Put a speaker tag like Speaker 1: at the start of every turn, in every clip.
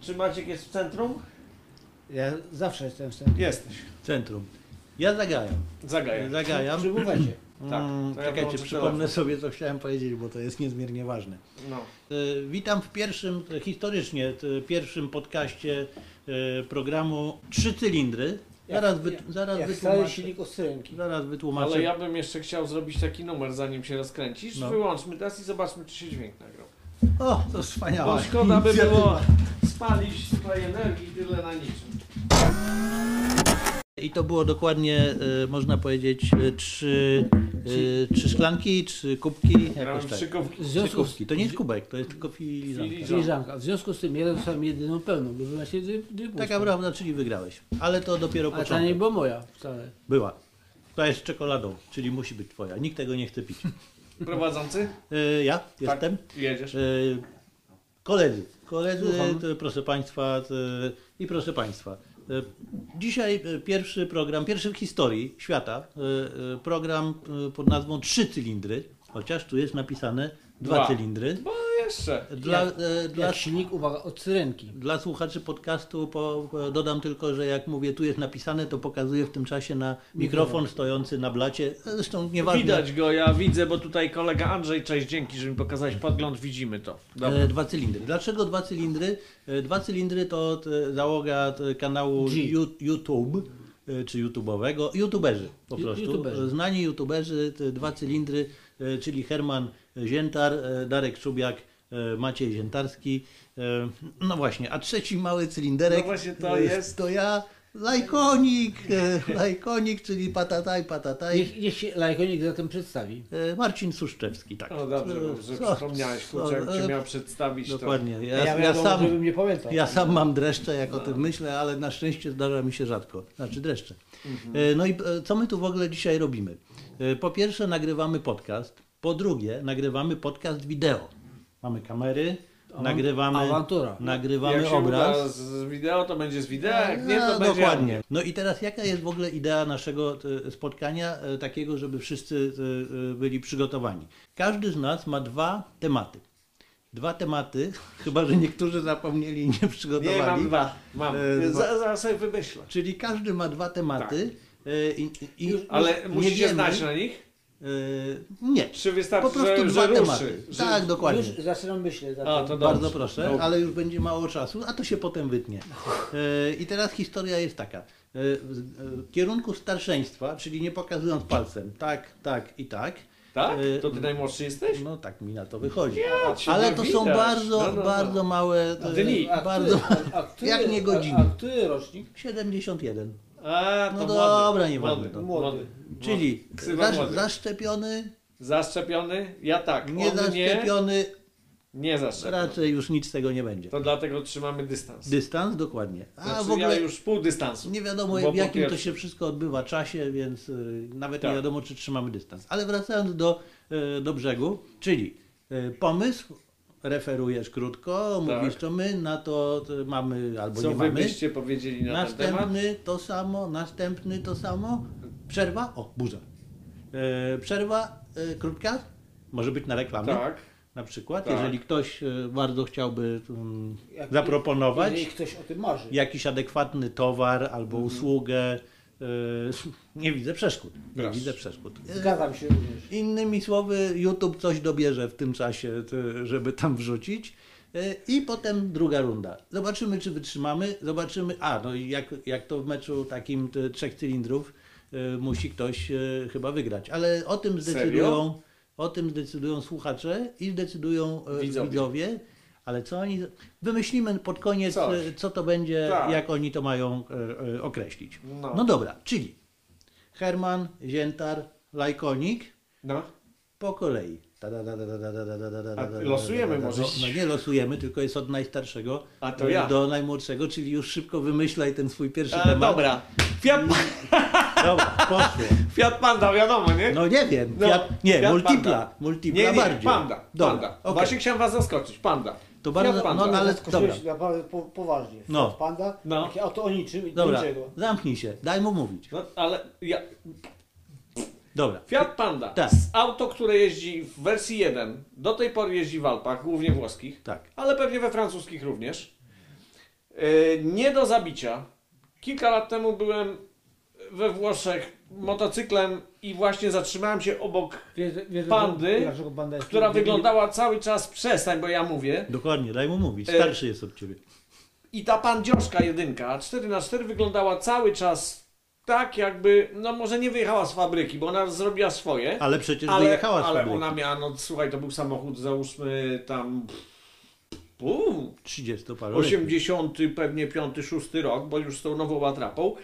Speaker 1: Czy Maciek jest w centrum?
Speaker 2: Ja zawsze jestem w stanie.
Speaker 3: Jesteś.
Speaker 4: Centrum. Ja zagajam.
Speaker 3: Zagaję.
Speaker 4: Zagajam.
Speaker 2: Przy bufecie.
Speaker 3: Tak.
Speaker 4: Mm,
Speaker 1: To ja
Speaker 4: Czekajcie,
Speaker 1: wyłączę
Speaker 4: przypomnę sobie, co chciałem powiedzieć, bo to jest niezmiernie ważne.
Speaker 1: No.
Speaker 4: E, Witam w pierwszym, e, historycznie, e, pierwszym podcaście e, programu Trzy Cylindry. Zaraz, wy,
Speaker 2: jak-
Speaker 4: zaraz
Speaker 2: Jak stały
Speaker 4: wytłumaczę.
Speaker 2: silnik od syrenki.
Speaker 4: Zaraz wytłumaczę.
Speaker 1: Ale ja bym jeszcze chciał zrobić taki numer, zanim się rozkręcisz.
Speaker 4: No.
Speaker 1: Wyłączmy teraz i zobaczmy, czy się dźwięk nagrał.
Speaker 4: O, to wspaniałe.
Speaker 1: Bo No, szkoda by
Speaker 4: Inicjatywa.
Speaker 1: było spalić tutaj energii tyle na niczym.
Speaker 4: I to było dokładnie, e, można powiedzieć, e, trzy, e, trzy szklanki, trzy kubki, jakoś
Speaker 1: Grałem
Speaker 4: tak.
Speaker 1: trzy
Speaker 2: W
Speaker 1: kowki.
Speaker 4: Trzy
Speaker 2: związku z
Speaker 4: kubki. To nie jest kubek, to jest tylko filiżanka.
Speaker 2: filiżanka. W związku z tym ja dostałem jedyną pełną, bo była się dwie, dwie puste.
Speaker 4: Taka Tak, prawda, czyli wygrałeś. Ale to dopiero
Speaker 2: A ta nie
Speaker 4: początek.
Speaker 2: była moja wcale.
Speaker 4: Była. To jest z czekoladą, czyli musi być twoja. Nikt tego nie chce pić.
Speaker 1: Prowadzący?
Speaker 4: E, Ja jestem.
Speaker 1: Tak, jedziesz.
Speaker 4: E, Koledzy, koledzy,
Speaker 2: Słucham.
Speaker 4: to, proszę Państwa to, i proszę Państwa. e, Dzisiaj e, pierwszy program, pierwszy w historii świata, e, e, program e, pod nazwą Trzy cylindry, chociaż tu jest napisane Dwa,
Speaker 1: Dwa.
Speaker 4: cylindry.
Speaker 1: Bo jeszcze.
Speaker 4: Dla,
Speaker 2: Jak-
Speaker 4: e, dla,
Speaker 2: Jak silnik, uwaga, od syrenki.
Speaker 4: dla słuchaczy podcastu po, dodam tylko, że jak mówię, tu jest napisane, to pokazuję w tym czasie na mikrofon stojący na blacie. Zresztą nieważne.
Speaker 1: Widać go, ja widzę, bo tutaj kolega Andrzej, cześć, dzięki, że mi pokazałeś podgląd, widzimy to. Dobra.
Speaker 4: E, Dwa cylindry. Dlaczego dwa cylindry? E, Dwa cylindry to t- załoga t- kanału
Speaker 2: G.
Speaker 4: Ju- YouTube e, czy YouTube'owego. YouTuberzy po
Speaker 2: Ju-
Speaker 4: prostu.
Speaker 2: YouTuberzy.
Speaker 4: E, Znani YouTuberzy, te dwa cylindry, e, czyli Herman Ziętar, e, Darek Czubiak, e, Maciej Ziętarski. E, No właśnie, a trzeci mały cylinderek
Speaker 1: No właśnie to
Speaker 4: e,
Speaker 1: jest-
Speaker 4: to ja. Lajkonik, e, lajkonik, czyli patataj, patataj.
Speaker 2: Niech, niech się lajkonik zatem przedstawi.
Speaker 4: E, Marcin Suszczewski, tak.
Speaker 1: No dobrze,
Speaker 4: E,
Speaker 1: że
Speaker 4: co-
Speaker 1: przypomniałeś,
Speaker 4: co-
Speaker 1: kurczę, jak
Speaker 4: e,
Speaker 1: cię miał przedstawić, to
Speaker 4: Dokładnie. Ja,
Speaker 2: Ja,
Speaker 4: ja,
Speaker 2: wiadomo,
Speaker 4: sam,
Speaker 2: żebym nie pamiętał.
Speaker 4: ja sam mam dreszcze, jak o tym myślę, ale na szczęście zdarza mi się rzadko. Znaczy dreszcze.
Speaker 2: Mhm.
Speaker 4: E, No i e, co my tu w ogóle dzisiaj robimy? E, Po pierwsze nagrywamy podcast, po drugie nagrywamy podcast wideo. Mamy kamery,
Speaker 2: Awan-
Speaker 4: nagrywamy,
Speaker 2: awantura.
Speaker 4: nagrywamy
Speaker 1: jak się
Speaker 4: obraz.
Speaker 1: uda z wideo, to będzie z wideo, jak Tak, nie,
Speaker 4: No,
Speaker 1: to będzie...
Speaker 4: dokładnie. No i teraz jaka jest w ogóle idea naszego e, spotkania e, takiego, żeby wszyscy e, e, byli przygotowani? Każdy z nas ma dwa tematy. Dwa tematy, chyba że niektórzy zapomnieli i nie przygotowali.
Speaker 1: Nie, mam dwa, mam.
Speaker 4: E, dwa.
Speaker 1: Za- Zaraz sobie wymyślę.
Speaker 4: Czyli każdy ma dwa tematy. e, I, i, i
Speaker 1: Tak. Ale
Speaker 4: nie
Speaker 1: musicie
Speaker 4: wiemy,
Speaker 1: znać na nich?
Speaker 4: e, Nie.
Speaker 1: Czy
Speaker 4: Po
Speaker 1: wystarczy,
Speaker 4: prostu
Speaker 1: że,
Speaker 4: dwa
Speaker 1: że
Speaker 4: tematy.
Speaker 1: ruszy? Że...
Speaker 4: Tak, dokładnie.
Speaker 2: Już zaczynam myśleć. zatem.
Speaker 1: A, to dobrze.
Speaker 4: Bardzo proszę,
Speaker 1: Dobrze.
Speaker 4: ale już będzie mało czasu, a to się potem wytnie. E, I teraz historia jest taka. E, w e, kierunku starszeństwa, czyli nie pokazując palcem, tak, tak i tak.
Speaker 1: Tak?
Speaker 4: E,
Speaker 1: To ty najmłodszy jesteś?
Speaker 4: No tak mi na to wychodzi.
Speaker 1: Ja cię
Speaker 4: Ale
Speaker 1: nie
Speaker 4: to są
Speaker 1: widać.
Speaker 4: bardzo,
Speaker 1: No, no, no.
Speaker 4: bardzo małe. e,
Speaker 1: A dni.
Speaker 2: A
Speaker 4: Bardzo.
Speaker 2: który- a- a który-
Speaker 4: Jak nie godziny.
Speaker 2: A, a który rocznik?
Speaker 4: 71.
Speaker 1: A, to
Speaker 4: No
Speaker 1: młody.
Speaker 4: dobra, nieważne
Speaker 1: Młody,
Speaker 4: to.
Speaker 1: młody.
Speaker 4: Czyli
Speaker 1: No, Ksywa
Speaker 4: zasz,
Speaker 1: młody.
Speaker 4: zaszczepiony,
Speaker 1: Zaszczepiony? Ja tak.
Speaker 4: nie
Speaker 1: on nie,
Speaker 4: zaszczepiony,
Speaker 1: nie zaszczepiony.
Speaker 4: raczej już nic z tego nie będzie.
Speaker 1: To dlatego trzymamy dystans.
Speaker 4: Dystans, dokładnie. A
Speaker 1: Znaczy,
Speaker 4: w ogóle
Speaker 1: ja już pół dystansu.
Speaker 4: Nie wiadomo
Speaker 1: Bo
Speaker 4: w
Speaker 1: po
Speaker 4: jakim to
Speaker 1: pierwsze-
Speaker 4: się wszystko odbywa czasie, więc y, nawet nie
Speaker 1: Tak.
Speaker 4: wiadomo, czy trzymamy dystans. Ale wracając do, y, do brzegu, czyli y, pomysł, referujesz krótko,
Speaker 1: Tak.
Speaker 4: mówisz co my, na to y, mamy albo
Speaker 1: Co
Speaker 4: nie
Speaker 1: wy
Speaker 4: mamy.
Speaker 1: byście powiedzieli na ten temat?
Speaker 4: Następny to samo, następny to samo. Przerwa, o, burza. Y, Przerwa y, krótka, może być na reklamę.
Speaker 1: Tak.
Speaker 4: Na przykład,
Speaker 1: Tak.
Speaker 4: jeżeli ktoś y, bardzo chciałby mm,
Speaker 2: Jak-
Speaker 4: zaproponować
Speaker 2: Jeżeli ktoś o tym marzy.
Speaker 4: jakiś adekwatny towar albo usługę. y, nie widzę przeszkód. Nie
Speaker 1: Grasz.
Speaker 4: widzę przeszkód.
Speaker 2: Zgadzam się również.
Speaker 4: Innymi słowy, YouTube coś dobierze w tym czasie, t- żeby tam wrzucić. Y, I potem druga runda. Zobaczymy, czy wytrzymamy. Zobaczymy. A, no i jak, jak to w meczu takim t- trzech cylindrów y, musi ktoś y, chyba wygrać. Ale o tym zdecydują, o tym zdecydują słuchacze i zdecydują y,
Speaker 1: Widzowie.
Speaker 4: widzowie. Ale co oni. Wymyślimy pod koniec,
Speaker 1: Coś.
Speaker 4: y, co to będzie,
Speaker 1: Tak.
Speaker 4: jak oni to mają y, y, określić.
Speaker 1: No.
Speaker 4: no dobra, czyli Herman, Ziętar, Lajkonik.
Speaker 1: No.
Speaker 4: Po kolei. Ta, da, da, da, da, da, da, da, da, da, da,
Speaker 1: A
Speaker 4: da, da,
Speaker 1: losujemy
Speaker 4: da, da,
Speaker 1: może?
Speaker 4: da. No nie losujemy, tylko jest od najstarszego
Speaker 1: A to
Speaker 4: e,
Speaker 1: ja.
Speaker 4: do najmłodszego, czyli już szybko wymyślaj ten swój pierwszy
Speaker 1: E,
Speaker 4: temat.
Speaker 1: dobra. Fiat,
Speaker 4: Dobra, poszło.
Speaker 1: Fiat Panda, wiadomo, nie?
Speaker 4: No nie wiem,
Speaker 1: No,
Speaker 4: Fiat, nie,
Speaker 1: Fiat
Speaker 4: multipla,
Speaker 1: Panda.
Speaker 4: multipla
Speaker 1: nie, nie,
Speaker 4: bardziej.
Speaker 1: Panda.
Speaker 4: Dobra,
Speaker 1: panda.
Speaker 4: okej.
Speaker 1: Właśnie chciałem was zaskoczyć. Panda.
Speaker 4: To
Speaker 1: Fiat
Speaker 4: bardzo,
Speaker 1: Panda.
Speaker 4: no
Speaker 1: No,
Speaker 4: ale dobra,
Speaker 2: Zaskoczyłeś naprawdę po, poważnie.
Speaker 4: No.
Speaker 2: Fiat Panda,
Speaker 1: No.
Speaker 2: takie oto o niczym i
Speaker 4: dobra,
Speaker 2: niczego.
Speaker 4: zamknij się, daj mu mówić.
Speaker 1: ale ja...
Speaker 4: Dobra,
Speaker 1: Fiat Panda.
Speaker 4: Tak.
Speaker 1: Z auto, które jeździ w wersji 1. Do tej pory jeździ w Alpach, głównie włoskich.
Speaker 4: tak.
Speaker 1: Ale pewnie we francuskich również. Yy, nie do zabicia. Kilka lat temu byłem we Włoszech motocyklem i właśnie zatrzymałem się obok,
Speaker 3: Wiesz, wiesz, dlaczego-
Speaker 1: Pandy,
Speaker 3: dlaczego panda jest
Speaker 1: która
Speaker 3: niewinna?
Speaker 1: wyglądała cały czas przestań, bo ja mówię.
Speaker 4: Dokładnie, daj mu mówić.
Speaker 1: E,
Speaker 4: Starszy jest od ciebie.
Speaker 1: I ta pandzioszka jedynka 4x4 wyglądała cały czas tak, jakby, no może nie wyjechała z fabryki, bo ona zrobiła swoje.
Speaker 4: Ale przecież
Speaker 1: ale,
Speaker 4: wyjechała z
Speaker 1: ale
Speaker 4: fabryki.
Speaker 1: ona miała, no słuchaj, to był samochód, załóżmy tam. Uu,
Speaker 4: 30 paru.
Speaker 1: 80, pewnie 5, 6 rok, bo już z tą nową łatrapą.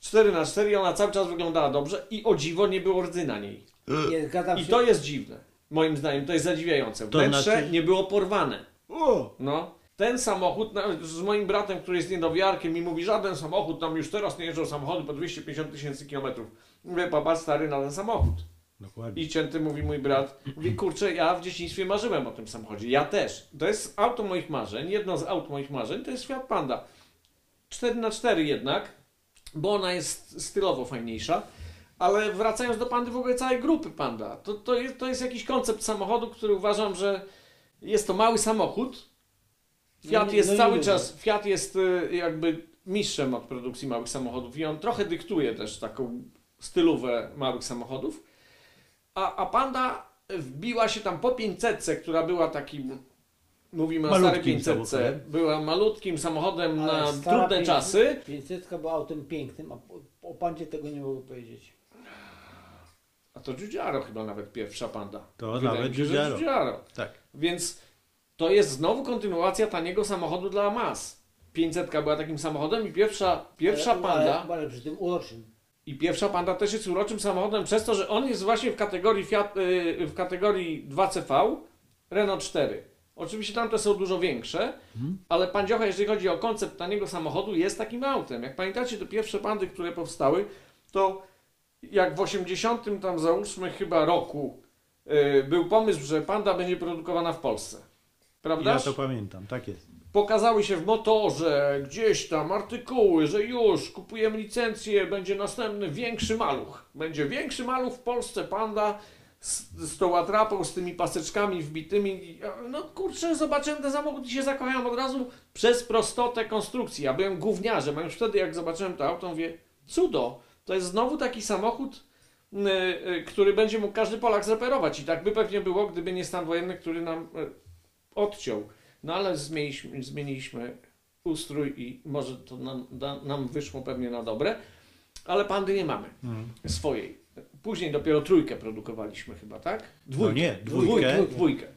Speaker 1: 4 na 4 ona cały czas wyglądała dobrze i o dziwo nie było rdzy na niej.
Speaker 4: Y.
Speaker 3: Nie, zgadzam
Speaker 1: I
Speaker 3: się.
Speaker 1: to jest dziwne. Moim zdaniem to jest zadziwiające.
Speaker 4: Znaczy- To
Speaker 1: Wnętrze
Speaker 4: znaczy-
Speaker 1: nie było porwane.
Speaker 4: O!
Speaker 1: No. Ten samochód, nawet z moim bratem, który jest niedowiarkiem i mówi, żaden samochód, tam już teraz nie jeżdżą samochody po 250 tysięcy kilometrów. Mówię, papa stary na ten samochód.
Speaker 4: Dokładnie.
Speaker 1: I cięty mówi mój brat, mówi, kurczę, ja w dzieciństwie marzyłem o tym samochodzie. Ja też. To jest auto moich marzeń, jedno z aut moich marzeń, to jest Fiat Panda. 4x4 jednak, bo ona jest stylowo fajniejsza. Ale wracając do Pandy, w ogóle całej grupy Panda. To, to, jest, to jest jakiś koncept samochodu, który uważam, że jest to mały samochód.
Speaker 2: No
Speaker 1: Fiat
Speaker 2: nie-
Speaker 1: jest
Speaker 2: no nie
Speaker 1: cały
Speaker 2: lubię.
Speaker 1: czas, Fiat jest y, jakby mistrzem od produkcji małych samochodów i on trochę dyktuje też taką stylówę małych samochodów. A, a Panda wbiła się tam po 500, która była takim, mówimy o starej
Speaker 4: Malutkim
Speaker 1: 500,
Speaker 4: samochodem.
Speaker 1: była malutkim samochodem
Speaker 3: Ale
Speaker 1: na
Speaker 3: stara
Speaker 1: trudne
Speaker 3: 500
Speaker 1: czasy.
Speaker 3: 500 była autem pięknym, a o, o pandzie tego nie mogę powiedzieć.
Speaker 1: A to Giugiaro chyba nawet pierwsza Panda.
Speaker 4: To
Speaker 1: Wydaje
Speaker 4: nawet
Speaker 1: mi się, że
Speaker 4: Giugiaro.
Speaker 1: Giugiaro.
Speaker 4: Tak.
Speaker 1: Więc to jest znowu kontynuacja taniego samochodu dla mas. 500 była takim samochodem i pierwsza, pierwsza
Speaker 3: ale,
Speaker 1: Panda...
Speaker 3: Ale, ale przy tym uroczym.
Speaker 1: I pierwsza panda też jest uroczym samochodem przez to, że on jest właśnie w kategorii, Fiat, y, w kategorii 2CV Renault 4. Oczywiście tamte są dużo większe,
Speaker 4: Mhm.
Speaker 1: ale pandziocha, jeżeli chodzi o koncept taniego samochodu, jest takim autem. Jak pamiętacie, te pierwsze pandy, które powstały, to jak w 80 tam załóżmy chyba roku y, był pomysł, że panda będzie produkowana w Polsce. Prawda?
Speaker 4: Ja to pamiętam, tak jest.
Speaker 1: pokazały się w motorze, gdzieś tam artykuły, że już kupujemy licencję, będzie następny większy maluch. Będzie większy maluch w Polsce, panda z, z tą atrapą, z tymi paseczkami wbitymi. No kurczę, zobaczyłem ten samochód i się zakochałem od razu przez prostotę konstrukcji. Ja byłem gówniarzem, a już wtedy jak zobaczyłem to auto, mówię, cudo, to jest znowu taki samochód, y, y, który będzie mógł każdy Polak zreperować. I tak by pewnie było, gdyby nie stan wojenny, który nam y, odciął. No ale zmieniliśmy, zmieniliśmy ustrój i może to nam, da, nam wyszło pewnie na dobre, ale pandy nie mamy
Speaker 4: Mm.
Speaker 1: swojej. Później dopiero trójkę produkowaliśmy chyba, tak?
Speaker 4: No nie,
Speaker 1: Dwójkę.
Speaker 4: dwójkę.
Speaker 1: dwójkę.
Speaker 4: E,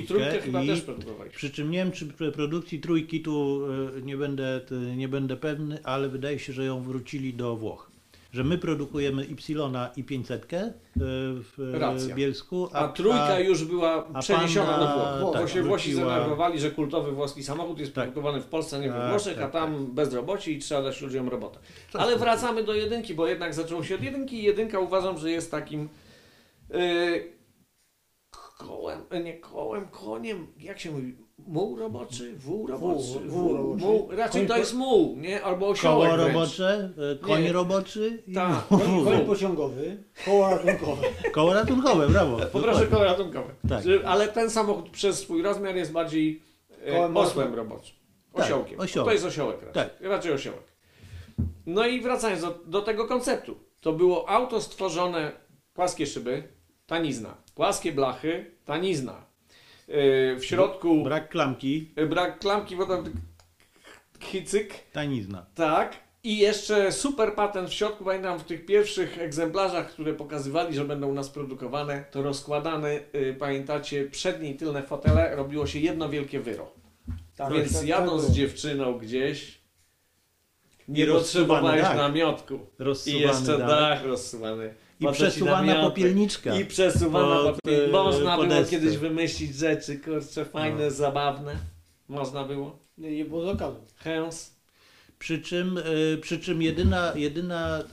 Speaker 1: I trójkę
Speaker 4: Dwójkę
Speaker 1: chyba
Speaker 4: i,
Speaker 1: też produkowaliśmy.
Speaker 4: przy czym nie wiem, czy przy produkcji trójki tu e, nie będę, t- nie będę pewny, ale wydaje się, że ją wrócili do Włoch. Że my produkujemy Y i 500 e, w e,
Speaker 1: Racja.
Speaker 4: Bielsku,
Speaker 1: A trójka
Speaker 4: a-
Speaker 1: już była
Speaker 4: a
Speaker 1: przeniesiona
Speaker 4: Panda-
Speaker 1: do Włoch.
Speaker 4: tak,
Speaker 1: bo się Włosi
Speaker 4: wróciła-
Speaker 1: zdenerwowali, że kultowy włoski samochód jest
Speaker 4: Tak.
Speaker 1: produkowany w Polsce, nie we
Speaker 4: Tak,
Speaker 1: Włoszech,
Speaker 4: tak,
Speaker 1: a tam bezrobocie i trzeba dać ludziom robotę.
Speaker 4: Co
Speaker 1: Ale
Speaker 4: to
Speaker 1: wracamy do jedynki, bo jednak zaczęło się od jedynki i jedynka uważam, że jest takim yy, kołem, e, nie kołem, koniem, jak się mówi? Muł roboczy? Wół roboczy?
Speaker 3: wół
Speaker 1: Wół-
Speaker 3: roboczy.
Speaker 1: muł- Raczej to jest muł, nie? Albo osiołek
Speaker 4: Koło
Speaker 1: wręcz.
Speaker 4: robocze, e, koń
Speaker 1: Nie.
Speaker 4: roboczy i
Speaker 1: Tak.
Speaker 3: Koń, koń pociągowy, koło ratunkowe.
Speaker 4: koło ratunkowe, brawo.
Speaker 1: Poproszę
Speaker 4: dokładnie.
Speaker 1: koło ratunkowe.
Speaker 4: Tak.
Speaker 1: Że- Ale ten samochód przez swój rozmiar jest bardziej e,
Speaker 3: Kołem
Speaker 1: osłem roboczym.
Speaker 4: Tak,
Speaker 1: Osiołkiem.
Speaker 4: osiołek.
Speaker 1: To jest osiołek raczej.
Speaker 4: Tak.
Speaker 1: raczej osiołek. No i wracając do, do tego konceptu. To było auto stworzone, płaskie szyby, tanizna. Płaskie blachy, tanizna. E, w środku brak,
Speaker 4: Brak klamki,
Speaker 1: brak klamki wodą, hicyk.
Speaker 4: tanizna.
Speaker 1: Tak. I jeszcze super patent w środku, pamiętam w tych pierwszych egzemplarzach, które pokazywali, że będą u nas produkowane, to rozkładane, y, pamiętacie, przednie i tylne fotele robiło się jedno wielkie wyro.
Speaker 3: Tak,
Speaker 1: Więc
Speaker 3: tak,
Speaker 1: jadąc z
Speaker 3: tak było.
Speaker 1: dziewczyną gdzieś, nie
Speaker 4: I rozsuwany
Speaker 1: potrzebowałeś
Speaker 4: dach.
Speaker 1: namiotku. I
Speaker 4: Rozsuwany
Speaker 1: jeszcze
Speaker 4: dach.
Speaker 1: dach, rozsuwany.
Speaker 4: I
Speaker 1: Po co ci
Speaker 4: przesuwana
Speaker 1: namiotek?
Speaker 4: popielniczka.
Speaker 1: I przesuwana
Speaker 4: Pod,
Speaker 1: popielniczka.
Speaker 4: e,
Speaker 1: y, Można było
Speaker 4: podestę.
Speaker 1: kiedyś wymyślić rzeczy, kurczę, fajne,
Speaker 4: No.
Speaker 1: zabawne. Można było.
Speaker 3: Nie, nie było z okazu.
Speaker 1: Chęs.
Speaker 4: Przy czym, y, przy czym jedyna, jedyna y,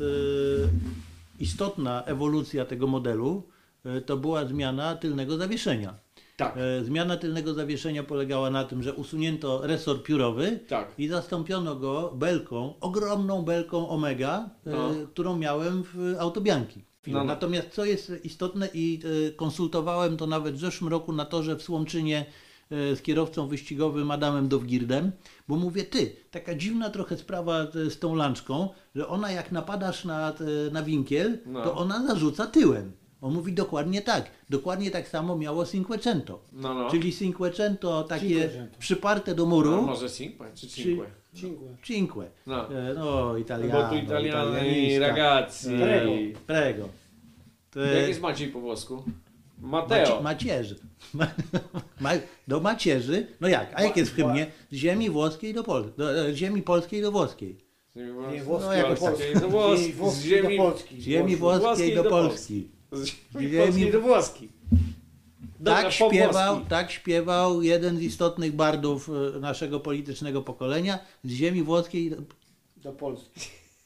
Speaker 4: istotna ewolucja tego modelu y, to była zmiana tylnego zawieszenia.
Speaker 1: Tak,
Speaker 4: Y, Zmiana tylnego zawieszenia polegała na tym, że usunięto resor piórowy
Speaker 1: tak.
Speaker 4: i zastąpiono go belką, ogromną belką Omega, y,
Speaker 1: No.
Speaker 4: którą miałem w autobianki.
Speaker 1: No, no.
Speaker 4: e, Natomiast co jest istotne i y, konsultowałem to nawet w zeszłym roku na torze w Słomczynie e, z kierowcą wyścigowym Adamem Dowgirdem, bo mówię, ty, taka dziwna trochę sprawa e, z tą lanczką, że ona jak napadasz na, e, na winkiel,
Speaker 1: No.
Speaker 4: to ona zarzuca tyłem. On mówi dokładnie tak. Dokładnie tak samo miało Cinquecento.
Speaker 1: No, no.
Speaker 4: Czyli Cinquecento takie
Speaker 3: Cinquecento.
Speaker 4: przyparte do
Speaker 1: A
Speaker 4: muru.
Speaker 1: może cinque, czy cinque?
Speaker 3: Dziękuję.
Speaker 4: Cinque.
Speaker 1: No.
Speaker 4: E, No, italiano.
Speaker 1: Bo tu italiani,
Speaker 4: italianista.
Speaker 1: ragazzi. No.
Speaker 3: Prego.
Speaker 4: Prego. To
Speaker 1: Jak jest Maciej po włosku? Mateo.
Speaker 4: maci- macierzy. Ma, ma, do macierzy. No jak? A jak jest w hymnie? Z ziemi włoskiej do, Pol- do e, ziemi polskiej do włoskiej.
Speaker 3: Nie,
Speaker 1: Z
Speaker 3: włoski
Speaker 4: No, jakoś
Speaker 3: do
Speaker 4: tak.
Speaker 3: Polski.
Speaker 1: Z włoski,
Speaker 3: Nie, włoski
Speaker 1: z ziemi-
Speaker 3: do Polski.
Speaker 4: Z ziemi
Speaker 3: Włoski.
Speaker 4: włoskiej, do,
Speaker 1: do
Speaker 4: Polski.
Speaker 1: ziemi polskiej do włoski. Dobra,
Speaker 4: Tak
Speaker 1: po
Speaker 4: śpiewał,
Speaker 1: włoski.
Speaker 4: tak śpiewał jeden z istotnych bardów e, naszego politycznego pokolenia z ziemi włoskiej,
Speaker 3: Do Polski.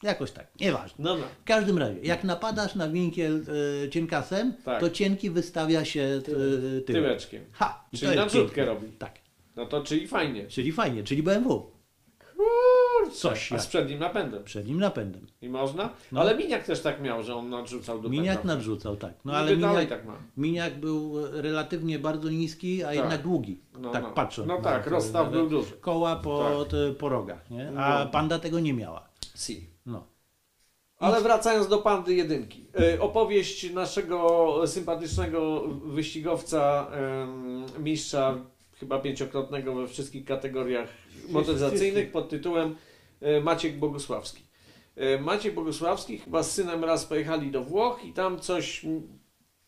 Speaker 4: jakoś tak, nieważne.
Speaker 1: No, no.
Speaker 4: W każdym razie, jak napadasz na winkiel e, cienkasem,
Speaker 1: Tak.
Speaker 4: to cienki wystawia się t, e, tył.
Speaker 1: Tyłeczkiem.
Speaker 4: Ha, i to
Speaker 1: Czyli
Speaker 4: jest
Speaker 1: na czutkę
Speaker 4: piękne.
Speaker 1: robi.
Speaker 4: Tak,
Speaker 1: No to czyli fajnie.
Speaker 4: czyli fajnie, czyli BMW.
Speaker 1: Kurczę.
Speaker 4: Coś
Speaker 1: A
Speaker 4: jak.
Speaker 1: z przednim napędem.
Speaker 4: Przednim napędem.
Speaker 1: I można?
Speaker 4: Tak. No.
Speaker 1: Ale Miniak też tak miał, że on nadrzucał do
Speaker 4: Miniak
Speaker 1: pędza.
Speaker 4: nadrzucał, tak. No
Speaker 1: Niby
Speaker 4: ale
Speaker 1: dalej
Speaker 4: miniak,
Speaker 1: tak ma.
Speaker 4: miniak był e, relatywnie bardzo niski, a
Speaker 1: Tak.
Speaker 4: jednak długi.
Speaker 1: No,
Speaker 4: tak
Speaker 1: no.
Speaker 4: patrząc.
Speaker 1: No
Speaker 4: na
Speaker 1: tak,
Speaker 4: to,
Speaker 1: rozstaw był duży.
Speaker 4: Koła po, te- po rogach, nie? A
Speaker 1: No.
Speaker 4: panda tego nie miała.
Speaker 1: Si.
Speaker 4: No.
Speaker 1: Ale wracając do Pandy jedynki. E, Opowieść naszego sympatycznego wyścigowca, em, mistrza chyba pięciokrotnego we wszystkich kategoriach motoryzacyjnych pod tytułem e, Maciek Bogusławski. E, Maciek Bogusławski chyba z synem raz pojechali do Włoch i tam coś, m,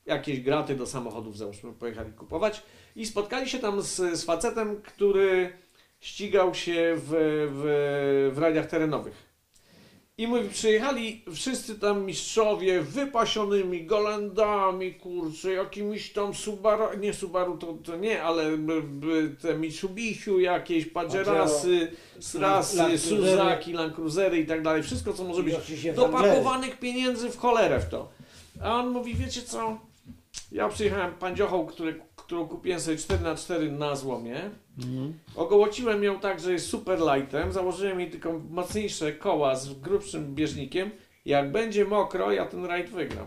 Speaker 1: jakieś graty do samochodów załóżmy pojechali kupować i spotkali się tam z, z facetem, który ścigał się w, w, w radiach terenowych. I my przyjechali wszyscy tam mistrzowie wypasionymi Golendami, kurczę, jakimiś tam Subaru, nie Subaru to, to nie, ale b, b, te Mitsubishi jakieś, Pajerasy, Srasy,
Speaker 3: Land Cruisery.
Speaker 1: Suzaki, Land Cruisery i tak dalej, wszystko co może
Speaker 3: I
Speaker 1: być
Speaker 3: oczywiście Wranglery.
Speaker 1: dopakowanych pieniędzy w cholerę w to. A on mówi, wiecie co, ja przyjechałem pandziochą, który, którą kupiłem sobie 4x4 na złomie,
Speaker 3: Mhm.
Speaker 1: Ogołociłem ją tak, że jest super lightem, założyłem jej tylko mocniejsze koła z grubszym bieżnikiem. Jak będzie mokro, ja ten rajd wygram.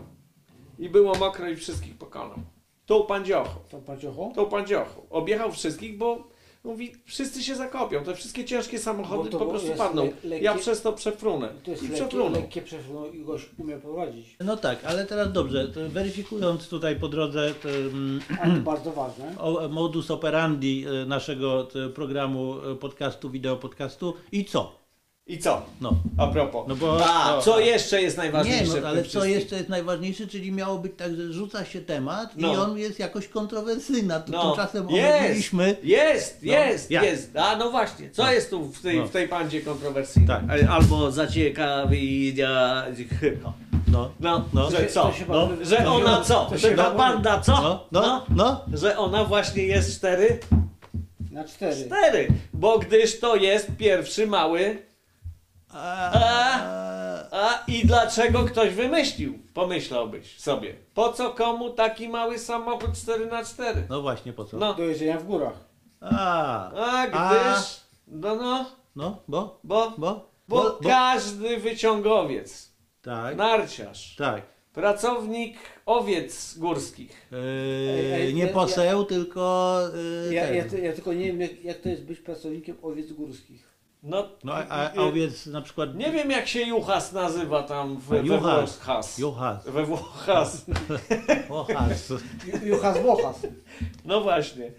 Speaker 1: I było mokro i wszystkich pokonał. Tą pandziochą,
Speaker 3: To paciocho?
Speaker 1: tą pandziochą. Objechał wszystkich, bo mówi, wszyscy się zakopią, te wszystkie ciężkie samochody
Speaker 3: Bo to
Speaker 1: po prostu
Speaker 3: jest
Speaker 1: padną.
Speaker 3: le- lekkie-
Speaker 1: Ja przez to przefrunę.
Speaker 3: To jest
Speaker 1: I
Speaker 3: lekkie,
Speaker 1: przefrunę.
Speaker 3: lekkie przeszło i goś umie prowadzić.
Speaker 4: No tak, ale teraz dobrze, to weryfikując tutaj po drodze to, mm,
Speaker 3: Ale to bardzo ważne.
Speaker 4: o, modus operandi e, naszego e, programu e, podcastu, wideopodcastu i co?
Speaker 1: I co?
Speaker 4: No,
Speaker 1: A propos.
Speaker 4: No bo-
Speaker 1: A,
Speaker 4: no.
Speaker 1: co jeszcze jest
Speaker 4: Nie,
Speaker 1: najważniejsze? w tym
Speaker 4: no, ale co
Speaker 1: wszystkim?
Speaker 4: jeszcze jest najważniejsze, czyli miało być tak, że rzuca się temat i
Speaker 1: No.
Speaker 4: on jest jakoś kontrowersyjny, a tu
Speaker 1: No,
Speaker 4: tymczasem
Speaker 1: jest,
Speaker 4: omówiliśmy.
Speaker 1: jest,
Speaker 4: No,
Speaker 1: jest,
Speaker 4: jak?
Speaker 1: jest. A no właśnie, co
Speaker 4: No.
Speaker 1: jest tu w tej,
Speaker 4: No.
Speaker 1: w tej pandzie kontrowersyjnej?
Speaker 4: Tak.
Speaker 1: E, Albo zaciekawienia... No,
Speaker 4: No,
Speaker 1: no,
Speaker 4: No.
Speaker 1: że
Speaker 3: To się-
Speaker 1: co?
Speaker 3: to się
Speaker 1: No.
Speaker 3: bardzo-
Speaker 1: Że
Speaker 3: to się-
Speaker 1: ona co?
Speaker 3: to się
Speaker 1: Że ta
Speaker 3: bardzo-
Speaker 1: panda co?
Speaker 4: no, no, no.
Speaker 1: Że ona właśnie jest cztery?
Speaker 3: Na cztery.
Speaker 1: Cztery! Bo gdyż to jest pierwszy mały... E.
Speaker 4: A, E.
Speaker 1: A i dlaczego ktoś wymyślił? Pomyślałbyś sobie. Po co komu taki mały samochód 4x4?
Speaker 4: No właśnie, po co?
Speaker 1: No.
Speaker 3: Do jeżdżenia w górach.
Speaker 4: A,
Speaker 1: A
Speaker 4: A.
Speaker 1: gdyż... No, no,
Speaker 4: no, bo,
Speaker 1: bo...
Speaker 4: bo,
Speaker 1: Bo, No. każdy wyciągowiec,
Speaker 4: tak,
Speaker 1: narciarz,
Speaker 4: tak.
Speaker 1: pracownik owiec górskich.
Speaker 4: Yy,
Speaker 3: Ej, ej,
Speaker 4: nie
Speaker 3: ja-
Speaker 4: poseł, tylko yy,
Speaker 3: Ja,
Speaker 4: ten.
Speaker 3: ja, ja tylko nie wiem, jak, jak to jest być pracownikiem owiec górskich.
Speaker 1: No,
Speaker 4: No, a, a, a
Speaker 1: y,
Speaker 4: owiec na przykład...
Speaker 1: nie wiem jak się Juchas nazywa tam w, we
Speaker 4: Juchas.
Speaker 1: Włochas.
Speaker 4: Juchas,
Speaker 1: We Włochas.
Speaker 4: Juchas.
Speaker 3: Ju- Juchas Bochas.
Speaker 1: No właśnie.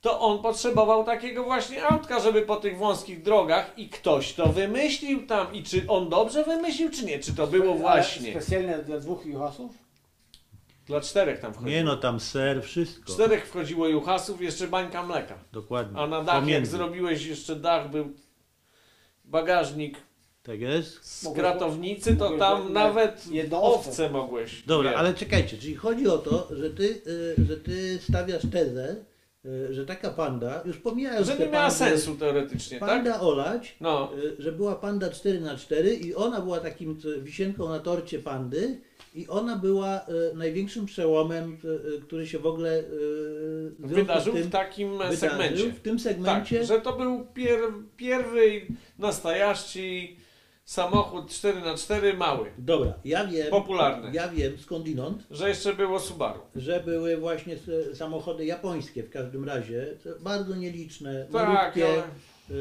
Speaker 1: To on potrzebował takiego właśnie autka, żeby po tych wąskich drogach i ktoś to wymyślił tam. I czy on dobrze wymyślił, czy nie? Czy to było
Speaker 3: Ale
Speaker 1: właśnie?
Speaker 3: Specjalne dla dwóch Juchasów?
Speaker 1: Dla czterech tam
Speaker 4: Nie
Speaker 1: wchodziło.
Speaker 4: no, tam ser, wszystko.
Speaker 1: Czterech wchodziło Juchasów, jeszcze bańka mleka.
Speaker 4: Dokładnie.
Speaker 1: A na dach jak
Speaker 4: Pomiędzy.
Speaker 1: zrobiłeś jeszcze dach był bagażnik
Speaker 4: Tak jest?
Speaker 1: z
Speaker 3: Mogłeś-
Speaker 1: kratownicy, to
Speaker 3: mogłeś
Speaker 1: tam
Speaker 3: na-
Speaker 1: nawet
Speaker 3: jedno owce.
Speaker 1: owce mogłeś.
Speaker 4: Dobra,
Speaker 1: nie.
Speaker 4: ale czekajcie, czyli chodzi o to, że ty, y, że ty stawiasz tezę, y, że taka panda, już pomijając
Speaker 1: Że
Speaker 4: te
Speaker 1: nie miała
Speaker 4: pandy,
Speaker 1: sensu teoretycznie, tak?
Speaker 4: panda olać,
Speaker 1: No.
Speaker 4: y, że była panda 4x4 i ona była takim y, wisienką na torcie pandy i ona była y, największym przełomem, y, y, który się w ogóle y, w związku z
Speaker 1: Wydarzył
Speaker 4: tym
Speaker 1: w takim
Speaker 4: wydarzył,
Speaker 1: segmencie.
Speaker 4: W tym
Speaker 1: Tak,
Speaker 4: segmencie
Speaker 1: że to był pier, pierwy nastajaści samochód 4x4 mały,
Speaker 4: Dobra, ja wiem.
Speaker 1: Popularny.
Speaker 4: Ja wiem skądinąd,
Speaker 1: że jeszcze było Subaru.
Speaker 4: że były właśnie s- samochody japońskie w każdym razie, to bardzo nieliczne,
Speaker 1: Tak,
Speaker 4: malutkie,
Speaker 1: ale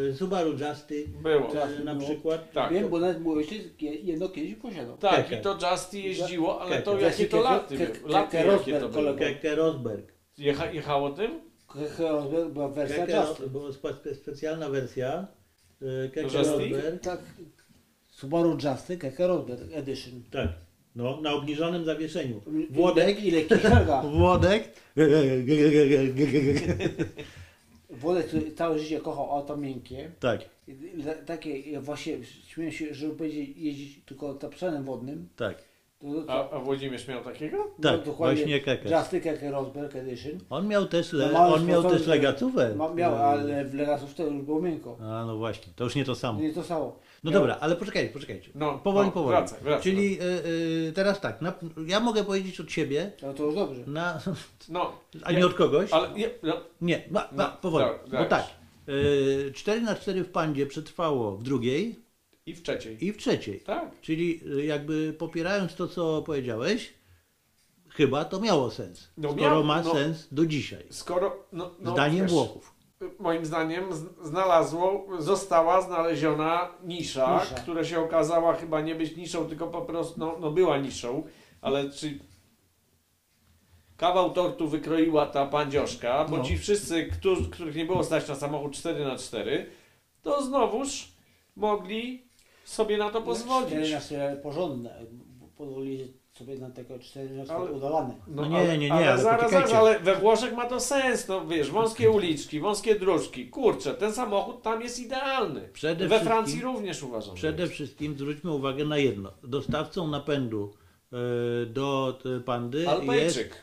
Speaker 4: y, Subaru Justy
Speaker 1: było.
Speaker 4: y, na
Speaker 3: było.
Speaker 4: przykład.
Speaker 1: Tak,
Speaker 3: Wiem, bo nawet mój ojciec kie- jedno kiedyś posiadał.
Speaker 1: tak
Speaker 4: Keke.
Speaker 1: i to Justy jeździło, ale
Speaker 4: Keke.
Speaker 1: to jakie to
Speaker 3: Keke-
Speaker 1: laty,
Speaker 3: Keke-
Speaker 1: były? laty
Speaker 3: Keke
Speaker 1: jakie to
Speaker 3: Rosberg,
Speaker 1: były.
Speaker 3: kolega.
Speaker 4: Keke Rosberg.
Speaker 1: Jecha, jechało tym?
Speaker 3: Chyba była wersja
Speaker 4: Keke, Ro-
Speaker 3: Justy.
Speaker 4: była spe- specjalna wersja y, Keke
Speaker 1: Justy?
Speaker 4: Rosberg.
Speaker 3: Tak, Subaru Justy, Keke Rosberg Edition.
Speaker 4: Tak, no, na obniżonym zawieszeniu. Włodek,
Speaker 3: Ile kieszarga.
Speaker 4: Włodek.
Speaker 3: Włodek, który całe życie kochał auto miękkie.
Speaker 4: Tak,
Speaker 3: I- i za- Takie, ja właśnie śmieję się, żeby powiedzieć, jeździć tylko tapszanem wodnym.
Speaker 4: tak.
Speaker 3: To, to,
Speaker 1: A, a Włodzimierz miał takiego?
Speaker 4: Tak,
Speaker 3: no,
Speaker 4: właśnie Keke.
Speaker 3: Justy Keke Rosberg Edition.
Speaker 4: On miał też, le,
Speaker 3: No, mały
Speaker 4: on miał
Speaker 3: sportowy-
Speaker 4: też legatówę.
Speaker 3: Ma, miał, ale w Legasów to już było miękko.
Speaker 4: A no właśnie, to już nie to samo.
Speaker 3: Nie to samo.
Speaker 4: No
Speaker 3: Miał-
Speaker 4: dobra, ale poczekajcie, poczekajcie.
Speaker 1: No,
Speaker 4: powoli,
Speaker 1: no,
Speaker 4: powoli.
Speaker 1: wracaj, wracaj.
Speaker 4: Czyli y, y, teraz tak, na, ja mogę powiedzieć od siebie,
Speaker 3: No to już dobrze.
Speaker 4: na,
Speaker 1: No,
Speaker 4: a nie od kogoś.
Speaker 1: ale je, no,
Speaker 4: Nie, ma, ma,
Speaker 1: No,
Speaker 4: powoli.
Speaker 1: dobra, dajesz.
Speaker 4: Bo tak, y, 4 na 4 w pandzie przetrwało w drugiej
Speaker 1: i w trzeciej.
Speaker 4: i w trzeciej.
Speaker 1: Tak,
Speaker 4: Czyli y, jakby popierając to, co powiedziałeś, chyba to miało sens.
Speaker 1: No
Speaker 4: skoro
Speaker 1: miało,
Speaker 4: ma
Speaker 1: no.
Speaker 4: sens do dzisiaj.
Speaker 1: skoro... No, no,
Speaker 4: Zdaniem
Speaker 1: wiesz,
Speaker 4: Włochów.
Speaker 1: Moim zdaniem z- znalazło, została znaleziona nisza,
Speaker 3: Nisza.
Speaker 1: która się okazała chyba nie być niszą, tylko po prostu, no, no była niszą, ale czy kawał tortu wykroiła ta pandzioszka, bo
Speaker 4: No.
Speaker 1: ci wszyscy, którzy, których nie było stać na samochód 4x4, to znowuż mogli sobie na to pozwolić.
Speaker 3: 4 na 4 porządne. Pozwolili sobie na tego 4 na 4
Speaker 1: Ale-
Speaker 3: udawane.
Speaker 4: No nie, nie, nie, ale
Speaker 1: zaraz, zaraz,
Speaker 4: poczekajcie. Mhm.
Speaker 1: ale we Włoszech ma to sens, no wiesz, wąskie uliczki, wąskie dróżki, kurczę, ten samochód tam jest idealny.
Speaker 4: Przede
Speaker 1: we
Speaker 4: wszystkim-
Speaker 1: Francji również uważam.
Speaker 4: Przede wszystkim zwróćmy uwagę na jedno. Dostawcą napędu y, do y, pandy jest
Speaker 1: Alpejczyk,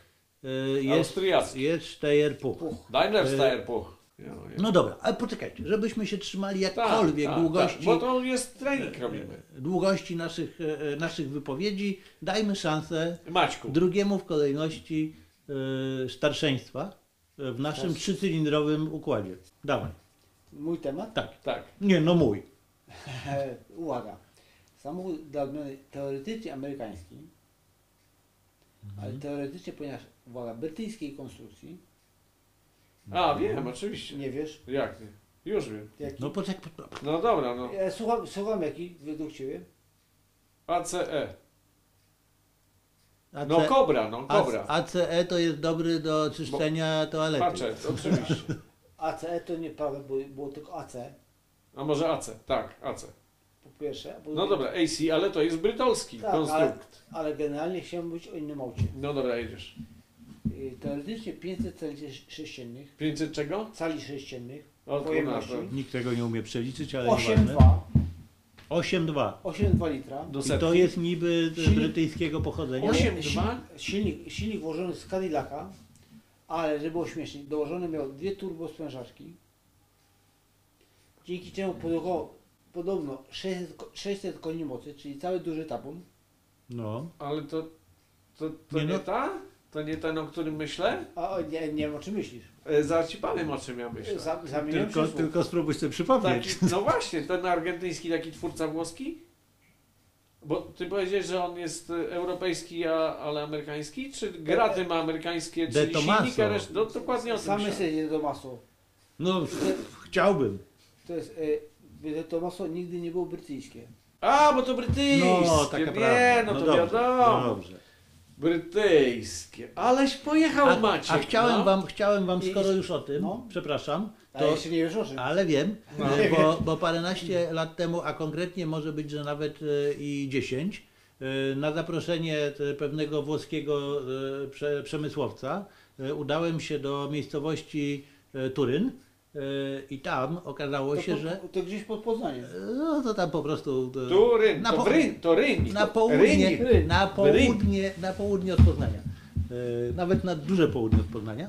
Speaker 4: Y, jest,
Speaker 1: Austriacki.
Speaker 4: jest Steyr Puch.
Speaker 1: Daimler
Speaker 4: Y,
Speaker 1: Steyr Puch.
Speaker 4: No dobra, ale poczekajcie, żebyśmy się trzymali
Speaker 1: Tak,
Speaker 4: jakkolwiek
Speaker 1: tak,
Speaker 4: długości,
Speaker 1: tak, bo to jest trening robimy.
Speaker 4: długości naszych, e, e, naszych wypowiedzi, dajmy szansę
Speaker 1: Maćku,
Speaker 4: drugiemu w kolejności e, starszeństwa e, w naszym
Speaker 3: Starszy-
Speaker 4: trzycylindrowym układzie. Dawaj.
Speaker 3: Mój temat? E,
Speaker 4: Tak.
Speaker 1: tak,
Speaker 4: Nie, no mój.
Speaker 3: Uwaga. Samochód dla odmiany teoretycznie amerykański, ale teoretycznie, ponieważ, uwaga, brytyjskiej konstrukcji,
Speaker 4: No,
Speaker 1: a wiem, oczywiście.
Speaker 3: nie wiesz,
Speaker 1: Jak nie? Już wiem.
Speaker 3: jaki...
Speaker 4: No poczekaj. po-
Speaker 1: No dobra, no.
Speaker 3: E, Słucham, słucham jaki według Ciebie?
Speaker 1: ACE.
Speaker 4: AC,
Speaker 1: E. No Kobra, no
Speaker 4: AC,
Speaker 1: Kobra.
Speaker 4: ACE E to jest dobry do czyszczenia toalety.
Speaker 1: Paczet, oczywiście.
Speaker 3: ACE to nieprawda, bo było tylko AC,
Speaker 1: A może AC, tak, AC.
Speaker 3: po pierwsze. a po
Speaker 1: No
Speaker 3: drugie-
Speaker 1: dobra, AC, ale to jest brytolski
Speaker 3: Tak, ale,
Speaker 1: konstrukt.
Speaker 3: ale generalnie chciałem mówić o innym aucie.
Speaker 1: No dobra, jedziesz.
Speaker 3: Y, Teoretycznie 500 cali sześciennych,
Speaker 1: 500 czego?
Speaker 3: cali sześciennych,
Speaker 1: O,
Speaker 3: pojemności
Speaker 1: kurna,
Speaker 4: Nikt tego nie umie przeliczyć, ale
Speaker 3: 8,2,
Speaker 4: 8,2.
Speaker 3: 8,2 litra.
Speaker 1: Do
Speaker 4: I to
Speaker 1: setki.
Speaker 4: jest niby
Speaker 3: Silnik-
Speaker 4: brytyjskiego pochodzenia.
Speaker 1: Osiem-
Speaker 3: Ale
Speaker 1: 8,2?
Speaker 3: si- Silnik, silnik włożony z Cadillaca, ale żeby było śmiesznie, dołożony miał dwie turbosprężaczki, dzięki czemu produkował podobno 600, ko- 600 koni mocy, czyli cały duży tabun.
Speaker 4: No.
Speaker 1: Ale to, to, to nie,
Speaker 4: Nie no.
Speaker 1: ta? To nie ten, o którym myślę?
Speaker 3: A o, nie, nie wiem o czym myślisz.
Speaker 1: E, Zaraz ci powiem, o czym ja myślę.
Speaker 3: Za- Zamieniam
Speaker 4: Tylko,
Speaker 3: się tylko...
Speaker 4: tylko spróbuj sobie przypomnieć.
Speaker 1: Taki, no właśnie, ten argentyński taki twórca włoski? Bo ty powiedziałeś, że on jest e, europejski, a, ale amerykański? Czy gra tym amerykańskie,
Speaker 4: De
Speaker 1: czyli silnik,
Speaker 4: Tomaso.
Speaker 1: a reszta? No dokładnie o tym
Speaker 3: Same
Speaker 1: myślałem.
Speaker 3: sobie do maso.
Speaker 4: No, pff, chciałbym.
Speaker 3: To jest, e, to maso nigdy nie było brytyjskie.
Speaker 1: A, bo to brytyjskie!
Speaker 4: No, taka
Speaker 1: nie,
Speaker 4: prawda.
Speaker 1: no to
Speaker 4: dobrze,
Speaker 1: wiadomo.
Speaker 4: no dobrze.
Speaker 1: Brytyjskie. Aleś pojechał
Speaker 4: A,
Speaker 1: Maciek.
Speaker 4: a chciałem
Speaker 1: no.
Speaker 4: wam, chciałem wam,
Speaker 3: I-
Speaker 4: skoro już o tym,
Speaker 3: no.
Speaker 4: przepraszam,
Speaker 3: Ale
Speaker 4: to,
Speaker 3: jeszcze nie wiesz o czym.
Speaker 4: ale wiem,
Speaker 1: No.
Speaker 4: e, bo, bo paręnaście lat temu, a konkretnie może być, że nawet e, i 10, e, na zaproszenie e, pewnego włoskiego e, prze, przemysłowca e, udałem się do miejscowości e, Turyn e, i tam okazało
Speaker 3: To,
Speaker 4: się,
Speaker 3: pod-
Speaker 4: że e,
Speaker 3: to gdzieś pod Poznaniem.
Speaker 4: no to tam po prostu... e,
Speaker 1: Turyn,
Speaker 4: Na
Speaker 1: to,
Speaker 4: po-
Speaker 1: Ryn, to Ryn.
Speaker 4: Na południe,
Speaker 1: Ryn.
Speaker 4: na południe, na południe od Poznania. E, Nawet na duże południe od Poznania.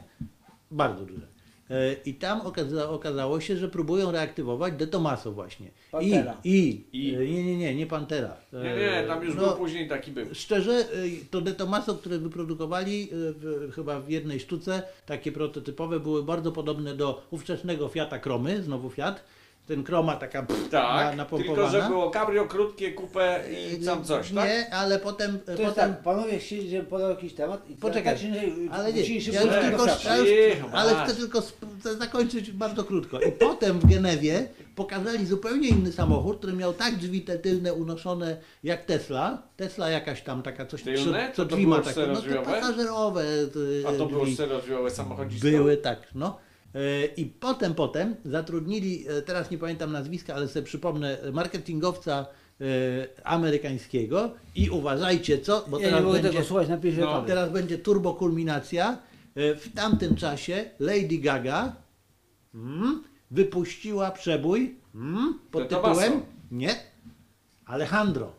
Speaker 4: Bardzo duże. E, I tam okaza okazało się, że próbują reaktywować De Tomaso właśnie. I,
Speaker 3: Pantera.
Speaker 4: i,
Speaker 1: I.
Speaker 4: e, nie, nie, nie, nie Pantera. E,
Speaker 1: Nie, nie, tam już
Speaker 4: no,
Speaker 1: był później taki był.
Speaker 4: Szczerze, e, to De Tomaso, które wyprodukowali e, w, chyba w jednej sztuce, takie prototypowe, były bardzo podobne do ówczesnego Fiata Kromy, znowu Fiat, ten kroma taka pff, na,
Speaker 1: Tak,
Speaker 4: napompowana. E, no,
Speaker 1: tylko że było cabrio krótkie, kupę i tam coś, tak?
Speaker 4: Nie, ale potem...
Speaker 3: To
Speaker 4: potem
Speaker 3: jest tak, panowie chcieli, żebym podał jakiś temat i
Speaker 4: Poczekaj,
Speaker 3: tak się nie-
Speaker 4: ale nie,
Speaker 3: dzisiejszy
Speaker 4: ja już
Speaker 3: budżet
Speaker 4: tylko,
Speaker 3: dostarczy.
Speaker 4: ja już,
Speaker 1: Cicho,
Speaker 4: ale
Speaker 1: masz.
Speaker 4: chcę tylko sp- chcę zakończyć bardzo krótko. I potem w Genewie pokazali zupełnie inny samochód, który miał tak drzwi te tylne unoszone jak Tesla. Tesla jakaś tam taka coś,
Speaker 1: Tylne? To
Speaker 4: co
Speaker 1: to
Speaker 4: drzwi
Speaker 1: było
Speaker 4: ma takie, no te
Speaker 1: czterodrzwiowe?
Speaker 4: pasażerowe
Speaker 1: A
Speaker 4: e,
Speaker 1: to było
Speaker 4: drzwi.
Speaker 1: czterodrzwiowe samochodzisko?
Speaker 4: Były tak, no. E, I potem, potem zatrudnili, e, teraz nie pamiętam nazwiska, ale sobie przypomnę, e, marketingowca e, amerykańskiego i uważajcie co, bo
Speaker 3: Ja nie
Speaker 4: teraz
Speaker 3: mogę
Speaker 4: będzie...
Speaker 3: tego słuchać na pierwszej
Speaker 1: No.
Speaker 4: A
Speaker 3: etapie.
Speaker 4: teraz będzie turbokulminacja. E, W tamtym czasie Lady Gaga mm, wypuściła przebój mm, pod
Speaker 1: De Tomaso.
Speaker 4: tytułem nie Alejandro.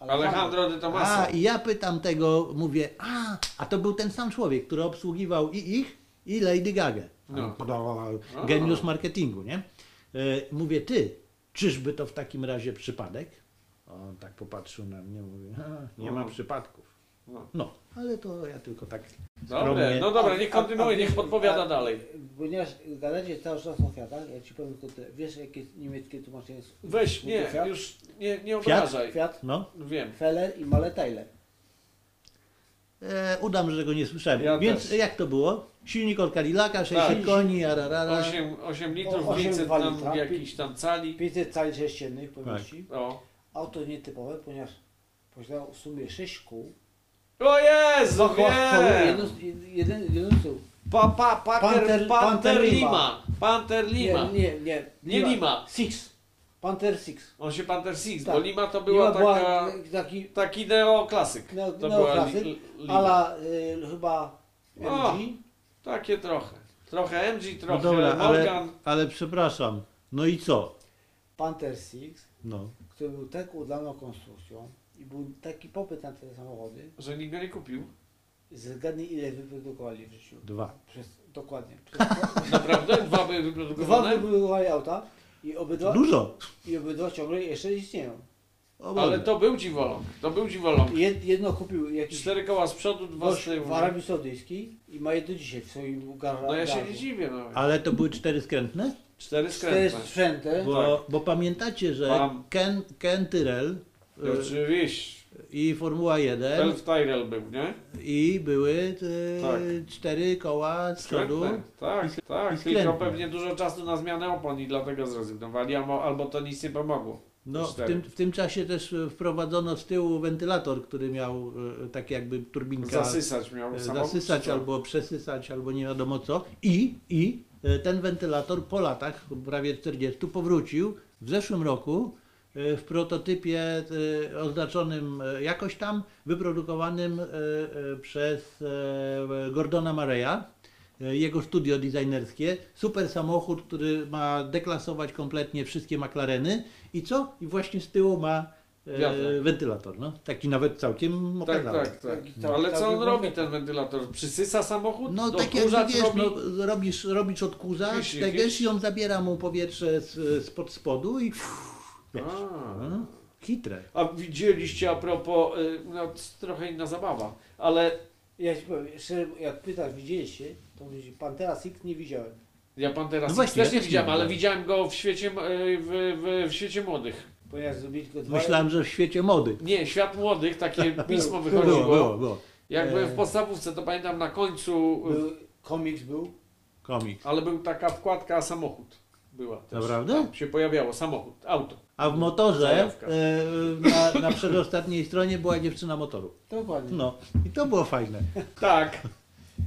Speaker 1: Alejandro de Tomaso.
Speaker 4: A i ja pytam tego, mówię, a, a to był ten sam człowiek, który obsługiwał i ich, i Lady Gaga.
Speaker 1: No.
Speaker 4: Geniusz marketingu, nie? E, Mówię, ty, czyżby to w takim razie przypadek? A On tak popatrzył na mnie, mówi, a, nie ma
Speaker 1: No.
Speaker 4: przypadków.
Speaker 1: No.
Speaker 4: No, ale to ja tylko tak
Speaker 1: Dobre, no dobra, niech kontynuuje, niech podpowiada dalej.
Speaker 3: Ponieważ gadacie cały czas o Fiatach, ja ci powiem tylko tyle. Wiesz jakie niemieckie tłumaczenie jest?
Speaker 1: Weź,
Speaker 3: Mówię
Speaker 1: nie,
Speaker 3: Fiat?
Speaker 1: już nie, nie obrażaj.
Speaker 3: Fiat,
Speaker 4: No,
Speaker 1: Wiem.
Speaker 3: Feller i Male Tyler.
Speaker 4: e, udam, że tego nie słyszałem.
Speaker 1: Ja
Speaker 4: Więc
Speaker 1: też.
Speaker 4: jak to było? Silnik od Cadillaca, 600
Speaker 1: Tak.
Speaker 4: koni, ararara.
Speaker 1: 8, 8
Speaker 3: O,
Speaker 1: litrów,
Speaker 3: osiem
Speaker 1: 500
Speaker 3: dwa
Speaker 1: tam
Speaker 3: litra.
Speaker 1: jakiś tam cali.
Speaker 3: 500 cali sześciennych pojemności.
Speaker 1: O,
Speaker 3: Auto nietypowe, ponieważ posiadało w sumie 6 kół.
Speaker 1: o Jezu,
Speaker 3: Dwa koła z przodu,
Speaker 1: No nie!
Speaker 3: jeden, z- jeden, jeden z tyłu.
Speaker 1: Pa, pa, pa,
Speaker 3: Panter-
Speaker 1: Panter, Panter
Speaker 3: Panter
Speaker 1: Lima. Panter Lima.
Speaker 3: Nie, nie, nie.
Speaker 1: Nie Lima.
Speaker 3: Six. Panther Six.
Speaker 1: On się Panter Six,
Speaker 3: Tak. e,
Speaker 1: bo Lima to była taka...
Speaker 3: taki
Speaker 1: Taki neoklasyk.
Speaker 3: neo,
Speaker 1: To była li,
Speaker 3: No, neoklasyk,
Speaker 1: li-
Speaker 3: ala y, chyba MG.
Speaker 1: O. Takie trochę. Trochę MG,
Speaker 4: No
Speaker 1: trochę
Speaker 4: dobra, ale,
Speaker 1: Morgan.
Speaker 4: ale przepraszam. No i co?
Speaker 3: Panther Six,
Speaker 4: No.
Speaker 3: który był tak udaną konstrukcją i był taki popyt na te samochody.
Speaker 1: Że nikt go nie kupił.
Speaker 3: Zgadnij ile wyprodukowali w życiu.
Speaker 4: Dwa.
Speaker 3: Przez, dokładnie. Przez,
Speaker 1: Naprawdę? Dwa były
Speaker 3: dwa
Speaker 1: wyprodukowane?
Speaker 3: wyprodukowali auta i obydwa,
Speaker 4: Dużo.
Speaker 3: i obydwa ciągle jeszcze istnieją.
Speaker 4: O
Speaker 1: Ale
Speaker 4: Boże.
Speaker 1: to był dziwoląg. To był dziwoląg.
Speaker 3: Jed, jedno kupił jakiś
Speaker 1: Cztery koła z przodu, dwa z
Speaker 3: gość
Speaker 1: tyłu.
Speaker 3: w Arabii Saudyjskiej i ma je do dzisiaj w swoim garażu.
Speaker 1: No ja się nie dziwię. No.
Speaker 4: ale to były cztery skrętne?
Speaker 1: Cztery
Speaker 3: Cztery
Speaker 1: skrętne.
Speaker 3: sprzęty.
Speaker 4: Bo, bo pamiętacie, że
Speaker 1: Tak. Mam.
Speaker 4: Ken, Ken Tyrell e,
Speaker 1: Oczywiście.
Speaker 4: i Formuła 1
Speaker 1: Elf Tyrell był, nie?
Speaker 4: i były e,
Speaker 1: Tak.
Speaker 4: cztery koła z przodu.
Speaker 1: Skrętne. Tak, tak. Tylko
Speaker 4: skrętne.
Speaker 1: pewnie dużo czasu na zmianę opon i dlatego zrezygnowali, albo, albo to nic nie pomogło.
Speaker 4: No, w
Speaker 1: Cztery.
Speaker 4: tym, w tym czasie też e, wprowadzono z tyłu wentylator, który miał e, tak jakby turbinka
Speaker 1: Zasysać miał
Speaker 4: e,
Speaker 1: samochód.
Speaker 4: zasysać
Speaker 1: czy co?
Speaker 4: albo przesysać, albo nie wiadomo co. I, i e, ten wentylator po latach, prawie 40, powrócił w zeszłym roku e, w prototypie e, oznaczonym e, jakoś tam, wyprodukowanym e, e, przez e, Gordona Mareya. e, Jego studio designerskie, super samochód, który ma deklasować kompletnie wszystkie McLareny i co? I właśnie z tyłu ma e,
Speaker 1: Wiatrak.
Speaker 4: wentylator, no. taki nawet całkiem
Speaker 1: Tak,
Speaker 4: okazały.
Speaker 1: tak, tak.
Speaker 3: Tak,
Speaker 1: Ale
Speaker 3: tak,
Speaker 1: co on
Speaker 3: tak.
Speaker 1: robi ten wentylator? Przysysa samochód?
Speaker 4: No
Speaker 1: Do
Speaker 4: tak jak
Speaker 1: kurza,
Speaker 4: wiesz,
Speaker 1: robi...
Speaker 4: no, robisz, robisz odkurzacz,
Speaker 1: Wiesz,
Speaker 4: tegiesz
Speaker 1: wiesz.
Speaker 4: i on zabiera mu powietrze z, spod spodu i wiesz,
Speaker 1: A.
Speaker 4: no, hitre.
Speaker 1: A widzieliście a propos, y, no c- trochę inna zabawa, ale
Speaker 3: Ja ci powiem, jeszcze jak pytasz, widzieliście, to mówisz, Pantera Six nie widziałem.
Speaker 1: ja pan teraz
Speaker 4: No właśnie,
Speaker 1: też
Speaker 4: ja
Speaker 1: nie
Speaker 4: też
Speaker 1: widziałem,
Speaker 4: nie
Speaker 1: ale
Speaker 4: wiem.
Speaker 1: widziałem go w świecie, m- y, w, w, w świecie młodych.
Speaker 3: Ponieważ zrobili tylko dwa.
Speaker 4: Myślałem, że w świecie mody.
Speaker 1: Nie, świat młodych, takie pismo wychodziło.
Speaker 4: Było, było, było.
Speaker 1: Jak byłem w
Speaker 4: Eee.
Speaker 1: podstawówce, to pamiętam na końcu, y,
Speaker 3: Był, komiks był.
Speaker 4: Komik.
Speaker 1: ale był taka wkładka samochód była też. No,
Speaker 4: Naprawdę?
Speaker 1: Się pojawiało samochód, auto.
Speaker 4: A w motorze,
Speaker 1: Zajawka.
Speaker 4: e, na, na przedostatniej stronie była dziewczyna motoru.
Speaker 3: Dokładnie.
Speaker 4: No i to było fajne.
Speaker 1: Tak.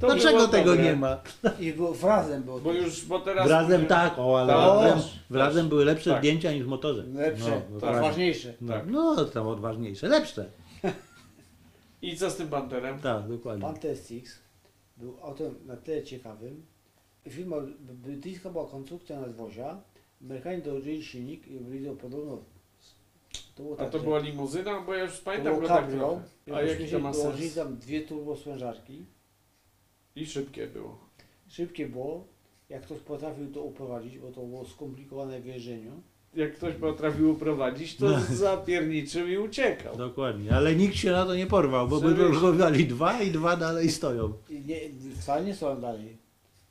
Speaker 1: To
Speaker 4: Dlaczego
Speaker 1: było
Speaker 4: tego
Speaker 1: dobre,
Speaker 4: nie ma?
Speaker 3: I było, razem było.
Speaker 1: Bo już, bo teraz...
Speaker 4: Razem tak, o, ale
Speaker 1: Tak.
Speaker 4: razem,
Speaker 1: Też,
Speaker 4: razem były lepsze
Speaker 1: Tak.
Speaker 4: zdjęcia niż w motorze.
Speaker 3: Lepsze,
Speaker 4: No,
Speaker 3: tak,
Speaker 4: dokładnie.
Speaker 3: ważniejsze.
Speaker 1: Tak.
Speaker 4: no tam odważniejsze, lepsze.
Speaker 1: I co z tym panterem?
Speaker 4: Tak, dokładnie.
Speaker 3: Panther Six był autem na tyle ciekawym. Firma brytyjska była konstrukcja nadwozia. Amerykanie dołożyli silnik i robili to podobno. To było
Speaker 1: A
Speaker 3: tak,
Speaker 1: to
Speaker 3: że-
Speaker 1: była limuzyna, bo ja już
Speaker 3: to
Speaker 1: pamiętam
Speaker 3: było
Speaker 1: go tak
Speaker 3: cabrio.
Speaker 1: trochę. A jaki to ma
Speaker 3: Dołożyli
Speaker 1: sens?
Speaker 3: tam dwie turbosprężarki.
Speaker 1: I szybkie było.
Speaker 3: Szybkie było. Jak ktoś potrafił to uprowadzić, bo to było skomplikowane w jeżdżeniu.
Speaker 1: Jak ktoś potrafił prowadzić, to
Speaker 4: No.
Speaker 1: zapierniczył i uciekał.
Speaker 4: Dokładnie, ale nikt się na to nie porwał, bo
Speaker 1: Żebyś-
Speaker 4: by próbowali dwa i dwa dalej stoją.
Speaker 3: I nie, wcale nie są dalej.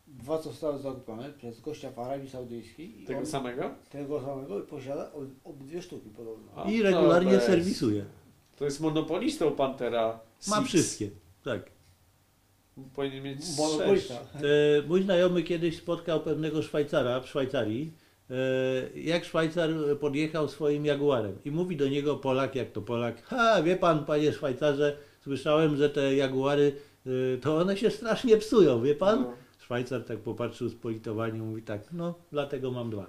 Speaker 3: Dwa zostały zakupione przez gościa w Arabii Saudyjskiej i
Speaker 1: Tego
Speaker 3: on
Speaker 1: samego?
Speaker 3: tego samego posiada ob- obydwie sztuki podobno.
Speaker 1: A, no,
Speaker 4: I
Speaker 1: to
Speaker 4: regularnie
Speaker 1: bez-
Speaker 4: serwisuje.
Speaker 1: To jest monopolistą Pantera.
Speaker 4: Ma
Speaker 1: Six.
Speaker 4: wszystkie. Tak.
Speaker 1: Powinien mieć sześć.
Speaker 3: Monopolista.
Speaker 1: Tak.
Speaker 4: E, Mój znajomy kiedyś spotkał pewnego Szwajcara w Szwajcarii. E, Jak Szwajcar podjechał swoim Jaguarem i mówi do niego Polak, jak to Polak, ha, wie pan, panie Szwajcarze, słyszałem, że te Jaguary, e, to one się strasznie psują, wie pan?
Speaker 1: No.
Speaker 4: Szwajcar tak popatrzył z politowaniem, mówi tak, no, dlatego mam dwa.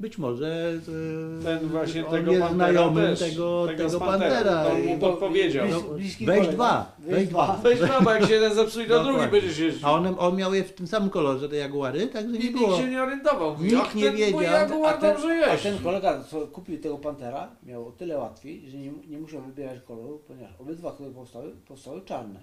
Speaker 4: Być może e,
Speaker 1: Ten właśnie
Speaker 4: on
Speaker 1: tego
Speaker 4: jest
Speaker 1: Pantera
Speaker 4: znajomym
Speaker 1: też.
Speaker 4: tego,
Speaker 1: Tego
Speaker 4: tego,
Speaker 1: z Pantera.
Speaker 4: Pantera.
Speaker 1: No, To on
Speaker 4: I-
Speaker 1: mu podpowiedział.
Speaker 4: No,
Speaker 3: bliski
Speaker 4: weź
Speaker 3: kolega.
Speaker 4: dwa, weź dwa.
Speaker 1: Weź baba, jak się jeden zepsuje, to drugi
Speaker 4: Dokładnie.
Speaker 1: będziesz jeździł.
Speaker 4: No A on, on miał je w tym samym kolorze, te Jaguary, także nie
Speaker 1: I nikt
Speaker 4: było.
Speaker 1: się nie orientował. Mówi,
Speaker 4: Nikt
Speaker 1: "Ach,
Speaker 4: nie
Speaker 1: ten mój
Speaker 4: wiedział.
Speaker 1: Jaguar
Speaker 3: A ten-
Speaker 1: dobrze
Speaker 3: A
Speaker 1: jeździ.
Speaker 3: ten kolega, co kupił tego Pantera, miał o tyle łatwiej, że nie, nie musiał wybierać koloru, ponieważ obydwa, które powstały, powstały czarne.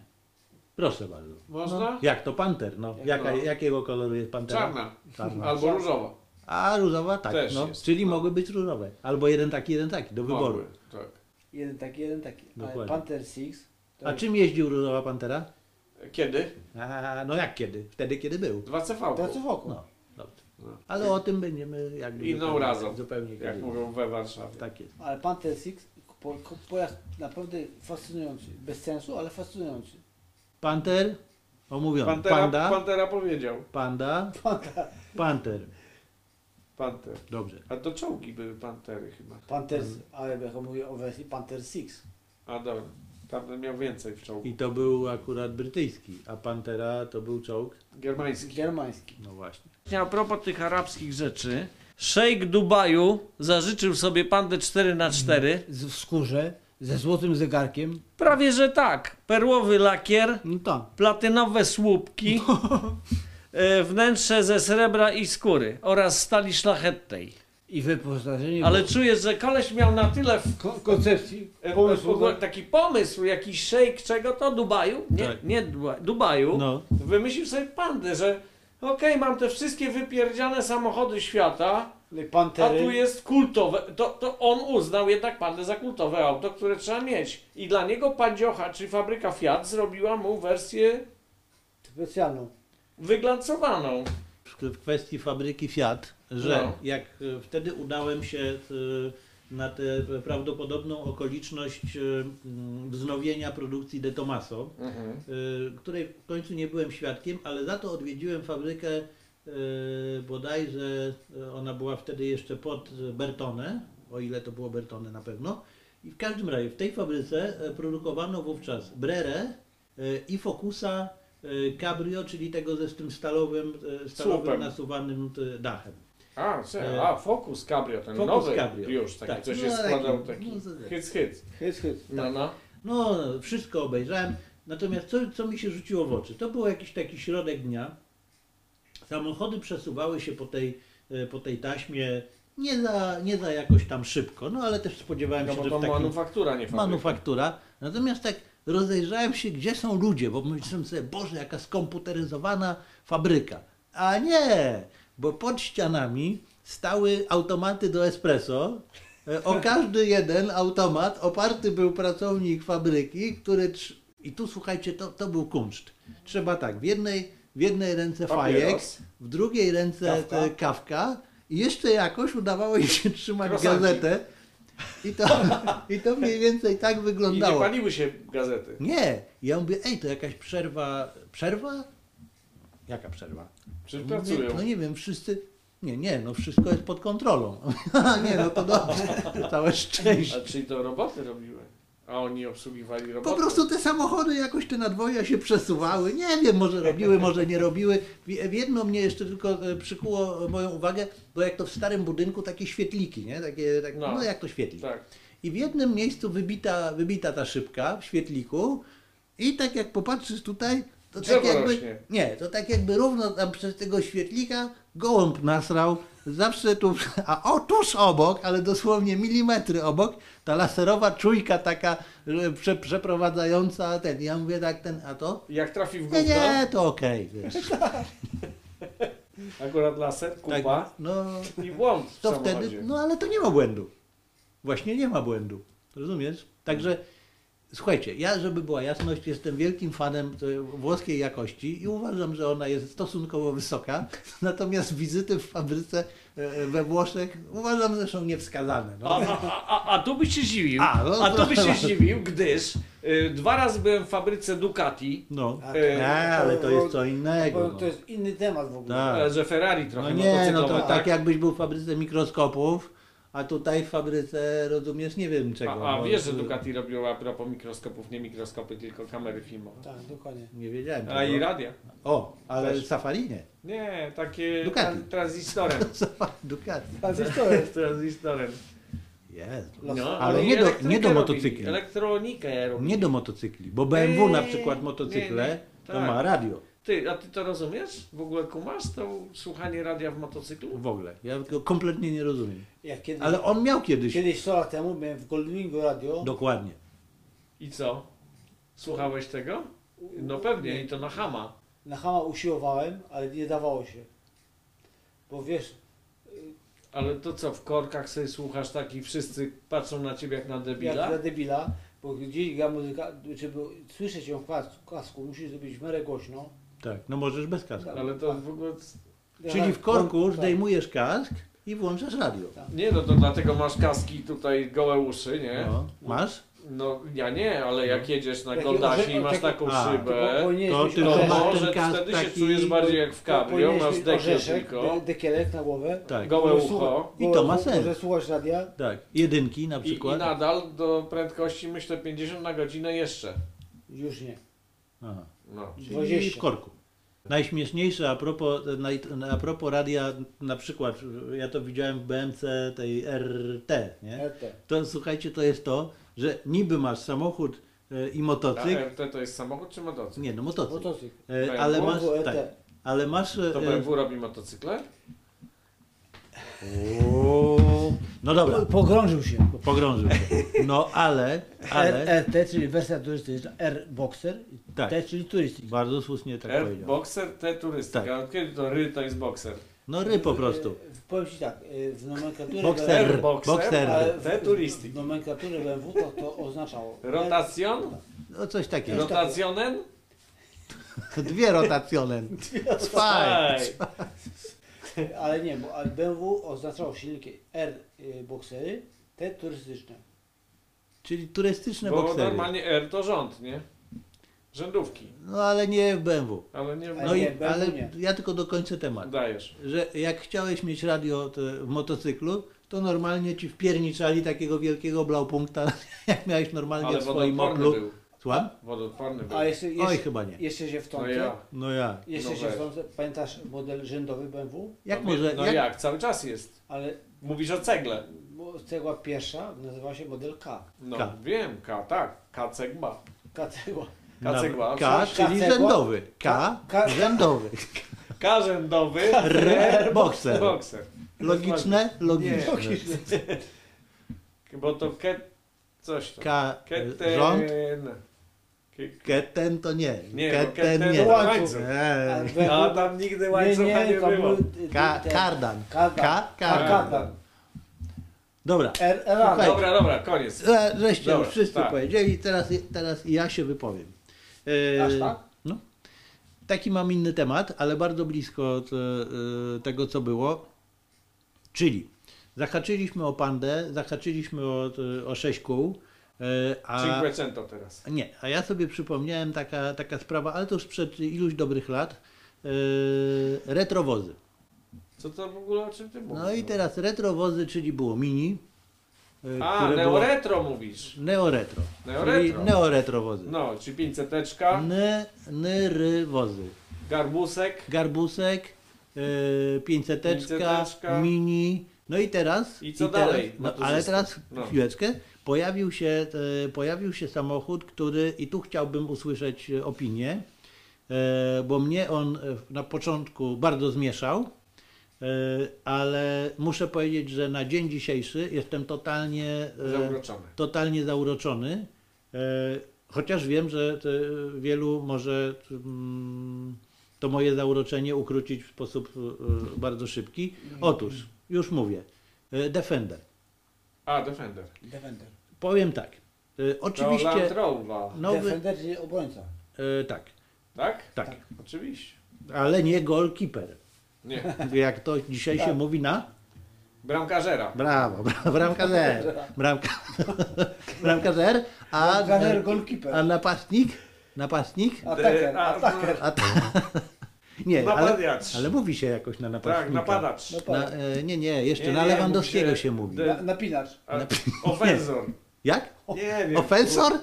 Speaker 4: Proszę bardzo.
Speaker 1: Można?
Speaker 4: Jak to panter, no.
Speaker 3: Jak
Speaker 4: Jaka,
Speaker 1: to?
Speaker 4: jakiego koloru jest pantera?
Speaker 1: Czarna.
Speaker 4: No. Czarna.
Speaker 1: Albo różowa.
Speaker 4: A różowa tak,
Speaker 1: Też
Speaker 4: no.
Speaker 1: jest,
Speaker 4: Czyli
Speaker 1: no.
Speaker 4: mogły być różowe. Albo jeden taki, jeden taki, do wyboru.
Speaker 1: Mogły, Tak.
Speaker 3: Jeden taki, jeden taki. Ale
Speaker 4: Dokładnie.
Speaker 3: Panther Six to
Speaker 4: A
Speaker 3: jest-
Speaker 4: czym jeździł różowa pantera?
Speaker 1: Kiedy?
Speaker 4: A, no jak kiedy? Wtedy, kiedy był.
Speaker 1: 2 CV.
Speaker 3: to co wokół.
Speaker 4: No, dobrze.
Speaker 1: No.
Speaker 4: Ale o tym będziemy jakby
Speaker 1: Inną
Speaker 4: zupełnie-
Speaker 1: razą,
Speaker 4: Zupełnie
Speaker 1: Jak
Speaker 4: kiedy.
Speaker 1: mówią we Warszawie.
Speaker 4: Tak jest.
Speaker 3: Ale Panther Six, po, po, pojazd naprawdę fascynujący. Bez sensu, ale fascynujący.
Speaker 4: Panter, omówiony.
Speaker 1: Pantera,
Speaker 4: Panda,
Speaker 1: Pantera powiedział.
Speaker 4: panda,
Speaker 3: Panther,
Speaker 4: panter.
Speaker 1: Panter.
Speaker 4: Dobrze.
Speaker 1: A to czołgi były pantery chyba.
Speaker 3: Panther, ale jak mówię o wersji Panther Six.
Speaker 1: A dobra. Tamten miał więcej w czołgu.
Speaker 4: I to był akurat brytyjski, a pantera to był czołg.
Speaker 1: Germański.
Speaker 3: Germański.
Speaker 4: No właśnie.
Speaker 1: A propos tych arabskich rzeczy, szejk Dubaju zażyczył sobie pandę 4x4.
Speaker 2: Z, w skórze, ze złotym zegarkiem.
Speaker 1: Prawie że tak. Perłowy lakier,
Speaker 2: No tak.
Speaker 1: platynowe słupki, e, wnętrze ze srebra i skóry oraz stali szlachetnej.
Speaker 2: I wyposażenie.
Speaker 1: Ale
Speaker 2: było-
Speaker 1: czujesz, że koleś miał na tyle w,
Speaker 3: Ko- koncepcji,
Speaker 1: e, w
Speaker 3: pomysłu.
Speaker 1: ogóle taki pomysł, jakiś szejk czego to Dubaju? Nie,
Speaker 4: Tak.
Speaker 1: nie Duba- Dubaju.
Speaker 4: No.
Speaker 1: Wymyślił sobie pandę, że okej, mam te wszystkie wypierdziane samochody świata,
Speaker 3: no,
Speaker 1: A
Speaker 3: Pantery.
Speaker 1: tu jest kultowe, to, to on uznał jednak pandę za kultowe auto, które trzeba mieć. I dla niego Padziocha, czy fabryka Fiat, zrobiła mu wersję
Speaker 3: Specjalną.
Speaker 1: wyglancowaną.
Speaker 4: w- w kwestii fabryki Fiat, że
Speaker 1: No.
Speaker 4: jak e, wtedy udałem się e, na tę prawdopodobną okoliczność e, m, wznowienia produkcji De Tomaso, e, której w końcu nie byłem świadkiem, ale za to odwiedziłem fabrykę e, bodajże, e, ona była wtedy jeszcze pod y, Bertone, o ile to było Bertone na pewno. I w każdym razie w tej fabryce e, produkowano wówczas Brere e, i Focusa e, Cabrio, czyli tego ze z tym stalowym, e,
Speaker 1: Słupem.
Speaker 4: stalowym nasuwanym e, dachem.
Speaker 1: A,
Speaker 4: E,
Speaker 1: a Focus Cabrio, ten
Speaker 4: Focus
Speaker 1: nowy
Speaker 4: Cabrio.
Speaker 1: już, taki,
Speaker 4: Tak.
Speaker 1: co
Speaker 4: No,
Speaker 1: się składał,
Speaker 4: taki,
Speaker 1: taki
Speaker 4: no, to tak.
Speaker 1: hyc, hyc.
Speaker 3: Hyc, hyc.
Speaker 1: No, no.
Speaker 4: No, wszystko obejrzałem. Natomiast co, co mi się rzuciło w oczy? To był jakiś taki środek dnia. Samochody przesuwały się po tej, e, po tej taśmie nie za, nie za jakoś tam szybko, no ale też spodziewałem
Speaker 1: No
Speaker 4: się,
Speaker 1: bo
Speaker 4: że
Speaker 1: to
Speaker 4: w takim
Speaker 1: manufaktura, nie fabryka.
Speaker 4: manufaktura. Natomiast tak rozejrzałem się, gdzie są ludzie, bo myślałem sobie, Boże, jaka skomputeryzowana fabryka. A nie, bo pod ścianami stały automaty do espresso. E, O każdy jeden automat oparty był pracownik fabryki, który... trz- I tu słuchajcie, to, to był kunszt. Trzeba tak, w jednej, w jednej ręce
Speaker 1: Papieros.
Speaker 4: fajek, w drugiej ręce
Speaker 3: Kawka.
Speaker 4: kawka. kawka i jeszcze jakoś udawało jej się trzymać
Speaker 1: Krosanki.
Speaker 4: gazetę. I to, I to mniej więcej tak
Speaker 1: I nie
Speaker 4: wyglądało.
Speaker 1: paliły się gazety.
Speaker 4: Nie, ja mówię, ej, to jakaś przerwa. Przerwa? Jaka przerwa?
Speaker 1: Czy
Speaker 4: Mówię,
Speaker 1: pracują?
Speaker 4: No nie wiem, wszyscy. Nie, nie, no wszystko jest pod kontrolą. A nie, no to dobrze. Całe szczęście.
Speaker 1: A czyli to roboty robiły? A oni obsługiwali roboty?
Speaker 4: Po prostu te samochody jakoś te nadwoja się przesuwały. Nie wiem, może robiły, może nie robiły. W w jedno mnie jeszcze tylko e, przykuło e, moją uwagę, bo jak to w starym budynku takie świetliki, nie? Takie, tak,
Speaker 1: No.
Speaker 4: no. jak to świetlik.
Speaker 1: Tak.
Speaker 4: I w jednym miejscu wybita, wybita ta szybka w świetliku i tak jak popatrzysz tutaj, to tak
Speaker 1: Drzewo
Speaker 4: jakby...
Speaker 1: rośnie.
Speaker 4: Nie, to tak jakby równo tam przez tego świetlika gołąb nasrał, zawsze tu, a o tuż obok, ale dosłownie milimetry obok, ta laserowa czujka taka że prze, przeprowadzająca ten, ja mówię tak ten, a to?
Speaker 1: Jak trafi w
Speaker 4: Nie,
Speaker 1: gówno,
Speaker 4: nie, to okej, wiesz.
Speaker 1: akurat laser,
Speaker 4: Tak,
Speaker 1: kupa
Speaker 4: no,
Speaker 1: i błąd w
Speaker 4: to
Speaker 1: samochodzie.
Speaker 4: wtedy, no ale to nie ma błędu. Właśnie nie ma błędu. Rozumiesz? Także Słuchajcie, ja, żeby była jasność, jestem wielkim fanem e, włoskiej jakości i uważam, że ona jest stosunkowo wysoka, natomiast wizyty w fabryce e, we Włoszech uważam, że są niewskazane. No.
Speaker 1: A, a, a, a tu byś się zdziwił,
Speaker 4: A, no,
Speaker 1: a tu byś się
Speaker 4: proszę.
Speaker 1: zdziwił, gdyż y, dwa razy byłem w fabryce Ducati,
Speaker 4: no.
Speaker 3: A,
Speaker 1: E,
Speaker 4: A, ale to jest co innego.
Speaker 3: Tak. Bo
Speaker 2: Tak.
Speaker 4: no.
Speaker 3: to jest inny temat w ogóle.
Speaker 4: Tak.
Speaker 1: e, że Ferrari
Speaker 4: No
Speaker 1: trochę
Speaker 4: nie, no to
Speaker 1: motocyklowe,
Speaker 4: tak jakbyś był w fabryce mikroskopów, a tutaj w fabryce rozumiesz nie wiem czego. no,
Speaker 1: A, a
Speaker 4: bo-
Speaker 1: wiesz, że Ducati robiła a propos mikroskopów, nie mikroskopy, tylko kamery filmowe.
Speaker 3: Tak, dokładnie.
Speaker 4: Nie wiedziałem.
Speaker 1: A
Speaker 4: tego.
Speaker 1: i radia.
Speaker 4: O, ale
Speaker 1: Też.
Speaker 4: Safari nie.
Speaker 1: Nie, takie
Speaker 4: Ducati.
Speaker 1: tran- tranzystorem.
Speaker 4: Safari Ducati.
Speaker 3: Tak, wiesz co jest?
Speaker 1: tranzystorem.
Speaker 4: Jezu.
Speaker 3: Los.
Speaker 1: No,
Speaker 4: Ale
Speaker 1: oni
Speaker 4: nie do-
Speaker 1: elektrykę
Speaker 4: nie do
Speaker 1: robili,
Speaker 4: motocykli.
Speaker 1: Elektronikę robili.
Speaker 4: Nie do motocykli, bo BMW na
Speaker 1: Eee,
Speaker 4: przykład motocykle
Speaker 1: nie, nie,
Speaker 4: to
Speaker 1: tak.
Speaker 4: ma radio
Speaker 1: Ty, a ty to rozumiesz? W ogóle kumasz to słuchanie radia w motocyklu?
Speaker 4: w ogóle. Ja go kompletnie nie rozumiem.
Speaker 3: Jak kiedyś,
Speaker 4: Ale on miał kiedyś.
Speaker 3: kiedyś 100 lat temu byłem w Goldwingu Radio.
Speaker 4: Dokładnie.
Speaker 1: I co? Słuchałeś tego? No pewnie, i to na hama.
Speaker 3: Na Hama usiłowałem, ale nie dawało się. Bo wiesz,
Speaker 1: Ale to co, w korkach sobie słuchasz tak i wszyscy patrzą na ciebie jak na
Speaker 3: jak
Speaker 1: debila?
Speaker 3: dla debila, bo gdzieś gra muzyka, żeby słyszeć ją w kas- kasku, musisz zrobić w miarę głośno.
Speaker 4: Tak, no możesz bez kasku.
Speaker 1: Ale to w ogóle...
Speaker 4: Czyli w korku
Speaker 3: Tak.
Speaker 4: zdejmujesz kask i włączasz radio.
Speaker 1: Nie, no to dlatego masz kaski tutaj gołe uszy, nie?
Speaker 4: No. Masz?
Speaker 1: No ja nie, ale jak jedziesz na
Speaker 3: Taki
Speaker 1: Goldasie
Speaker 3: orze-
Speaker 1: i masz taką
Speaker 4: A.
Speaker 3: Tylko
Speaker 1: szybę,
Speaker 3: powinieneś
Speaker 4: to
Speaker 3: mieć
Speaker 4: tylko
Speaker 1: to
Speaker 3: orzeszek.
Speaker 1: No,
Speaker 4: masz
Speaker 1: może
Speaker 4: ten kask
Speaker 1: wtedy się
Speaker 4: taki-
Speaker 1: czujesz bardziej jak w cabrio,
Speaker 3: Powinieneś
Speaker 1: masz
Speaker 3: mieć
Speaker 1: dekiel
Speaker 3: orzeszek, de-
Speaker 1: tylko
Speaker 3: dekielek na głowę.
Speaker 4: Tak.
Speaker 1: Gołe
Speaker 3: Może
Speaker 1: ucho.
Speaker 3: słucha-
Speaker 4: I to ma
Speaker 3: może-
Speaker 4: sens.
Speaker 3: Może słuchasz radia,
Speaker 4: Tak. Jedynki na
Speaker 1: i, i
Speaker 4: przykład.
Speaker 1: nadal do prędkości myślę 50 na godzinę jeszcze.
Speaker 3: już nie.
Speaker 4: Aha.
Speaker 1: No.
Speaker 4: Czyli
Speaker 3: 20.
Speaker 4: w korku. Najśmieszniejsze a propos, naj, a propos radia, na przykład, ja to widziałem w BMC tej RT, nie?
Speaker 3: RT.
Speaker 4: To słuchajcie, to jest to, że niby masz samochód e, i
Speaker 1: A
Speaker 4: motocykl,
Speaker 1: RT Tak, to jest samochód czy motocykl?
Speaker 4: nie no motocykl,
Speaker 3: Motocykl.
Speaker 1: tak.
Speaker 4: E,
Speaker 1: BMW,
Speaker 4: ale masz,
Speaker 3: Volvo RT.
Speaker 4: tak, ale masz, e,
Speaker 1: To BMW robi motocykle?
Speaker 4: o, no dobra,
Speaker 3: Po- Pogrążył się.
Speaker 4: pogrążył się, no ale, ale,
Speaker 3: RT, E czyli wersja turystyczna, R-Boxer,
Speaker 4: Tak.
Speaker 3: T, czyli turystyczna.
Speaker 4: bardzo słusznie tak
Speaker 1: R
Speaker 4: powiedział,
Speaker 1: Boxer, T turystyka.
Speaker 4: Tak.
Speaker 1: Od Kiedy to ry to jest boxer?
Speaker 4: no ry po prostu,
Speaker 3: E, Powiem Ci tak, e, w nomenklaturze...
Speaker 4: Boxer.
Speaker 1: R boxer,
Speaker 4: Boxer.
Speaker 1: ale
Speaker 3: Ale
Speaker 1: T
Speaker 3: w, w
Speaker 1: turystyka.
Speaker 3: nomenklaturze BMW to, to oznaczało...
Speaker 1: Rotacjon?
Speaker 4: no coś takiego,
Speaker 1: Rotacjonen?
Speaker 4: dwie rotacjone, Fajne.
Speaker 1: Ej,
Speaker 3: Ale nie, bo ale BMW oznaczało silniki R-Boxery, te turystyczne.
Speaker 4: czyli turystyczne
Speaker 1: Bo
Speaker 4: boksery.
Speaker 1: normalnie R to rząd, nie? Rzędówki.
Speaker 4: No ale nie w BMW.
Speaker 1: Ale nie
Speaker 4: No
Speaker 3: Ale
Speaker 4: i, tak.
Speaker 3: nie, BMW
Speaker 4: ale
Speaker 3: nie.
Speaker 4: ja tylko dokończę temat.
Speaker 1: dajesz.
Speaker 4: Że jak chciałeś mieć radio to, w motocyklu, to normalnie ci wpierniczali takiego wielkiego blaupunkta, jak miałeś normalnie
Speaker 1: Ale
Speaker 4: w swoim
Speaker 1: wodoodporny
Speaker 4: Oplu.
Speaker 1: był.
Speaker 4: Słucham?
Speaker 1: Wodoodporny był.
Speaker 3: A jeszcze,
Speaker 4: Oj,
Speaker 3: jeszcze,
Speaker 4: chyba nie.
Speaker 3: jeszcze się
Speaker 1: No
Speaker 3: wtrącę.
Speaker 1: ja.
Speaker 4: No ja.
Speaker 3: Jeszcze
Speaker 1: No
Speaker 3: się
Speaker 1: weź.
Speaker 3: wtrącę. Pamiętasz model rzędowy BMW?
Speaker 4: Jak
Speaker 1: no,
Speaker 4: może...
Speaker 1: No jak?
Speaker 4: jak,
Speaker 1: Cały czas jest.
Speaker 3: Ale
Speaker 1: Mówisz o cegle.
Speaker 3: bo cegła pierwsza nazywała się model K.
Speaker 1: No
Speaker 4: K.
Speaker 1: wiem, K, tak. K cegła.
Speaker 3: K cegła.
Speaker 1: K
Speaker 4: na-
Speaker 1: cegła.
Speaker 4: K,
Speaker 3: K
Speaker 4: czyli
Speaker 3: cegła.
Speaker 4: rzędowy. K,
Speaker 3: K- K-
Speaker 4: rzędowy.
Speaker 1: K rzędowy.
Speaker 4: R, bokser.
Speaker 1: Boxer.
Speaker 4: Logiczne?
Speaker 1: Nie.
Speaker 4: Logiczne.
Speaker 1: Bo to ket... coś tam.
Speaker 4: K, e,
Speaker 1: Keten.
Speaker 4: rząd?
Speaker 1: K-
Speaker 4: Keten to nie.
Speaker 1: Nie, bo
Speaker 4: Keten
Speaker 1: keten
Speaker 4: nie.
Speaker 1: to łańcuch.
Speaker 4: Eee.
Speaker 1: A tam nigdy łańcucha nie, było.
Speaker 4: Ka- kardan.
Speaker 3: Kardan.
Speaker 4: Ka- kardan.
Speaker 3: Kardan.
Speaker 4: Dobra.
Speaker 3: R, R,
Speaker 4: Słuchaj.
Speaker 3: R.
Speaker 1: Dobra, dobra, koniec.
Speaker 4: E, Żeście
Speaker 1: Dobra,
Speaker 4: już wszyscy
Speaker 1: tak.
Speaker 4: powiedzieli, teraz, teraz ja się wypowiem. E,
Speaker 3: Aż tak?
Speaker 4: No. Taki mam inny temat, ale bardzo blisko od e, tego, co było. Czyli zahaczyliśmy o pandę, zahaczyliśmy o, o sześć kół, e, a...
Speaker 1: Cinquecento teraz.
Speaker 4: Nie, a ja sobie przypomniałem taka, taka sprawa, ale to już przed iluś dobrych lat, e, retrowozy.
Speaker 1: Co to w ogóle o czym ty mówisz?
Speaker 4: No i teraz retrowozy, czyli było mini, e,
Speaker 1: A,
Speaker 4: które było...
Speaker 1: neoretro mówisz.
Speaker 4: Neoretro.
Speaker 1: Neoretro.
Speaker 4: Czyli neoretrowozy.
Speaker 1: No, czy 500
Speaker 4: N, nyry wozy.
Speaker 1: garbusek
Speaker 4: Garbusek, yy, pięćseteczka,
Speaker 1: Pięćseteczka.
Speaker 4: mini. No i teraz.
Speaker 1: I co
Speaker 4: teraz,
Speaker 1: dalej,
Speaker 4: No,
Speaker 1: maturzysta?
Speaker 4: ale teraz
Speaker 1: No.
Speaker 4: chwileczkę. Pojawił się, e, pojawił się samochód, który i tu chciałbym usłyszeć e, opinię, e, bo mnie on e, na początku bardzo zmieszał, e, ale muszę powiedzieć, że na dzień dzisiejszy jestem totalnie. e,
Speaker 1: zauroczony.
Speaker 4: totalnie zauroczony, e, chociaż wiem, że te, wielu może mm, to moje zauroczenie ukrócić w sposób e, bardzo szybki. Otóż, już mówię, e, Defender.
Speaker 1: A, Defender.
Speaker 3: Defender.
Speaker 4: Powiem tak, E,
Speaker 1: To
Speaker 4: Oczywiście
Speaker 1: Land Rover,
Speaker 4: nowy...
Speaker 3: Defender, czyli obrońca.
Speaker 4: E, tak,
Speaker 1: tak?
Speaker 4: tak,
Speaker 1: Oczywiście.
Speaker 4: ale nie goalkeeper.
Speaker 1: Nie,
Speaker 4: Jak to dzisiaj się
Speaker 3: Tak.
Speaker 4: mówi na?
Speaker 1: bramkarzera.
Speaker 4: Brawo, bra- bramkarzer. Bramka, bramkarzer, a,
Speaker 3: Ganer, golkiper.
Speaker 4: a napastnik? Napastnik?
Speaker 3: Ataker,
Speaker 1: E, a-
Speaker 3: ataker.
Speaker 4: A t- nie, ale,
Speaker 1: Napadacz.
Speaker 4: ale mówi się jakoś na napastnika.
Speaker 1: Tak, napadacz.
Speaker 3: No
Speaker 4: Na,
Speaker 3: pa-
Speaker 4: e, nie, nie, jeszcze
Speaker 1: Nie,
Speaker 4: na
Speaker 1: nie,
Speaker 4: Lewandowskiego
Speaker 1: mówi
Speaker 4: się,
Speaker 1: się-
Speaker 4: mówi.
Speaker 1: de-
Speaker 3: na- Napinacz.
Speaker 1: A- Ofensor.
Speaker 4: Jak?
Speaker 1: Nie wiem.
Speaker 4: Ofensor?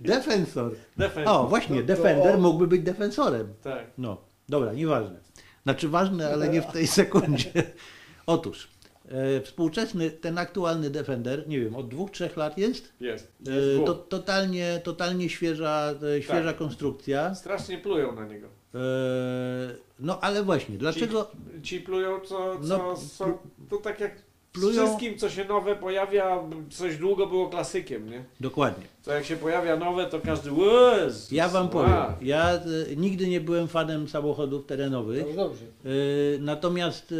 Speaker 4: Defensor.
Speaker 1: Defensor.
Speaker 4: O, właśnie,
Speaker 3: No to-
Speaker 4: defender mógłby być defensorem.
Speaker 1: Tak.
Speaker 4: No, dobra, nieważne. Znaczy ważne, ale nie w tej sekundzie. Otóż, e, współczesny, ten aktualny defender, nie wiem, od dwóch, trzech lat jest?
Speaker 1: Jest.
Speaker 4: E,
Speaker 1: jest
Speaker 4: to,
Speaker 1: dwóch.
Speaker 4: totalnie, totalnie świeża, e, świeża
Speaker 1: Tak.
Speaker 4: konstrukcja.
Speaker 1: Strasznie plują na niego.
Speaker 4: E, no ale właśnie, dlaczego...
Speaker 1: Ci plują, co, co
Speaker 4: No,
Speaker 1: są, to tak jak
Speaker 4: plują-
Speaker 1: z wszystkim, co się nowe pojawia, coś długo było klasykiem, nie?
Speaker 4: Dokładnie.
Speaker 1: To jak się pojawia nowe, to każdy łez.
Speaker 4: Ja wam
Speaker 1: a,
Speaker 4: powiem, ja e, nigdy nie byłem fanem samochodów terenowych.
Speaker 3: Dobrze, dobrze. No,
Speaker 4: Yy, Natomiast yy,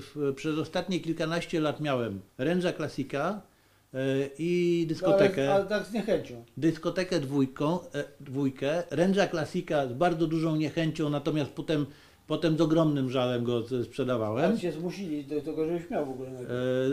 Speaker 4: w, przez ostatnie kilkanaście lat miałem Renza Classica yy, i dyskotekę.
Speaker 1: No,
Speaker 3: Ale, ale tak z niechęcią.
Speaker 4: Dyskotekę dwójką, e, dwójkę. Renza Classica z bardzo dużą niechęcią, natomiast potem, potem z ogromnym żalem go z- sprzedawałem.
Speaker 3: Ale cię Tak zmusili do tego, żebyś miał w ogóle. najpierw.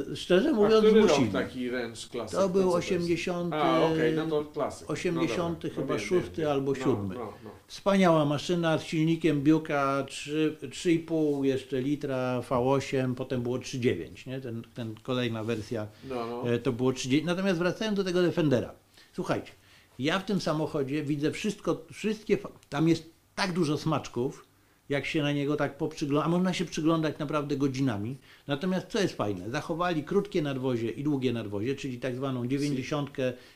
Speaker 4: Yy, szczerze mówiąc,
Speaker 1: a który
Speaker 4: musimy.
Speaker 1: Rok taki ręcz klasyk.
Speaker 4: To był
Speaker 1: co jest?
Speaker 4: 80.
Speaker 1: A, okej, no to klasyk. No
Speaker 4: 80
Speaker 1: dobra,
Speaker 4: chyba
Speaker 1: no wiem,
Speaker 4: szósty
Speaker 1: wiem, wiem.
Speaker 4: albo
Speaker 1: No,
Speaker 4: siódmy.
Speaker 1: No, no.
Speaker 4: Wspaniała maszyna z silnikiem Biuka 3 3,5 jeszcze litra V8, potem było 3,9, nie? Ten, ten kolejna wersja
Speaker 1: No, no.
Speaker 4: e, to było 30. Natomiast wracając do tego Defendera. Słuchajcie, ja w tym samochodzie widzę wszystko, wszystkie, fa- tam jest tak dużo smaczków, jak się na niego tak poprzygląda, a można się przyglądać naprawdę godzinami. Natomiast co jest fajne, zachowali krótkie nadwozie i długie nadwozie, czyli tak zwaną 90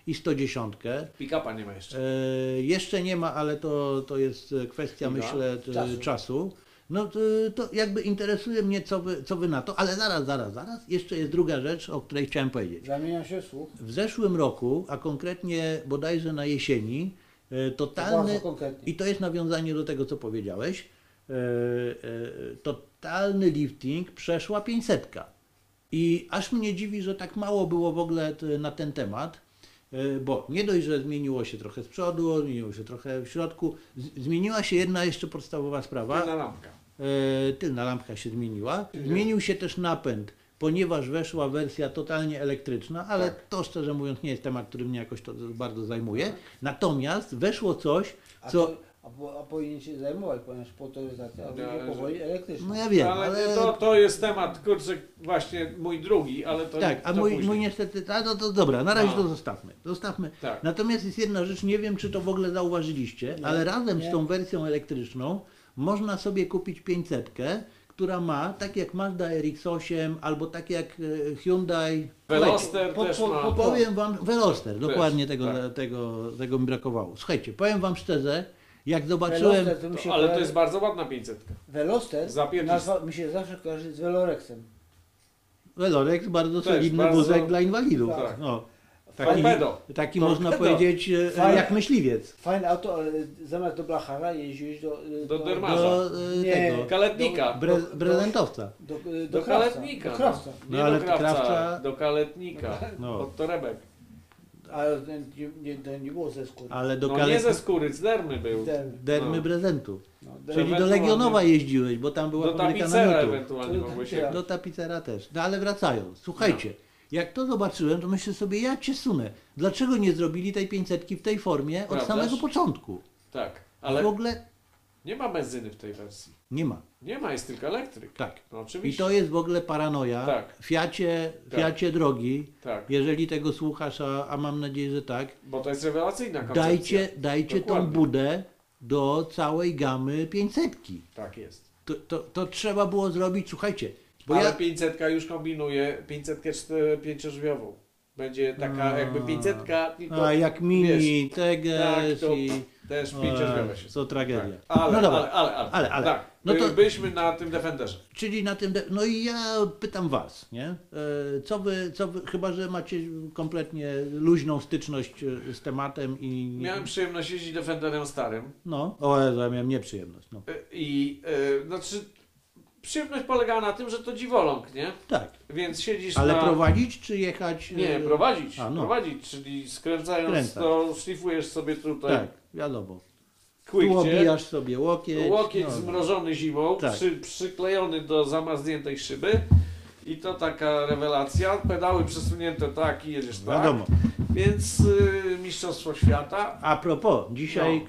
Speaker 4: i 110.
Speaker 1: Pick-upa nie ma jeszcze.
Speaker 4: E, jeszcze nie ma, ale to, to jest e, kwestia,
Speaker 1: Chwila.
Speaker 4: myślę, t-
Speaker 3: Czasu.
Speaker 4: czasu. No to, to jakby interesuje mnie, co wy, co wy na to, ale zaraz, zaraz, zaraz. Jeszcze jest druga rzecz, o której chciałem powiedzieć.
Speaker 3: Zamieniam się w słuch.
Speaker 4: W zeszłym roku, a konkretnie bodajże na jesieni, e, totalny,
Speaker 3: Bardzo konkretnie.
Speaker 4: i to jest nawiązanie do tego, co powiedziałeś, e, e, totalny lifting przeszła 500. I aż mnie dziwi, że tak mało było w ogóle t- na ten temat, e, bo nie dość, że zmieniło się trochę z przodu, zmieniło się trochę w środku, z- zmieniła się jedna jeszcze podstawowa sprawa.
Speaker 1: Tylna lampka.
Speaker 4: E, tylna lampka się zmieniła. Zmienił się też napęd, ponieważ weszła wersja totalnie elektryczna, ale
Speaker 1: Tak.
Speaker 4: to szczerze mówiąc nie jest temat, który mnie jakoś to bardzo zajmuje. Natomiast weszło coś,
Speaker 3: A,
Speaker 4: co.
Speaker 3: to, a, po, a powinien się zajmować, ponieważ motoryzacja
Speaker 1: No,
Speaker 3: będzie powoli elektryczna.
Speaker 4: No ja wiem,
Speaker 1: ale,
Speaker 4: ale.
Speaker 1: To, to jest temat, kurczę, właśnie mój drugi, ale to
Speaker 4: Tak,
Speaker 1: nie,
Speaker 4: a
Speaker 1: to
Speaker 4: mój,
Speaker 1: później. No.
Speaker 4: mój niestety. A to, to dobra, na razie
Speaker 1: A.
Speaker 4: to zostawmy. Zostawmy.
Speaker 1: Tak.
Speaker 4: Natomiast jest jedna rzecz, nie wiem czy to w ogóle zauważyliście,
Speaker 3: Nie,
Speaker 4: ale razem
Speaker 3: nie.
Speaker 4: z tą wersją elektryczną można sobie kupić 500, która ma, tak jak Mazda RX8 albo tak jak e, Hyundai.
Speaker 1: Veloster
Speaker 3: Po-
Speaker 1: też
Speaker 3: po-
Speaker 1: ma.
Speaker 3: po- po-
Speaker 4: Powiem wam, Veloster, dokładnie tego,
Speaker 1: tak.
Speaker 4: tego, tego mi brakowało. Słuchajcie, powiem wam szczerze, jak zobaczyłem,
Speaker 3: Veloster, to mi się
Speaker 1: to, ale to
Speaker 3: kojarzy-
Speaker 1: jest bardzo ładna 500.
Speaker 3: Veloster
Speaker 1: Zapierdzisz-
Speaker 3: nazwa mi się zawsze kojarzy z Velorexem.
Speaker 4: Velorex bardzo
Speaker 1: Też,
Speaker 4: solidny
Speaker 1: bardzo-
Speaker 4: wózek dla inwalidów.
Speaker 1: Tak.
Speaker 4: No, taki
Speaker 1: Torpedo.
Speaker 4: taki
Speaker 1: Torpedo.
Speaker 4: można powiedzieć e,
Speaker 3: Fajne.
Speaker 4: jak myśliwiec.
Speaker 3: Fajne auto, ale zamiast do Blachara jeździłeś do... e,
Speaker 1: Do Dermata.
Speaker 4: Do e,
Speaker 3: Nie.
Speaker 4: tego,
Speaker 1: Kaletnika.
Speaker 4: bre,
Speaker 3: do-
Speaker 4: brezentowca.
Speaker 3: Do, e, do,
Speaker 1: Do
Speaker 3: Krawca.
Speaker 1: kaletnika.
Speaker 3: Do Krawca.
Speaker 1: Nie
Speaker 4: No, ale
Speaker 1: do krawca,
Speaker 4: krawca-
Speaker 1: do kaletnika.
Speaker 4: No.
Speaker 1: Od torebek.
Speaker 3: Ale to nie, nie, to nie było ze skóry.
Speaker 4: Ale do
Speaker 1: No nie
Speaker 4: kalet...
Speaker 1: ze skóry, z dermy był.
Speaker 3: Derm.
Speaker 4: dermy
Speaker 1: No.
Speaker 4: brezentu.
Speaker 3: No, derm.
Speaker 4: Czyli do
Speaker 1: Ewentualnie.
Speaker 4: Legionowa jeździłeś, bo tam była
Speaker 1: Do
Speaker 4: fabryka
Speaker 1: tapicera
Speaker 4: namiotów.
Speaker 1: ewentualnie
Speaker 3: Do
Speaker 1: mogły się.
Speaker 3: tapicera.
Speaker 4: Do tapicera też. No ale wracając, słuchajcie,
Speaker 1: No.
Speaker 4: jak to zobaczyłem, to myślę sobie, ja cię sunę. Dlaczego nie zrobili tej 500 w tej formie od
Speaker 1: Prawdaż?
Speaker 4: samego początku?
Speaker 1: Tak,
Speaker 4: W
Speaker 1: ale
Speaker 4: ogóle
Speaker 1: nie ma benzyny w tej wersji.
Speaker 4: nie ma.
Speaker 1: Nie ma, jest tylko elektryk.
Speaker 4: Tak.
Speaker 1: No
Speaker 4: I
Speaker 1: oczywiście.
Speaker 4: to jest w ogóle paranoja.
Speaker 1: Tak.
Speaker 4: Fiacie,
Speaker 1: Tak.
Speaker 4: Fiacie drogi,
Speaker 1: Tak,
Speaker 4: jeżeli tego słuchasz, a, a mam nadzieję, że tak,
Speaker 1: bo to jest rewelacyjna koncepcja.
Speaker 4: dajcie, dajcie tą
Speaker 1: Dokładnie.
Speaker 4: budę do całej gamy 500.
Speaker 1: Tak jest.
Speaker 4: To, to, to trzeba było zrobić, słuchajcie, bo
Speaker 1: ale
Speaker 4: ja...
Speaker 1: 500 już kombinuje 500 czter- pięciodrzwiową. Będzie taka
Speaker 4: A.
Speaker 1: jakby 500 tylko
Speaker 4: A jak mini, teges
Speaker 1: tak, to
Speaker 4: i...
Speaker 1: też
Speaker 4: Oj,
Speaker 1: pięciodrzwiowe się.
Speaker 4: Co tragedia.
Speaker 1: Tak. Ale,
Speaker 4: no dobra,
Speaker 1: ale, ale, ale,
Speaker 4: Ale, ale.
Speaker 1: Tak.
Speaker 4: No to-
Speaker 1: Byliśmy na tym Defenderze.
Speaker 4: czyli na tym. De- no i ja pytam Was, nie? E, Co wy, co wy, chyba że macie kompletnie luźną styczność e, z tematem i.
Speaker 1: Miałem przyjemność jeździć Defenderem starym.
Speaker 4: No, o, Jezu, ja miałem nieprzyjemność. No.
Speaker 1: I e, znaczy przyjemność polegała na tym, że to dziwoląg, nie?
Speaker 4: Tak.
Speaker 1: Więc siedzisz
Speaker 4: Ale
Speaker 1: na...
Speaker 4: prowadzić czy jechać?
Speaker 1: Nie,
Speaker 4: e,
Speaker 1: prowadzić,
Speaker 4: A, no.
Speaker 1: prowadzić, czyli skręcając
Speaker 4: Skręcać.
Speaker 1: to szlifujesz sobie tutaj
Speaker 4: Tak, wiadomo. Tu
Speaker 1: kłykcie,
Speaker 4: obijasz sobie łokieć.
Speaker 1: łokieć
Speaker 4: no.
Speaker 1: zmrożony zimą,
Speaker 4: Tak.
Speaker 1: przy, przyklejony do zamarzniętej szyby i to taka rewelacja, pedały przesunięte tak i jedziesz tak,
Speaker 4: Wiadomo.
Speaker 1: więc y, Mistrzostwo Świata,
Speaker 4: A propos, dzisiaj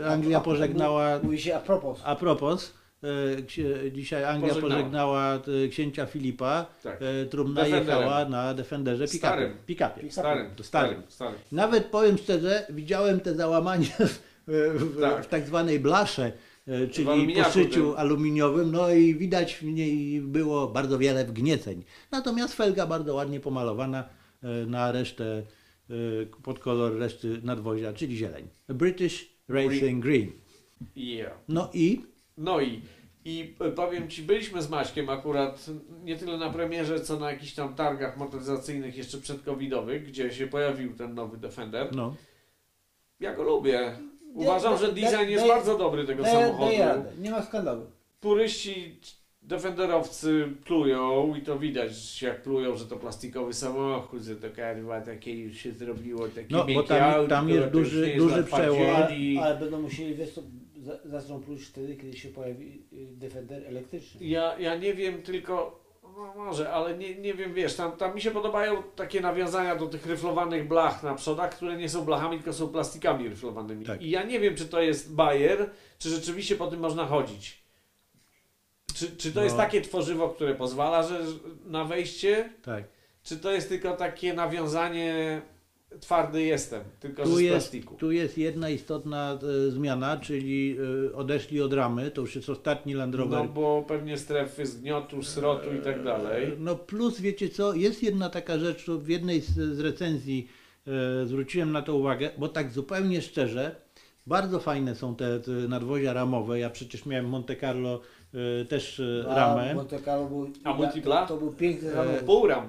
Speaker 1: No.
Speaker 4: e, Anglia pożegnała
Speaker 3: Mówi się a propos.
Speaker 4: A propos, e, ksi- dzisiaj Anglia
Speaker 1: Pożegnała.
Speaker 4: pożegnała, e, księcia Filipa.
Speaker 1: tak,
Speaker 4: E, Trumna
Speaker 1: Defenderem.
Speaker 4: jechała na defenderze
Speaker 1: Starym.
Speaker 4: pick-upie. pick-upie.
Speaker 1: starym,
Speaker 4: To
Speaker 1: starym,
Speaker 4: starym.
Speaker 1: starym.
Speaker 4: Nawet powiem szczerze, widziałem te załamania w, w,
Speaker 1: Tak.
Speaker 4: tak. w tak zwanej blasze, e, czyli
Speaker 1: aluminiaku
Speaker 4: poszyciu
Speaker 1: tym.
Speaker 4: aluminiowym, no i widać w niej było bardzo wiele wgnieceń. Natomiast felga bardzo ładnie pomalowana e, na resztę, e, pod kolor reszty nadwozia, czyli zieleń. British Racing Green.
Speaker 1: Yeah.
Speaker 4: No i
Speaker 1: No i, i powiem Ci, byliśmy z Maćkiem akurat nie tyle na premierze, co na jakichś tam targach motoryzacyjnych jeszcze przedcovidowych, gdzie się pojawił ten nowy Defender.
Speaker 4: no.
Speaker 1: Ja go lubię. Uważam,
Speaker 3: Da-
Speaker 1: że
Speaker 3: da-
Speaker 1: design jest
Speaker 3: daje-
Speaker 1: bardzo dobry tego
Speaker 3: Daję,
Speaker 1: samochodu.
Speaker 3: daję radę, nie ma skandalu.
Speaker 1: Puryści defenderowcy plują i to widać jak plują, że to plastikowy samochód, że to karwa takie już się zrobiło, takie
Speaker 4: No, bo
Speaker 1: miękkie
Speaker 4: tam-
Speaker 1: autko,
Speaker 4: tam jest
Speaker 1: to już
Speaker 4: duży-
Speaker 1: nie jest
Speaker 4: duży
Speaker 1: lat
Speaker 4: przełom.
Speaker 3: Ale,
Speaker 1: 50.
Speaker 3: ale będą musieli wiesz, co, za- zaczną pluć wtedy, kiedy się pojawi y, Defender elektryczny.
Speaker 1: Ja, ja nie wiem tylko, no może, ale nie, nie wiem, wiesz, tam, tam mi się podobają takie nawiązania do tych ryflowanych blach na przodach, które nie są blachami, tylko są plastikami ryflowanymi.
Speaker 4: Tak.
Speaker 1: I ja nie wiem, czy to jest bajer, czy rzeczywiście po tym można chodzić. Czy, czy to
Speaker 4: No.
Speaker 1: jest takie tworzywo, które pozwala że, że na wejście,
Speaker 4: Tak.
Speaker 1: czy to jest tylko takie nawiązanie twardy jestem, tylko że
Speaker 4: Tu
Speaker 1: z
Speaker 4: jest,
Speaker 1: plastiku.
Speaker 4: tu jest jedna istotna e, zmiana, czyli e, odeszli od ramy, to już jest ostatni Land Rover.
Speaker 1: No bo pewnie strefy zgniotu, srotu i tak dalej.
Speaker 4: E, No plus wiecie co, jest jedna taka rzecz, co w jednej z, z recenzji e, zwróciłem na to uwagę, bo tak zupełnie szczerze, bardzo fajne są te, te nadwozia ramowe. Ja przecież miałem w Monte Carlo e, też e,
Speaker 3: A
Speaker 4: ramę. E,
Speaker 3: Monte Carlo był,
Speaker 1: A multipla?
Speaker 3: To, to był piękny samochód.
Speaker 1: Eee, Półram.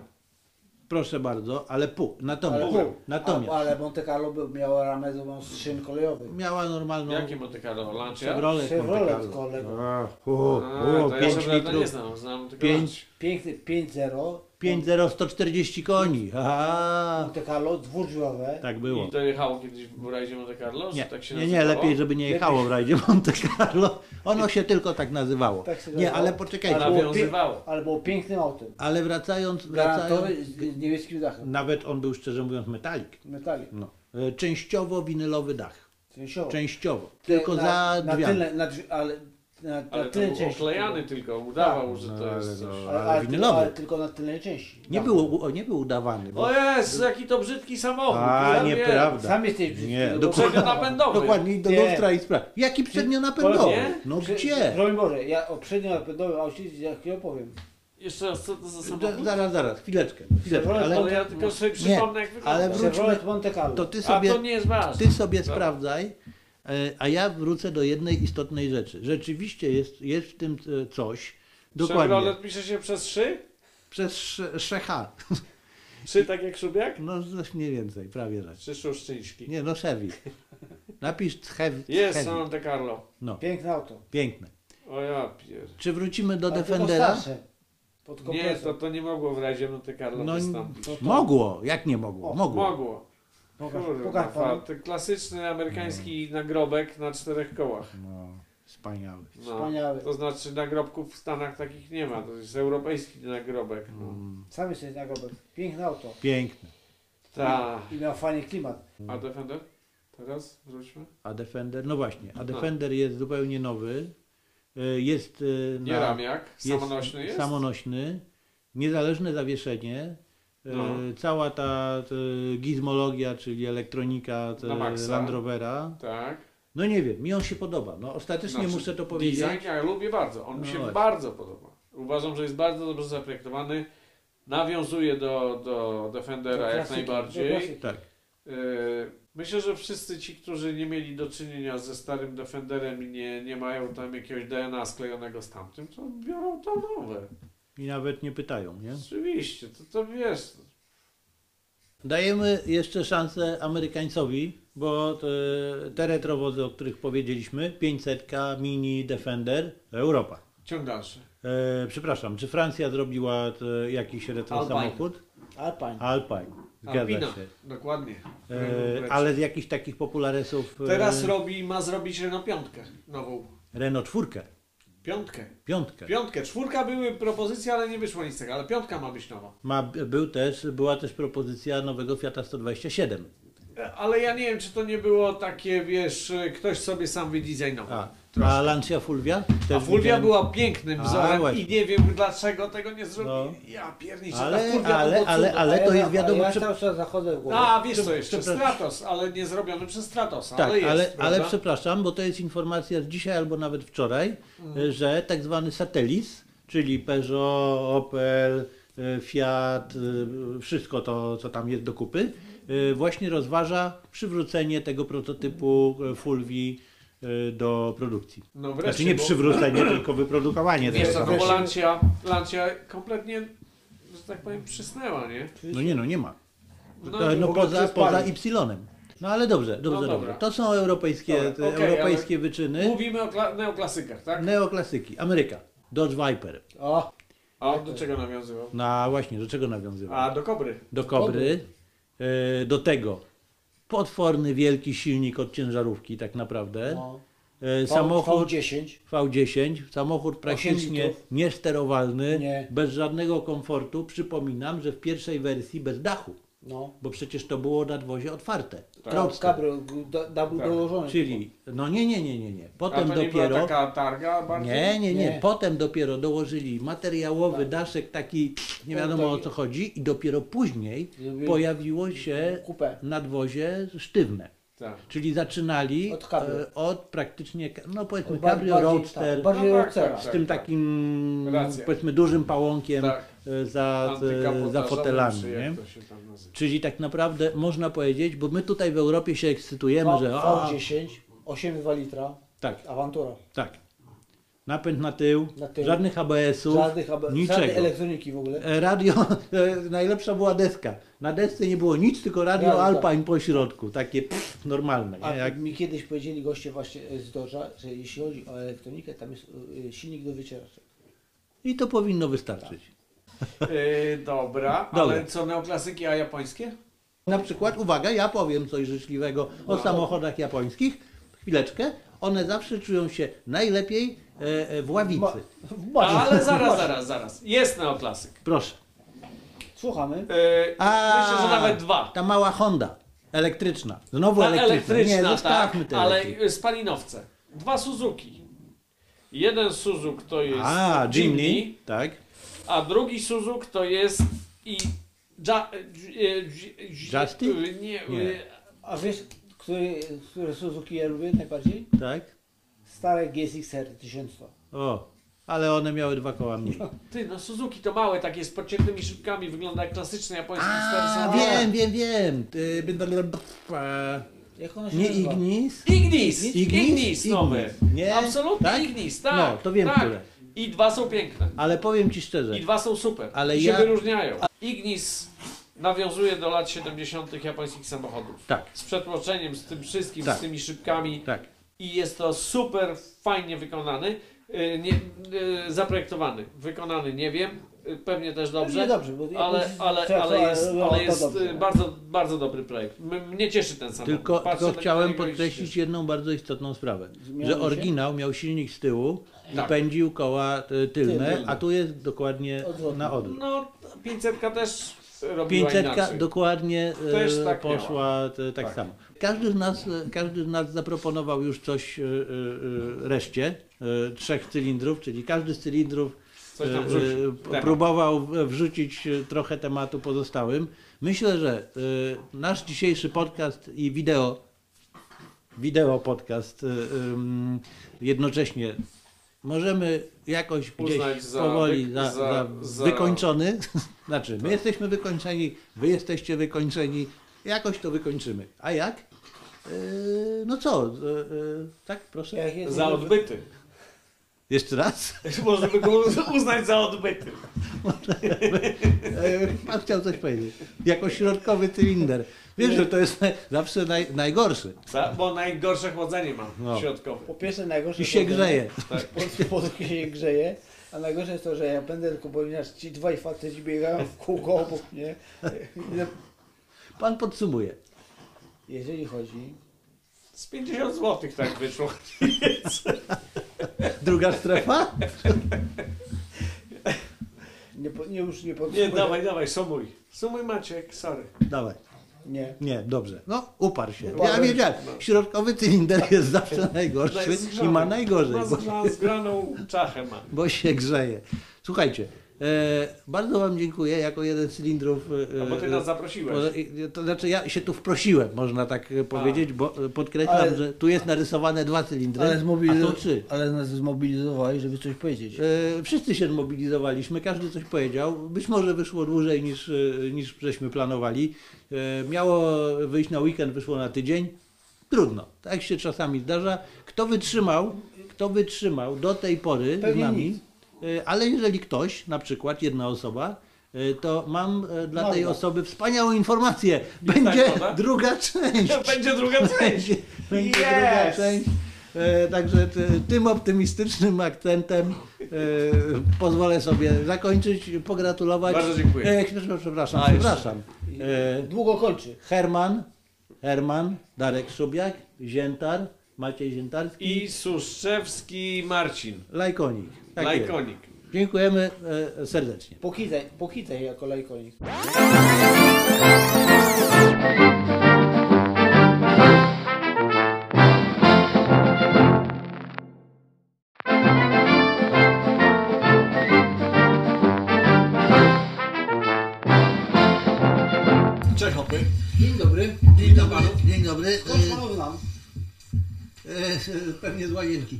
Speaker 4: Proszę bardzo, ale pół.
Speaker 3: Ale,
Speaker 4: Natomiast,
Speaker 3: był.
Speaker 4: natomiast
Speaker 3: A, ale Monte Carlo był, miało ramę z szyn kolejowych.
Speaker 4: miała normalną
Speaker 1: Jakie Monte Carlo? Lancia?
Speaker 4: Chevrolet Monte
Speaker 3: Chevrolet
Speaker 4: Carlo.
Speaker 3: kolego.
Speaker 4: Ach, o,
Speaker 1: A,
Speaker 4: o,
Speaker 1: to ja
Speaker 4: 5
Speaker 1: Chevrolet nie
Speaker 4: litrów.
Speaker 1: znam, znam tylko
Speaker 4: Pięć.
Speaker 1: Lancia.
Speaker 3: Piękny 5-0.
Speaker 4: 5,0 140 koni. Aha.
Speaker 3: Monte Carlo dwudrzwiowe.
Speaker 4: Tak
Speaker 1: I
Speaker 4: było.
Speaker 1: to jechało kiedyś w rajdzie Monte Carlo? że
Speaker 4: Nie,
Speaker 1: tak się
Speaker 4: nie, nie,
Speaker 1: nazywało?
Speaker 4: lepiej, żeby nie jechało w rajdzie Monte Carlo. Ono się tylko tak nazywało.
Speaker 3: Tak się
Speaker 4: Nie,
Speaker 3: nazywało.
Speaker 4: ale
Speaker 3: Ale
Speaker 4: poczekajcie.
Speaker 3: było
Speaker 1: Nawiązywało.
Speaker 3: pię- Ale było pięknym autem.
Speaker 4: Ale wracając, wracając,
Speaker 3: Granatowy z, z niebieskim dachem.
Speaker 4: nawet on był szczerze mówiąc metalik.
Speaker 3: Metalik.
Speaker 4: No. E, Częściowo winylowy dach.
Speaker 3: Częściowo.
Speaker 4: Częściowo. Tylko
Speaker 3: na,
Speaker 4: za
Speaker 3: na
Speaker 4: drzwiami.
Speaker 3: tyle, na drzwi, ale na, na
Speaker 1: Ale to
Speaker 3: tyle
Speaker 1: był
Speaker 3: części.
Speaker 1: oklejany tylko, udawał,
Speaker 4: Tak.
Speaker 1: że
Speaker 4: No,
Speaker 1: to jest
Speaker 4: ale
Speaker 1: coś.
Speaker 4: no.
Speaker 3: Ale,
Speaker 4: ale
Speaker 3: ale,
Speaker 4: winylowy.
Speaker 3: tylko, ale tylko na tyle części.
Speaker 4: Nie,
Speaker 3: Tam.
Speaker 4: było, u- nie był udawany. Bo...
Speaker 1: O jest, jaki to brzydki samochód.
Speaker 4: A,
Speaker 1: ja wiem.
Speaker 4: nieprawda.
Speaker 3: Sam jesteś brzydki.
Speaker 4: Nie,
Speaker 3: no bo-
Speaker 4: dokładnie.
Speaker 1: Przednionapędowy.
Speaker 4: Dokładnie, idź do
Speaker 3: Nie.
Speaker 4: lustra i sprawdź. Jaki
Speaker 1: Nie?
Speaker 4: przednionapędowy? No
Speaker 3: Prze-
Speaker 4: gdzie?
Speaker 3: Broń Boże, ja o przednionapędowym aucie ja ci opowiem.
Speaker 1: Jeszcze raz, co to za
Speaker 4: Da-
Speaker 1: samochód?
Speaker 4: Zaraz, zaraz, chwileczkę. chwileczkę.
Speaker 3: Chevrolet
Speaker 1: Ale
Speaker 4: Ale
Speaker 1: ja tylko sobie przypomnę, jak wygląda.
Speaker 4: ale wróćmy-
Speaker 3: Chevrolet Monte Carlo.
Speaker 4: to ty
Speaker 1: A
Speaker 4: sobie...
Speaker 1: to nie jest ważne.
Speaker 4: Ty sobie sprawdzaj, e, a ja wrócę do jednej istotnej rzeczy. Rzeczywiście jest, jest w tym e, coś. Dokładnie.
Speaker 1: Chevrolet pisze się przez szy?
Speaker 4: Przez sze- Szecha.
Speaker 1: Szy tak jak Szubiak?
Speaker 4: No coś mniej więcej, prawie że.
Speaker 1: Czy Szuszczyński?
Speaker 4: Nie, no Chevy. Napisz Chevy.
Speaker 1: Jest
Speaker 4: Chevy.
Speaker 1: Monte Carlo.
Speaker 4: No,
Speaker 3: Piękne auto.
Speaker 4: piękne.
Speaker 1: O ja pier...
Speaker 4: Czy wrócimy do
Speaker 3: Ale tylko
Speaker 4: Defendera?
Speaker 3: starsze. Pod
Speaker 1: Nie,
Speaker 3: kompresor.
Speaker 1: to, to nie mogło w razie Monte Carlo
Speaker 4: No,
Speaker 1: wystąpić.
Speaker 3: to-
Speaker 4: Mogło, jak nie mogło?
Speaker 3: O,
Speaker 4: Mogło.
Speaker 1: Mogło.
Speaker 3: Pokaż,
Speaker 1: Kurwa,
Speaker 3: pokaż
Speaker 1: fa-
Speaker 3: panu.
Speaker 1: to klasyczny
Speaker 4: Mm.
Speaker 1: amerykański nagrobek na czterech kołach.
Speaker 4: No, wspaniały.
Speaker 1: No.
Speaker 3: Wspaniały.
Speaker 1: To znaczy nagrobków w Stanach takich nie ma, to jest europejski nagrobek. No.
Speaker 4: Mm,
Speaker 3: Sam jesteś na grobek. Piękne auto.
Speaker 4: Piękne.
Speaker 1: Ta.
Speaker 3: I miał fajny klimat.
Speaker 1: A Defender? Teraz wróćmy?
Speaker 4: A Defender, no właśnie, a Defender jest zupełnie nowy. E, Jest e,
Speaker 1: Nie
Speaker 4: na...
Speaker 1: ramiak, samonośny jest?
Speaker 4: Samonośny, niezależne zawieszenie. e,
Speaker 1: No.
Speaker 4: Cała ta e, gizmologia, czyli elektronika te
Speaker 1: Na maksa.
Speaker 4: Land Rovera.
Speaker 1: Tak.
Speaker 4: No nie wiem, mi on się podoba. No, ostatecznie
Speaker 1: Znaczy,
Speaker 4: muszę to powiedzieć.
Speaker 1: Design ja lubię bardzo, on mi
Speaker 4: No
Speaker 1: się
Speaker 4: właśnie.
Speaker 1: bardzo podoba. Uważam, że jest bardzo dobrze zaprojektowany. Nawiązuje do, do Defendera
Speaker 3: Do
Speaker 1: jak
Speaker 3: klasyki, do
Speaker 1: najbardziej.
Speaker 3: klasyki.
Speaker 4: Tak.
Speaker 1: Yy, Myślę, że wszyscy ci, którzy nie mieli do czynienia ze starym Defenderem i nie, nie mają tam jakiegoś DNA sklejonego z tamtym, to biorą to nowe.
Speaker 4: I nawet nie pytają, nie?
Speaker 1: Oczywiście, to, to wiesz.
Speaker 4: Dajemy jeszcze szansę Amerykańcowi, bo te, te retrowozy, o których powiedzieliśmy, 500, Mini, Defender, Europa.
Speaker 1: Ciąg dalszy.
Speaker 4: E, przepraszam, czy Francja zrobiła e, jakiś retro
Speaker 1: Alpine.
Speaker 4: samochód?
Speaker 3: Alpine.
Speaker 4: Alpine. Zgadza
Speaker 1: Alpina,
Speaker 4: się.
Speaker 1: dokładnie.
Speaker 4: E, ale z jakichś takich popularesów e,
Speaker 1: Teraz robi, ma zrobić Renault piątkę nową.
Speaker 4: Renault czwórkę,
Speaker 1: Piątkę.
Speaker 4: piątkę.
Speaker 1: Piątkę. Czwórka były propozycje, ale nie wyszło nic z tego, ale piątka ma być nowa.
Speaker 4: Ma, był też, była też propozycja nowego Fiata 127.
Speaker 1: E, Ale ja nie wiem, czy to nie było takie, wiesz, e, ktoś sobie sam wydesignował.
Speaker 4: A,
Speaker 1: A,
Speaker 4: a Lancia Fulvia? Też
Speaker 1: Fulvia
Speaker 4: widziałem.
Speaker 1: była pięknym
Speaker 4: A,
Speaker 1: wzorem
Speaker 4: właśnie.
Speaker 1: i nie wiem, dlaczego tego nie zrobili.
Speaker 4: No.
Speaker 1: Ja pierniczę, ta
Speaker 4: Ale,
Speaker 1: Fulvia
Speaker 4: ale,
Speaker 1: to było
Speaker 4: ale,
Speaker 1: cudo.
Speaker 4: ale to
Speaker 3: ja-
Speaker 4: jest wiadomo,
Speaker 3: Ja
Speaker 4: że
Speaker 3: cały czas zachodzę w głowę.
Speaker 1: A, wiesz co jeszcze,
Speaker 4: przepraszam.
Speaker 1: Stratos, ale nie zrobiony przez Stratosa,
Speaker 4: Tak,
Speaker 1: ale jest,
Speaker 4: ale, ale
Speaker 1: prawda?
Speaker 4: przepraszam, bo to jest informacja z dzisiaj albo nawet wczoraj,
Speaker 1: Mhm.
Speaker 4: że tak zwany satelis, czyli Peugeot, Opel, y, Fiat, y, wszystko to, co tam jest do kupy, y, właśnie rozważa przywrócenie tego prototypu y, Fulvii y, do produkcji.
Speaker 1: No wreszcie,
Speaker 4: Znaczy nie
Speaker 1: bo-
Speaker 4: przywrócenie, tylko wyprodukowanie
Speaker 1: Wiesz co,
Speaker 4: tego.
Speaker 1: no bo
Speaker 3: Wreszcie.
Speaker 1: Lancia, Lancia kompletnie, że tak powiem, przysnęła, nie?
Speaker 4: No nie, no nie ma.
Speaker 1: No,
Speaker 4: No,
Speaker 1: w
Speaker 4: no
Speaker 1: ogóle
Speaker 4: poza,
Speaker 1: przespali.
Speaker 4: poza Y. No ale dobrze, dobrze,
Speaker 1: dobra.
Speaker 4: dobrze. To są europejskie,
Speaker 1: Dobra,
Speaker 4: te
Speaker 1: okej,
Speaker 4: europejskie wyczyny.
Speaker 1: Mówimy o kla- neoklasykach, tak?
Speaker 4: Neoklasyki, Ameryka. Dodge Viper.
Speaker 3: O,
Speaker 1: A on do czego nawiązywał?
Speaker 4: No a właśnie, do czego nawiązywał?
Speaker 1: A, do Kobry.
Speaker 4: do kobry, e, do tego potworny wielki silnik od ciężarówki tak naprawdę.
Speaker 3: no.
Speaker 4: E,
Speaker 3: Samochód
Speaker 4: Samochód
Speaker 3: 10.
Speaker 4: V10, samochód praktycznie
Speaker 3: litrów.
Speaker 4: niesterowalny,
Speaker 3: Nie.
Speaker 4: bez żadnego komfortu. Przypominam, że w pierwszej wersji bez dachu,
Speaker 3: No.
Speaker 4: bo przecież to było nadwozie otwarte.
Speaker 1: Tak.
Speaker 3: Kabro,
Speaker 4: Proste.
Speaker 3: kabro do, do,
Speaker 1: Tak.
Speaker 3: dołożone.
Speaker 4: Czyli, no nie, nie, nie, nie, nie. Potem
Speaker 1: A to nie była
Speaker 4: dopiero...
Speaker 1: taka targa bardziej?
Speaker 4: Nie, nie, nie.
Speaker 3: Nie.
Speaker 4: Potem dopiero dołożyli materiałowy
Speaker 1: Tak.
Speaker 4: daszek taki, nie wiadomo o co chodzi i dopiero później
Speaker 3: Zrobili
Speaker 4: pojawiło się
Speaker 3: Kupę.
Speaker 4: nadwozie sztywne.
Speaker 1: Tak.
Speaker 4: Czyli zaczynali
Speaker 3: Od kabrio.
Speaker 4: e, od praktycznie, ka- no powiedzmy
Speaker 3: Od bar-
Speaker 4: cabrio
Speaker 3: bardziej,
Speaker 4: roadster
Speaker 3: tak, bardziej
Speaker 1: No tak,
Speaker 3: roadstera.
Speaker 1: tak,
Speaker 4: z tym takim
Speaker 1: Racja.
Speaker 4: powiedzmy dużym pałąkiem
Speaker 1: Tak.
Speaker 4: e, za,
Speaker 1: Antykapotażowym,
Speaker 4: za fotelami.
Speaker 1: czy
Speaker 4: Nie?
Speaker 1: jak to się tam nazywa.
Speaker 4: Czyli tak naprawdę można powiedzieć, bo my tutaj w Europie się ekscytujemy,
Speaker 3: No,
Speaker 4: że o,
Speaker 3: V10, 8,2 litra,
Speaker 4: tak,
Speaker 3: awantura.
Speaker 4: tak. Napęd na tył,
Speaker 3: Na tył.
Speaker 4: żadnych ABS-ów,
Speaker 3: Żadnych, ab- żadnej
Speaker 4: niczego.
Speaker 3: elektroniki w ogóle.
Speaker 4: E, Radio, e, najlepsza była deska. Na desce nie było nic, tylko radio
Speaker 3: Radio, tak.
Speaker 4: Alpine po środku, takie pff, normalne.
Speaker 3: A
Speaker 4: Nie? Jak,
Speaker 3: mi kiedyś powiedzieli goście właśnie e, z Doża, że jeśli chodzi o elektronikę, tam jest e, silnik do wycieraczy.
Speaker 4: I to powinno wystarczyć.
Speaker 1: Yy, dobra,
Speaker 4: Dobra.
Speaker 1: ale co neoklasyki, a japońskie?
Speaker 4: Na przykład, uwaga, ja powiem coś życzliwego
Speaker 3: No.
Speaker 4: o samochodach japońskich. Chwileczkę. One zawsze czują się najlepiej e, e, w
Speaker 3: Ma-
Speaker 4: ławicy.
Speaker 3: w bazie.
Speaker 1: Ale zaraz, zaraz, zaraz. Jest neoklasyk.
Speaker 4: Proszę.
Speaker 3: Słuchamy.
Speaker 1: Yy,
Speaker 4: A,
Speaker 1: myślę, że nawet dwa.
Speaker 4: Ta mała Honda elektryczna. Znowu
Speaker 1: Ta
Speaker 4: elektryczna. Nie,
Speaker 1: tak,
Speaker 4: zostawmy te
Speaker 1: ale
Speaker 4: elektry-
Speaker 1: y, spalinowce. Dwa Suzuki. Jeden Suzuk to jest
Speaker 4: A, Jimny, tak.
Speaker 1: a drugi Suzuk to jest i... Ja, dż- y, dż- dż-
Speaker 4: Justin?
Speaker 1: y, Nie,
Speaker 4: Nie.
Speaker 1: y,
Speaker 3: A wiesz, który, które Suzuki ja lubię najbardziej?
Speaker 4: Tak.
Speaker 3: Stare GSX-R 1100.
Speaker 4: O, ale one miały dwa koła mniej.
Speaker 1: Ty, no Suzuki to małe, takie z podciętymi szybkami, wygląda jak klasyczny japoński stary
Speaker 4: A,
Speaker 1: samochód.
Speaker 4: wiem, wiem, wiem. Ty- b- b- b- b-
Speaker 3: Jak ono się
Speaker 4: Nie
Speaker 3: nazywa?
Speaker 4: Ignis?
Speaker 1: Ignis!
Speaker 4: Ignis?
Speaker 1: Ignis,
Speaker 4: Ignis.
Speaker 1: nowy.
Speaker 4: Nie?
Speaker 1: Absolutnie
Speaker 4: Tak?
Speaker 1: Ignis, tak.
Speaker 4: No, to wiem,
Speaker 1: tak.
Speaker 4: które.
Speaker 1: I dwa są piękne.
Speaker 4: Ale powiem ci szczerze.
Speaker 1: I dwa są super.
Speaker 4: Ale
Speaker 1: I
Speaker 4: ja-
Speaker 1: się wyróżniają. Ignis nawiązuje do lat 70. japońskich samochodów.
Speaker 4: Tak,
Speaker 1: Z przetłoczeniem, z tym wszystkim,
Speaker 4: Tak.
Speaker 1: z tymi szybkami.
Speaker 4: tak.
Speaker 1: I jest to super fajnie wykonany. y, Nie, y, zaprojektowany. Wykonany nie wiem. y, Pewnie też dobrze.
Speaker 3: Pewnie No dobrze, bo
Speaker 1: Ale,
Speaker 3: jakoś- co-
Speaker 1: ale,
Speaker 3: co-
Speaker 1: ale jest,
Speaker 3: no, to
Speaker 1: ale jest
Speaker 3: dobrze.
Speaker 1: y, bardzo, bardzo dobry projekt. M- Mnie cieszy ten samochód.
Speaker 4: Tylko,
Speaker 1: Patrzę
Speaker 4: tylko
Speaker 1: na
Speaker 4: chciałem
Speaker 1: niego i się
Speaker 4: podkreślić
Speaker 1: cieszę.
Speaker 4: jedną bardzo istotną sprawę,
Speaker 3: Zmiany
Speaker 4: że
Speaker 3: się?
Speaker 4: oryginał miał silnik z tyłu i
Speaker 1: Tak.
Speaker 4: pędził koła y, tylne,
Speaker 3: Tylne.
Speaker 4: a tu jest dokładnie
Speaker 3: Odwrotnie.
Speaker 4: na odwrót.
Speaker 1: No, 500 też robiła
Speaker 4: 500
Speaker 1: inaczej.
Speaker 4: dokładnie e,
Speaker 1: Też tak
Speaker 4: poszła e, tak,
Speaker 1: Tak.
Speaker 4: samo. Każdy z, nas, e, każdy z nas zaproponował już coś e, e, e, reszcie e, trzech cylindrów, czyli każdy z cylindrów
Speaker 1: Coś tam
Speaker 4: e,
Speaker 1: wrzucił.
Speaker 4: e, p-
Speaker 1: Temat.
Speaker 4: próbował w- wrzucić e, trochę tematu pozostałym. Myślę, że e, nasz dzisiejszy podcast i wideo, wideo podcast e, em, jednocześnie możemy jakoś gdzieś
Speaker 1: Uznać za
Speaker 4: powoli
Speaker 1: wy-
Speaker 4: za, za,
Speaker 1: za- za- Tak.
Speaker 4: wykończony. Znaczy, my jesteśmy wykończeni, wy jesteście wykończeni, jakoś to wykończymy. A jak? E, no co, e, e, tak proszę?
Speaker 3: Jak jest-
Speaker 1: Za odbyty.
Speaker 4: Jeszcze raz?
Speaker 1: Możemy go uznać za odbyty.
Speaker 4: E, Pan chciał coś powiedzieć. Jako środkowy cylinder. Wiesz, że to jest naj, zawsze naj, najgorszy.
Speaker 1: Za- Bo najgorsze chłodzenie mam
Speaker 4: No.
Speaker 1: środkowe.
Speaker 3: Po pierwsze najgorsze...
Speaker 4: I się
Speaker 3: potem-
Speaker 4: grzeje.
Speaker 3: Po, po drugie się grzeje. A najgorsze jest to, że ja będę tylko ponieważ ci dwaj faceci biegają w kółko obok mnie.
Speaker 4: Pan podsumuje.
Speaker 3: Jeżeli chodzi
Speaker 1: Z 50 zł tak wyszło.
Speaker 4: Druga strefa?
Speaker 3: Nie, po, nie już nie
Speaker 1: Nie,
Speaker 3: podsumuję.
Speaker 1: dawaj, dawaj, sumuj. Sumuj Maciek, sorry.
Speaker 4: Dawaj.
Speaker 3: Nie.
Speaker 4: Nie, dobrze. No, uparł się. Ja
Speaker 3: Uparłem.
Speaker 4: wiedziałem, środkowy cylinder jest zawsze
Speaker 1: Daj,
Speaker 4: najgorszy i
Speaker 1: zgrzaną.
Speaker 4: ma najgorzej,
Speaker 1: Ma
Speaker 4: bo,
Speaker 1: zgra- zgraną czachę ma.
Speaker 4: bo się grzeje. Słuchajcie, e, bardzo Wam dziękuję jako jeden z cylindrów. E,
Speaker 1: No bo ty nas
Speaker 4: Może-
Speaker 1: zaprosiłeś.
Speaker 4: i- To znaczy ja się tu wprosiłem, można tak e, powiedzieć, bo e, podkreślam,
Speaker 3: Ale-
Speaker 4: że tu jest narysowane dwa cylindry,
Speaker 3: Ale,
Speaker 4: a są trzy.
Speaker 3: zmobiliz- ale nas zmobilizowali, żeby coś powiedzieć.
Speaker 4: E, Wszyscy się zmobilizowaliśmy, każdy coś powiedział. Być może wyszło dłużej niż, e, niż żeśmy planowali. E, Miało wyjść na weekend, wyszło na tydzień. Trudno, tak się czasami zdarza. Kto wytrzymał, kto wytrzymał do tej pory z
Speaker 3: Pewnie
Speaker 4: nami,
Speaker 3: nic.
Speaker 4: e, ale jeżeli ktoś, na przykład jedna osoba, e, to mam e, dla
Speaker 3: Marna.
Speaker 4: tej osoby wspaniałą informację.
Speaker 1: tak,
Speaker 4: Będzie
Speaker 1: prawda?
Speaker 4: druga część.
Speaker 1: Będzie druga część.
Speaker 4: Będzie, będzie
Speaker 1: Yes!
Speaker 4: druga część. E, także ty, tym optymistycznym akcentem e, pozwolę sobie zakończyć, pogratulować.
Speaker 1: Bardzo dziękuję.
Speaker 4: E, przepraszam, przepraszam.
Speaker 1: A, jeszcze.
Speaker 4: przepraszam. E,
Speaker 3: Długo kończy.
Speaker 4: Herman, Herman, Darek Szubiak, Ziętar, Maciej Ziętarski
Speaker 1: I Suszczewski Marcin.
Speaker 4: Lajkonik. Tak jest.
Speaker 1: Lajkonik.
Speaker 4: Dziękujemy e, serdecznie.
Speaker 3: Pokitaj, pokitaj jako lajkonik.
Speaker 5: Cześć hopy.
Speaker 4: Dzień dobry. Dzień dobry. Dzień dobry.
Speaker 3: Chodź panowie nam.
Speaker 4: E, Pewnie z łazienki.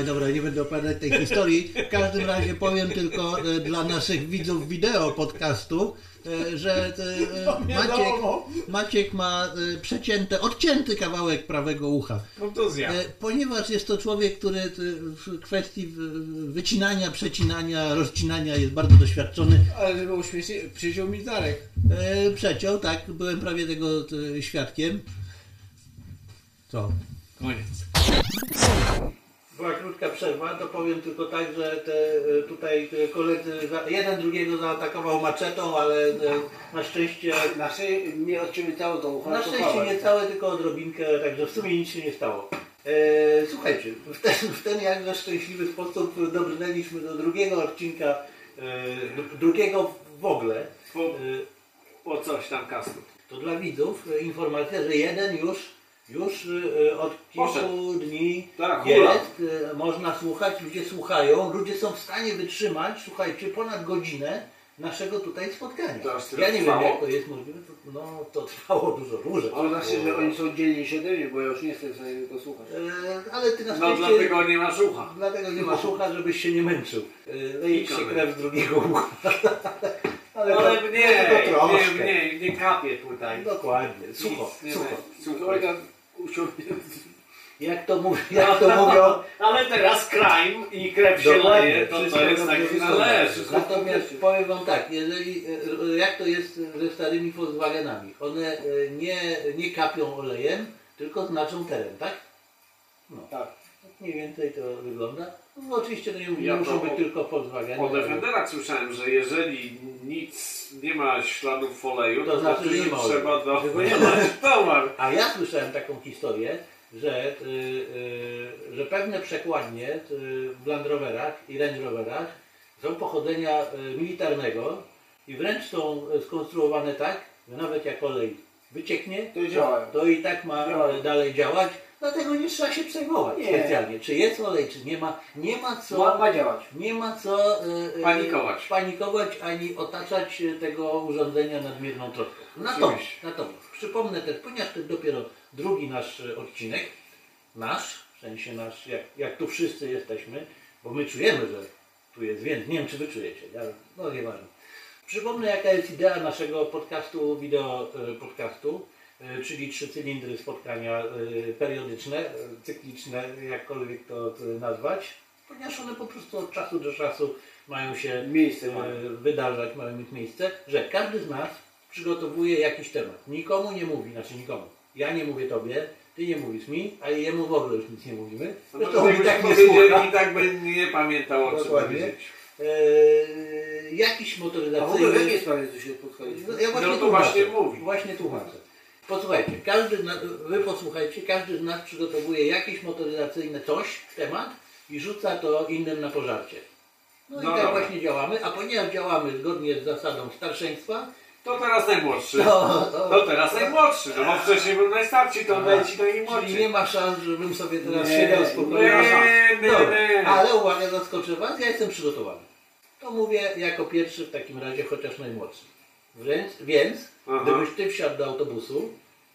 Speaker 4: E, dobra, nie będę opowiadać tej historii. W każdym razie powiem tylko e, dla naszych widzów wideo podcastu, e, że e, Maciek, Maciek ma e, przecięte, odcięty kawałek prawego ucha.
Speaker 1: Kontuzja.
Speaker 4: E, Ponieważ jest to człowiek, który e, w kwestii w- wycinania, przecinania, rozcinania jest bardzo doświadczony.
Speaker 3: Ale żeby było śmiesznie, przyjdzie mi Darek.
Speaker 4: E, Przeciął, tak, byłem prawie tego e, świadkiem. Co?
Speaker 1: Koniec.
Speaker 4: Była krótka przerwa, to powiem tylko tak, że te, e, tutaj e, koledzy, za- jeden drugiego zaatakował maczetą, ale e, na szczęście,
Speaker 3: Na szczęście nie od ciebie cało to ucha.
Speaker 4: na
Speaker 3: to
Speaker 4: szczęście
Speaker 3: pałek.
Speaker 4: nie całe, tylko odrobinkę, także w sumie nic się nie stało. E, słuchajcie, w ten, w ten jakże szczęśliwy sposób dobrnęliśmy do drugiego odcinka, e, d- drugiego w ogóle. E,
Speaker 1: Po coś tam kastu.
Speaker 4: to dla widzów e, informacja, że jeden już, już e, od kilku
Speaker 1: Poszedł.
Speaker 4: dni
Speaker 1: Tak, hula.
Speaker 4: jest, e, można słuchać, ludzie słuchają, ludzie są w stanie wytrzymać, słuchajcie, ponad godzinę naszego tutaj spotkania.
Speaker 6: To aż tyle
Speaker 4: Ja nie
Speaker 6: trwało?
Speaker 4: wiem jak to jest możliwe, to, no to trwało dużo dłużej.
Speaker 6: On znaczy, że oni są dzielniejsi ode mnie, bo ja już nie jestem w stanie tego słuchać.
Speaker 4: E, ale ty na
Speaker 6: No
Speaker 4: szczęście...
Speaker 6: dlatego nie masz ucha.
Speaker 4: Dlatego nie ma słucha, żebyś się nie męczył. E, Leje ci się krew z drugiego ucha.
Speaker 6: Ale,
Speaker 4: to-
Speaker 6: mniej,
Speaker 4: tylko troszkę.
Speaker 6: nie, nie, nie kapie tutaj.
Speaker 4: Dokładnie, sucho,
Speaker 6: Nic,
Speaker 4: sucho.
Speaker 6: Nie, sucho. Kolega usiądzie. No,
Speaker 4: Jak to, mów, jak to mówią,
Speaker 6: Ale teraz crime i krew się
Speaker 4: Dokładnie,
Speaker 6: leje, to,
Speaker 4: wszystko
Speaker 6: to jest
Speaker 4: dobrze
Speaker 6: tak
Speaker 4: wygląda.
Speaker 6: należy.
Speaker 4: Natomiast powiem Wam tak, jeżeli, e, jak to jest ze starymi Volkswagenami? One e, nie, nie kapią olejem, tylko znaczą teren, tak? No.
Speaker 6: Tak.
Speaker 4: Mniej więcej to wygląda. No, oczywiście to nie, nie
Speaker 6: Ja
Speaker 4: muszą
Speaker 6: to
Speaker 4: być
Speaker 6: o-
Speaker 4: tylko Volkswageny.
Speaker 6: O Defenderach słyszałem, że jeżeli nic nie ma śladów w oleju,
Speaker 4: To
Speaker 6: to,
Speaker 4: znaczy,
Speaker 6: znaczy,
Speaker 4: że nie
Speaker 6: że
Speaker 4: ma
Speaker 6: trzeba
Speaker 4: oleju.
Speaker 6: dochować towar.
Speaker 4: A ja słyszałem taką historię, że, y, y, że pewne przekładnie y, w Land Roverach i Range Roverach są pochodzenia y, militarnego i wręcz są y, skonstruowane tak, że nawet jak olej wycieknie,
Speaker 6: To działa.
Speaker 4: to i tak ma y, dalej działać. Dlatego nie trzeba się przejmować
Speaker 6: Nie.
Speaker 4: specjalnie, czy jest olej, czy nie ma. Nie ma co
Speaker 6: działać.
Speaker 4: nie ma co y, y,
Speaker 6: Panikować.
Speaker 4: panikować ani otaczać y, tego urządzenia nadmierną troską. Natomiast,
Speaker 6: Oczywiście.
Speaker 4: natomiast przypomnę też, ponieważ to dopiero drugi nasz y, odcinek, nasz, w sensie nasz, jak, jak tu wszyscy jesteśmy, bo my czujemy, że tu jest więcej, nie wiem czy wy czujecie, ja, no nieważne. Przypomnę jaka jest idea naszego podcastu, wideo y, podcastu, y, czyli trzy cylindry spotkania y, periodyczne, y, cykliczne, jakkolwiek to y, nazwać, ponieważ one po prostu od czasu do czasu mają się
Speaker 6: Miejsce
Speaker 4: y,
Speaker 6: mają.
Speaker 4: wydarzać, mają mieć miejsce, że każdy z nas przygotowuje jakiś temat. Nikomu nie mówi, znaczy nikomu. Ja nie mówię tobie, Ty nie mówisz mi, a jemu w ogóle już nic nie mówimy.
Speaker 6: No,
Speaker 4: Zresztą
Speaker 6: to
Speaker 4: on
Speaker 6: byś
Speaker 4: i tak nie
Speaker 6: powiedział
Speaker 4: słucha.
Speaker 6: i tak by nie pamiętał o czym
Speaker 4: Dokładnie.
Speaker 6: powiedzieć.
Speaker 4: Eee, jakiś
Speaker 5: A w ogóle w jakiej
Speaker 4: motoryzacyjny...
Speaker 5: sprawie tu się spotkaliśmy?
Speaker 4: No, ja właśnie
Speaker 6: No to
Speaker 4: tłumaczę.
Speaker 6: właśnie mówi.
Speaker 4: Właśnie tłumaczę. Posłuchajcie, każdy, z nas- wy posłuchajcie, każdy z nas przygotowuje jakieś motoryzacyjne coś, temat i rzuca to innym na pożarcie. No, i
Speaker 6: No
Speaker 4: tak
Speaker 6: dobra.
Speaker 4: właśnie działamy, a ponieważ działamy zgodnie z zasadą starszeństwa,
Speaker 6: To teraz najmłodszy.
Speaker 4: to,
Speaker 6: To teraz najmłodszy, no bo wcześniej był najstarszy, to leci
Speaker 4: Tak. Czyli nie
Speaker 6: najmłodszy.
Speaker 4: ma szans, żebym sobie teraz
Speaker 6: Nie,
Speaker 4: siedział spokojnie.
Speaker 6: nie,
Speaker 4: Nie ma szans.
Speaker 6: nie,
Speaker 4: Dobra,
Speaker 6: nie.
Speaker 4: No, Ale uwaga, zaskoczę Was, ja jestem przygotowany. To mówię jako pierwszy w takim razie, chociaż najmłodszy. Więc, więc
Speaker 6: Aha.
Speaker 4: gdybyś Ty wsiadł do autobusu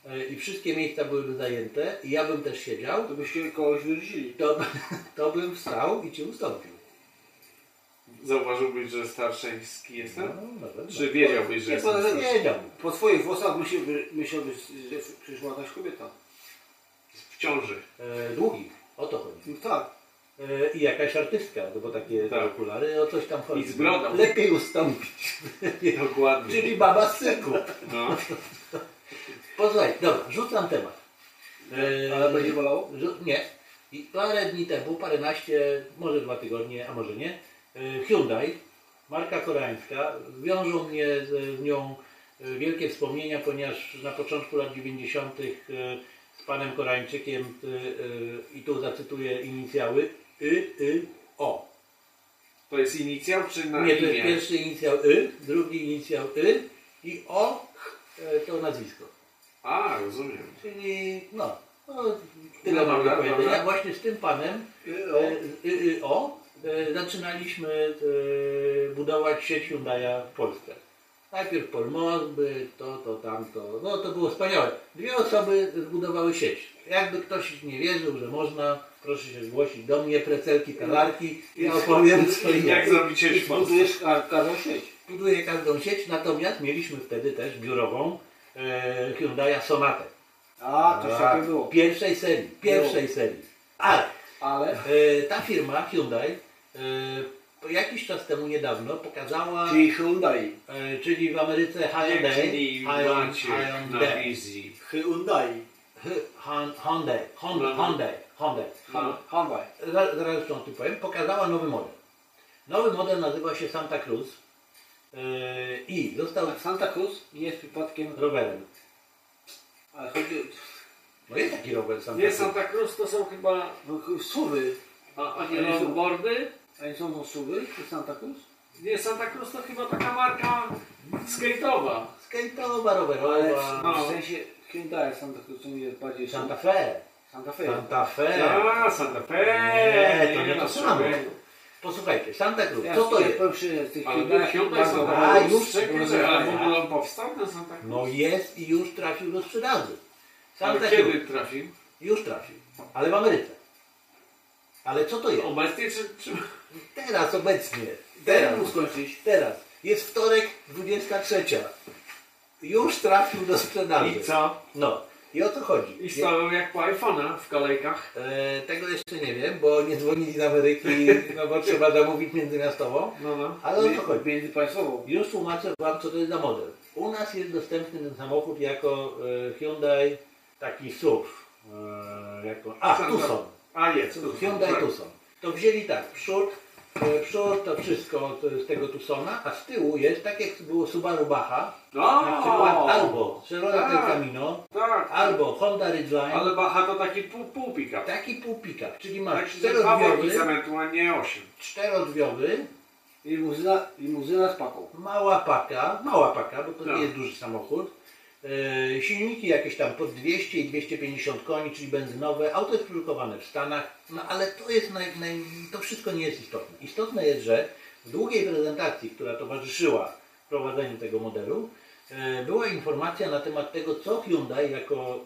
Speaker 4: e, i wszystkie miejsca byłyby zajęte i ja bym też siedział,
Speaker 5: To byście kogoś wyrzucili.
Speaker 4: to, to bym wstał i Ci ustąpił.
Speaker 6: Zauważyłbyś, że starszeński
Speaker 4: No,
Speaker 6: jestem?
Speaker 4: dobra,
Speaker 6: Czy wiedziałbyś, że
Speaker 4: Nie,
Speaker 6: jestem?
Speaker 4: poza- Siedziałbym.
Speaker 5: Po swoich włosach myśl- wy- myślałbyś, że przyszła jakaś kobieta.
Speaker 6: W ciąży.
Speaker 4: E, długi, o to chodzi.
Speaker 5: No tak.
Speaker 4: E, I jakaś artystka, no bo takie
Speaker 6: Tak.
Speaker 4: okulary, o coś tam chodzi.
Speaker 6: z brodą.
Speaker 4: Lepiej ustąpić.
Speaker 6: Dokładnie.
Speaker 4: Czyli baba z cyrku.
Speaker 6: No.
Speaker 4: Posłuchaj, dobra, rzucam temat. Eee,
Speaker 5: Ale będzie bolało?
Speaker 4: rzu- Nie. I parę dni temu, paręnaście, może dwa tygodnie, a może nie, e, Hyundai, marka koreańska, wiążą mnie z z nią e, wielkie wspomnienia, ponieważ na początku lat 90. e, z panem Koreańczykiem, e, e, i tu zacytuję inicjały, y, y, o.
Speaker 6: To jest inicjał czy na
Speaker 4: Nie, to jest
Speaker 6: imię?
Speaker 4: pierwszy inicjał y, drugi inicjał y i o e, to nazwisko.
Speaker 6: A, rozumiem.
Speaker 4: Czyli no, no tyle
Speaker 6: No
Speaker 4: mam do
Speaker 6: dobra,
Speaker 4: powiedzenia.
Speaker 6: dobra.
Speaker 4: Właśnie z tym panem
Speaker 5: Y,
Speaker 4: e,
Speaker 5: o.
Speaker 4: z y, y, o e, zaczynaliśmy e, budować sieć Hyundai'a w Polsce. Najpierw Polmozby, to, to, tamto. No to było wspaniałe. Dwie osoby zbudowały sieć. Jakby ktoś nie wierzył, że można, proszę się zgłosić do mnie, precelki, talarki, ja opowiem co i
Speaker 6: Jak
Speaker 4: jak.
Speaker 6: zrobić sieć
Speaker 5: I
Speaker 6: w Polsce?
Speaker 5: budujesz kar- każdą sieć.
Speaker 4: Buduję każdą sieć, natomiast mieliśmy wtedy też biurową e, Hyundai'a Sonatę.
Speaker 5: A, to się tak było.
Speaker 4: Pierwszej serii, pierwszej serii. Ale
Speaker 5: Ale...
Speaker 4: e, ta firma Hyundai e, po jakiś czas temu niedawno pokazała,
Speaker 5: Czyli Hyundai.
Speaker 4: e, czyli w Ameryce Hyundai,
Speaker 6: Dzięki
Speaker 4: Hyundai,
Speaker 6: macie na
Speaker 4: Hyundai,
Speaker 6: wizji.
Speaker 5: Hyundai.
Speaker 4: Hy- Hyundai, Hyundai, Hyundai, Hyundai.
Speaker 5: Ha- Hyundai.
Speaker 4: Zaraz zaraz zresztą o tym powiem, pokazała nowy model. Nowy model nazywa się Santa Cruz e, i został
Speaker 5: A Santa Cruz jest przypadkiem...
Speaker 4: rowerem.
Speaker 5: Ale chodzi...
Speaker 4: No jest taki rower Santa
Speaker 6: Nie,
Speaker 4: Cruz.
Speaker 6: Santa Cruz to są chyba
Speaker 5: No, suwy.
Speaker 6: a, a nie no, longboardy.
Speaker 5: A nie są to suwy? To Santa Cruz?
Speaker 6: Nie, Santa Cruz to chyba taka marka skate'owa.
Speaker 4: Skate'owa,
Speaker 5: Ale
Speaker 4: rowerowa,
Speaker 5: No, w sensie Hyundai Santa Cruz to nie jest bardziej...
Speaker 4: Santa Fe,
Speaker 5: Santa Fe.
Speaker 4: Santa Fe.
Speaker 1: Tak.
Speaker 6: A, Santa Fe.
Speaker 4: Nie, Eee, to nie
Speaker 6: Eee, ma
Speaker 4: to samo.
Speaker 6: człowieku.
Speaker 4: Posłuchajcie, Santa Cruz,
Speaker 5: Ja
Speaker 4: co to jest?
Speaker 5: powiem szczerze, z tych
Speaker 6: Ale
Speaker 5: Hyundai...
Speaker 6: Hyundai
Speaker 5: bardzo
Speaker 6: Santa
Speaker 5: mało.
Speaker 4: A,
Speaker 6: Cruz,
Speaker 4: już?
Speaker 6: czekaj, ale w ogóle on powstał na Santa Cruz?
Speaker 4: No jest i już trafił do sprzedaży.
Speaker 6: Ale
Speaker 4: Santa Cruz
Speaker 6: kiedy trafił?
Speaker 4: już trafił, ale w Ameryce. Ale co to jest?
Speaker 6: Obecnie czy... czy...
Speaker 4: Teraz obecnie,
Speaker 5: Teraz
Speaker 4: teraz,
Speaker 5: mógł skończyć.
Speaker 4: teraz. Jest wtorek, 23. Już trafił do sprzedaży.
Speaker 6: I co?
Speaker 4: No, i o co chodzi?
Speaker 6: I stoją jak po iPhone'a w kolejkach.
Speaker 4: E, tego jeszcze nie wiem, bo nie dzwonili z Ameryki, no bo trzeba zamówić międzymiastowo.
Speaker 6: No, no.
Speaker 4: Ale o co chodzi?
Speaker 5: Między państwową.
Speaker 4: Już tłumaczę Wam, co to jest za model. U nas jest dostępny ten samochód jako e, Hyundai taki SUV. E, jako, a,
Speaker 6: Santa-
Speaker 4: Tucson.
Speaker 6: A, jest. tu są,
Speaker 4: Hyundai
Speaker 6: tak.
Speaker 4: Tucson. To wzięli tak, przód, e, przód to wszystko z tego Tucsona, a z tyłu jest, tak jak było Subaru Bacha,
Speaker 6: No,
Speaker 4: na przykład albo Chevrolet
Speaker 6: Tak.
Speaker 4: Del Camino,
Speaker 6: Tak.
Speaker 4: albo Honda Ridgeline,
Speaker 6: Ale Bacha to taki pół, pół pick-up.
Speaker 4: taki półpikak, czyli masz
Speaker 6: Taki dwa worki
Speaker 4: czterodrzwiowy,
Speaker 6: cementu, a nie osiem.
Speaker 4: czterodrzwiowy,
Speaker 5: Limuzyna, limuzyna z paką.
Speaker 4: mała paka, mała paka, bo to
Speaker 6: Tak.
Speaker 4: nie jest duży samochód. E, silniki jakieś tam po 200 i 250 koni, czyli benzynowe. Auto jest produkowane w Stanach, no ale to jest naj, naj, to wszystko nie jest istotne. Istotne jest, że w długiej prezentacji, która towarzyszyła prowadzeniu tego modelu, e, była informacja na temat tego, co Hyundai jako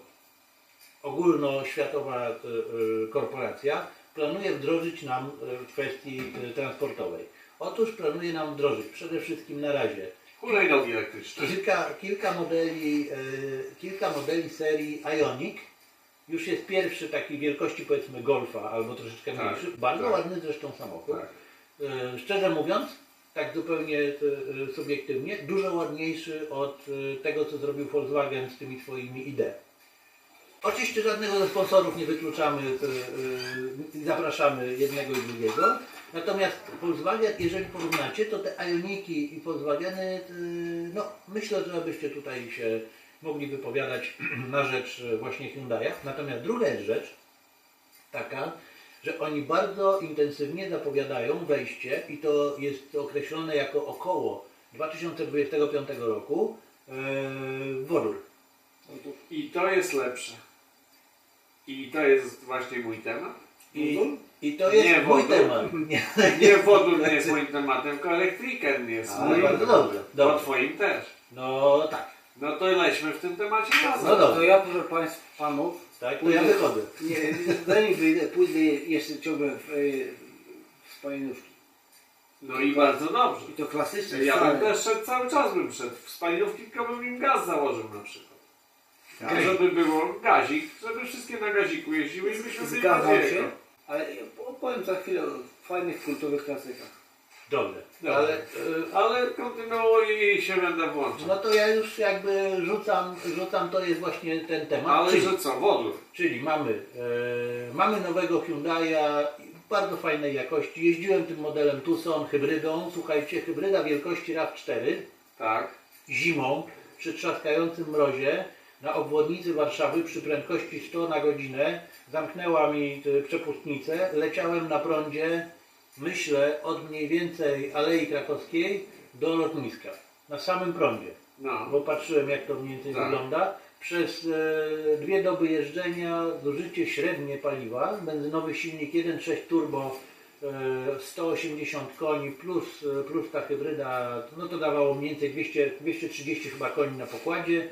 Speaker 4: ogólnoświatowa e, e, korporacja planuje wdrożyć nam e, w kwestii e, transportowej. Otóż planuje nam wdrożyć przede wszystkim na razie
Speaker 6: Hulajnogi elektryczne.
Speaker 4: kilka, kilka, modeli, e, kilka modeli serii Ionic. Już jest pierwszy takiej wielkości powiedzmy Golfa albo troszeczkę
Speaker 6: Tak,
Speaker 4: mniejszy. Bardzo
Speaker 6: tak.
Speaker 4: ładny zresztą samochód.
Speaker 6: Tak.
Speaker 4: E, Szczerze mówiąc, tak zupełnie e, e, subiektywnie, dużo ładniejszy od e, tego, co zrobił Volkswagen z tymi swoimi ID. Oczywiście żadnego ze sponsorów nie wykluczamy, e, e, zapraszamy jednego i drugiego. Natomiast Volkswagen, jeżeli porównacie, to te Ioniki i Volkswageny, e, no myślę, że byście tutaj się mogli wypowiadać na rzecz właśnie Hyundai. Natomiast druga jest rzecz taka, że oni bardzo intensywnie zapowiadają wejście i to jest określone jako około 2025 roku e, wodór.
Speaker 1: I to jest lepsze. I to jest właśnie mój temat.
Speaker 4: I, i to jest
Speaker 1: Nie,
Speaker 4: mój
Speaker 1: wodór.
Speaker 4: temat. Nie,
Speaker 1: Nie wodór nie jest moim tematem, tylko elektriken jest
Speaker 4: Ale
Speaker 1: moim.
Speaker 4: bardzo dobrze,
Speaker 1: No
Speaker 4: dobrze.
Speaker 1: twoim też.
Speaker 4: No tak,
Speaker 1: No to leśmy w tym temacie razem.
Speaker 4: No dobra.
Speaker 5: To ja proszę państw, panów,
Speaker 4: tak, to ja wychodzę.
Speaker 5: nie, zanim wyjdę, pójdę jeszcze ciągle w, y, w spalinówki.
Speaker 1: No i bardzo dobrze.
Speaker 5: I to klasyczne,
Speaker 1: Ja
Speaker 5: stare.
Speaker 1: bym też szedł cały czas bym szedł. W spalinówki tylko bym im gaz założył na przykład.
Speaker 5: Tak.
Speaker 1: Tak. Żeby było gazik, żeby wszystkie na gaziku jeździły i byśmy byli
Speaker 5: Zgadzam
Speaker 1: bardziej
Speaker 5: się,
Speaker 1: eko.
Speaker 5: ale opowiem za chwilę o fajnych, kultowych klasykach.
Speaker 4: Dobrze.
Speaker 1: Dobra.
Speaker 4: Ale, e,
Speaker 1: Ale, ale kontynuuj i się będę włączał.
Speaker 4: no to ja już jakby rzucam, rzucam to jest właśnie ten temat.
Speaker 1: Ale
Speaker 4: czyli,
Speaker 1: że co, wodór?
Speaker 4: czyli mamy, e, mamy nowego Hyundai'a bardzo fajnej jakości. Jeździłem tym modelem Tucson, hybrydą. Słuchajcie, hybryda wielkości RAV4
Speaker 1: Tak.
Speaker 4: zimą przy trzaskającym mrozie na obwodnicy Warszawy przy prędkości 100 na godzinę zamknęła mi y, przepustnicę. Leciałem na prądzie, myślę, od mniej więcej Alei Krakowskiej do lotniska. Na samym prądzie
Speaker 1: No.
Speaker 4: bo patrzyłem jak to mniej więcej
Speaker 1: Tak.
Speaker 4: wygląda. Przez e, dwie doby jeżdżenia zużycie średnie paliwa, benzynowy silnik 1.6 turbo, e, 180 koni plus, e, plus ta hybryda, no to dawało mniej więcej 200, 230 chyba koni na pokładzie,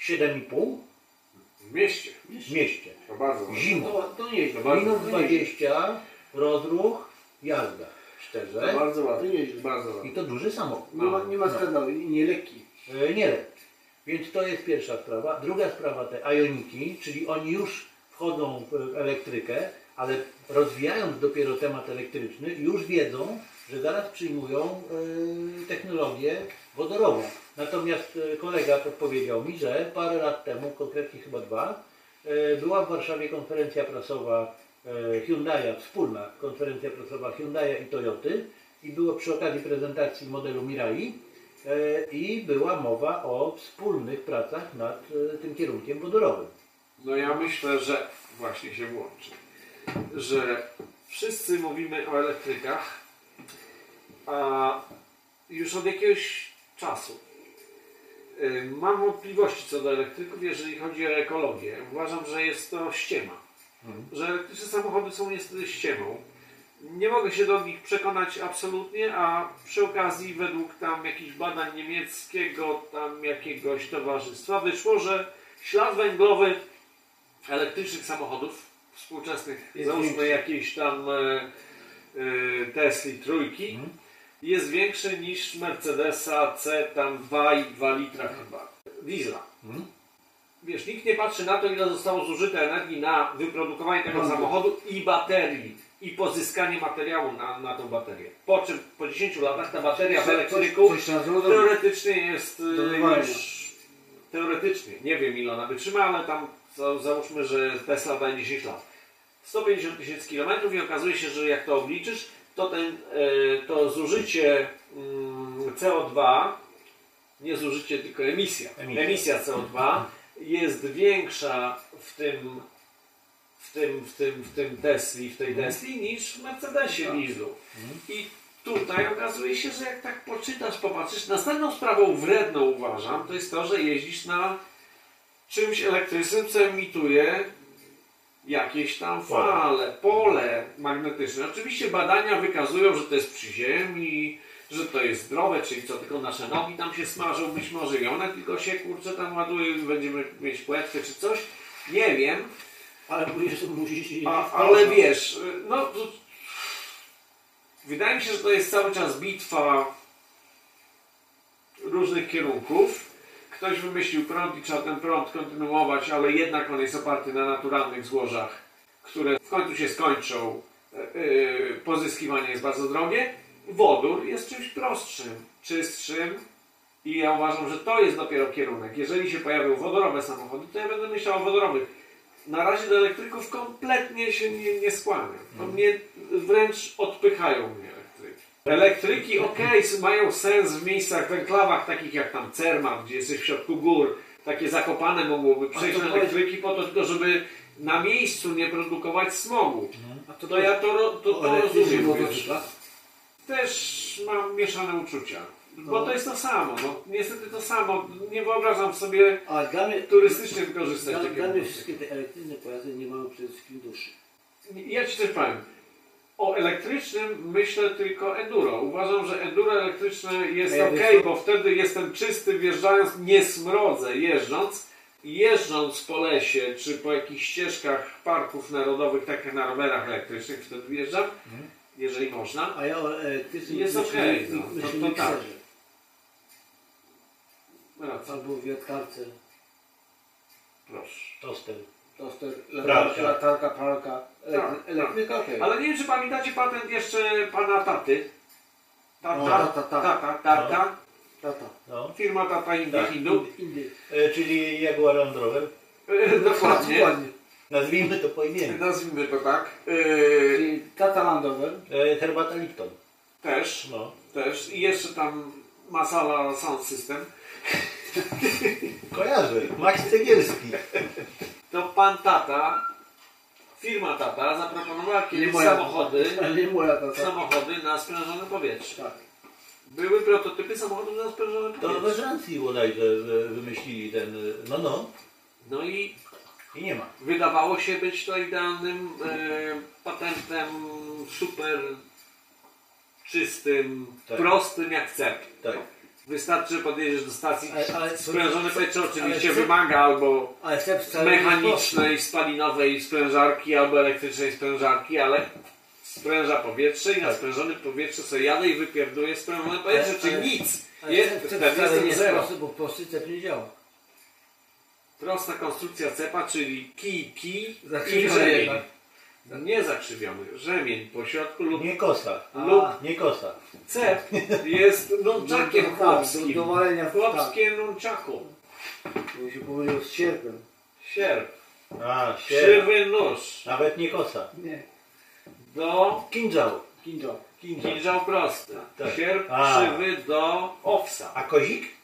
Speaker 4: 7,5
Speaker 1: W mieście.
Speaker 4: w mieście.
Speaker 1: To bardzo dobrze.
Speaker 4: Zimą,
Speaker 1: To, to nieźle. Bardzo,
Speaker 4: minus
Speaker 1: to nieźle.
Speaker 4: 20, rozruch, jazda, szczerze.
Speaker 1: To bardzo ładnie.
Speaker 5: To nieźle.
Speaker 1: Bardzo ładnie.
Speaker 4: I to duży samochód. No.
Speaker 5: Nie ma,
Speaker 1: no.
Speaker 5: nie ma skandału i nie lekki.
Speaker 4: E, Nie lekki. Więc to jest pierwsza sprawa. Druga sprawa, te ajoniki, czyli oni już wchodzą w elektrykę, ale rozwijając dopiero temat elektryczny, już wiedzą, że zaraz przyjmują e, technologię wodorową. Natomiast e, kolega podpowiedział mi, że parę lat temu, konkretnie chyba dwa, e, była w Warszawie konferencja prasowa e, Hyundai'a, wspólna konferencja prasowa Hyundai'a i Toyoty i było przy okazji prezentacji modelu Mirai E, i była mowa o wspólnych pracach nad e, tym kierunkiem wodorowym.
Speaker 1: No ja myślę, że właśnie się włączy. Że wszyscy mówimy o elektrykach, a już od jakiegoś czasu y, mam wątpliwości co do elektryków, jeżeli chodzi o ekologię. Uważam, że jest to ściema. Że elektryczne samochody są niestety ściemą. Nie mogę się do nich przekonać absolutnie, a przy okazji według tam jakichś badań niemieckiego tam jakiegoś towarzystwa wyszło, że ślad węglowy elektrycznych samochodów współczesnych,
Speaker 5: Jest
Speaker 1: załóżmy
Speaker 5: większy.
Speaker 1: jakiejś tam e, e, Tesli trójki,
Speaker 5: Mhm.
Speaker 1: jest większy niż Mercedesa C tam 2 i 2 litra chyba, diesla.
Speaker 5: Mhm.
Speaker 1: Wiesz, nikt nie patrzy na to, ile zostało zużyte energii na wyprodukowanie tego samochodu i baterii, i pozyskanie materiału na, na tą baterię. Po czym po 10 latach ta bateria w elektryku
Speaker 5: Coś trzeba zrobić.
Speaker 1: teoretycznie jest y,
Speaker 5: Dozwolenie.
Speaker 1: już teoretycznie, nie wiem ile ona wytrzyma, ale tam za- załóżmy, że Tesla daje 10 lat. 150 tysięcy kilometrów i okazuje się, że jak to obliczysz, to, ten, y, to zużycie mm, CO2, nie zużycie, tylko emisja,
Speaker 4: Emisja.
Speaker 1: emisja, CO2 jest większa w tym w tym, w tym, w tym Tesli, w tej Tesli niż w Mercedesie dieslu. I tutaj okazuje się, że jak tak poczytasz, popatrzysz, następną sprawą wredną uważam, to jest to, że jeździsz na czymś elektrycznym, co emituje jakieś tam fale, pole magnetyczne. Oczywiście badania wykazują, że to jest przy ziemi, że to jest zdrowe, czyli co, tylko nasze nogi tam się smażą być może i one tylko się kurczę tam ładuje, będziemy mieć płetwę czy coś. Nie wiem,
Speaker 5: Ale musisz, musisz jeździć
Speaker 1: a,
Speaker 5: w
Speaker 1: ale
Speaker 5: Polsce.
Speaker 1: wiesz, no to, wydaje mi się, że to jest cały czas bitwa różnych kierunków. Ktoś wymyślił prąd i trzeba ten prąd kontynuować, ale jednak on jest oparty na naturalnych złożach, które w końcu się skończą. E, e, Pozyskiwanie jest bardzo drogie. Wodór jest czymś prostszym, czystszym i ja uważam, że to jest dopiero kierunek. Jeżeli się pojawią wodorowe samochody, to ja będę myślał o wodorowych na razie do elektryków kompletnie się nie, nie skłaniam. To
Speaker 5: Mhm.
Speaker 1: mnie wręcz odpychają mnie elektryki. Elektryki, okej, s- mają sens w miejscach, w enklawach takich jak tam Cerma, gdzie jesteś w środku gór. Takie zakopane mogłoby przejść
Speaker 5: to
Speaker 1: na
Speaker 5: powiedz-
Speaker 1: elektryki po to tylko, żeby na miejscu nie produkować smogu.
Speaker 5: Mhm. A to,
Speaker 1: To, ja to, ro- to,
Speaker 5: to,
Speaker 1: to
Speaker 5: elektrycznie
Speaker 1: rozumiem.
Speaker 5: było
Speaker 1: wiesz.
Speaker 5: to
Speaker 1: Też mam mieszane uczucia. Bo to jest to samo. No, niestety to samo. Nie wyobrażam sobie
Speaker 5: A dla mnie,
Speaker 1: turystycznie wykorzystać
Speaker 5: dla,
Speaker 1: takiego
Speaker 5: dla mnie
Speaker 1: motywu.
Speaker 5: wszystkie te elektryczne pojazdy nie mają przede wszystkim duszy.
Speaker 1: Ja ci też powiem. O elektrycznym myślę tylko enduro. Uważam, że enduro elektryczne jest
Speaker 5: A ja
Speaker 1: ok,
Speaker 5: wiesz co?
Speaker 1: bo wtedy jestem czysty wjeżdżając, nie smrodzę jeżdżąc. Jeżdżąc po lesie, czy po jakichś ścieżkach parków narodowych, takich na rowerach elektrycznych, wtedy wjeżdżam,
Speaker 5: Mhm.
Speaker 1: jeżeli można.
Speaker 5: A ja o elektrycznym
Speaker 1: Jest
Speaker 5: myślę-
Speaker 1: okej, no,
Speaker 5: myślę
Speaker 1: to- to tak.
Speaker 5: mikserze.
Speaker 1: Racja,
Speaker 5: Albo w wiatkarce,
Speaker 1: No proszę.
Speaker 4: Toster.
Speaker 5: toster,
Speaker 4: Pralka.
Speaker 5: latarka, latarka, pralka, elektry-
Speaker 1: Tak,
Speaker 5: elektryka, okej.
Speaker 1: Ale nie wiem, czy pamiętacie patent jeszcze pana taty.
Speaker 5: O,
Speaker 1: Tata,
Speaker 5: tata,
Speaker 1: tata,
Speaker 5: tak.
Speaker 1: tata, tata.
Speaker 5: Tata.
Speaker 4: No.
Speaker 1: Firma Tata Indy
Speaker 4: Tak.
Speaker 1: Hindu. E,
Speaker 5: Indy.
Speaker 4: E, czyli Jaguar Land Rover.
Speaker 1: Dokładnie.
Speaker 5: No, Dokładnie.
Speaker 4: Nazwijmy to po imieniu.
Speaker 1: Nazwijmy to tak. Yy,
Speaker 5: Czyli tata landower.
Speaker 4: E, herbata Lipton.
Speaker 1: też,
Speaker 4: No.
Speaker 1: też. I jeszcze tam Masala Sound System.
Speaker 4: Kojarzę. Max Cegielski.
Speaker 1: To pan tata, firma tata zaproponowała
Speaker 5: Nie
Speaker 1: kiedyś
Speaker 5: moja-
Speaker 1: samochody,
Speaker 5: Nie moja tata.
Speaker 1: samochody na sprężone powietrze.
Speaker 5: Tak.
Speaker 1: Były prototypy samochodów na sprężone
Speaker 4: To we
Speaker 1: powietrze.
Speaker 4: Francji bodajże e, wymyślili ten... e, No, no.
Speaker 1: No i
Speaker 4: I nie ma.
Speaker 1: Wydawało się być to idealnym e, patentem, super czystym,
Speaker 4: Tak.
Speaker 1: prostym jak cep.
Speaker 4: Tak.
Speaker 1: Wystarczy, że podjedziesz do stacji,
Speaker 5: Ale- ale-
Speaker 1: sprężone powietrze oczywiście
Speaker 5: ale-
Speaker 1: wymaga albo
Speaker 5: Ale chleb wcale nie jest
Speaker 1: mechanicznej, spalinowej sprężarki, albo elektrycznej sprężarki, ale spręża powietrze i na sprężonym powietrze sobie jadę i wypierduję sprężone powietrze,
Speaker 5: Tak. Ale-
Speaker 1: czy
Speaker 5: ale-
Speaker 1: nic.
Speaker 5: prosty. Ale
Speaker 1: Jest,
Speaker 5: chleb
Speaker 1: wtedy
Speaker 5: wcale nie
Speaker 1: jestem
Speaker 5: jest
Speaker 1: zero.
Speaker 5: prosty, bo prosty chleb nie działa.
Speaker 1: Prosta konstrukcja cepa, czyli kij, kij i
Speaker 5: Zakrzywiony
Speaker 1: rzemień.
Speaker 5: jednak.
Speaker 1: Nie zakrzywiony, rzemień po środku lub,
Speaker 4: Nie kosa.
Speaker 1: lub
Speaker 5: A.
Speaker 4: Nie kosa.
Speaker 1: cep jest nunchakiem
Speaker 5: No tak,
Speaker 1: chłopskim.
Speaker 5: do- do walenia w tak,
Speaker 1: Chłopskie nunchaku.
Speaker 5: Bo się pomylił z sierpem.
Speaker 1: Sierp.
Speaker 4: A, sierp.
Speaker 1: Krzywy nóż.
Speaker 4: Nawet nie kosa.
Speaker 5: Nie.
Speaker 1: Do
Speaker 4: Kinżał.
Speaker 5: Kinjo.
Speaker 4: Kinżał.
Speaker 1: kinżał prosty.
Speaker 4: Tak.
Speaker 1: Sierp
Speaker 4: A.
Speaker 1: krzywy do owsa.
Speaker 4: A kozik?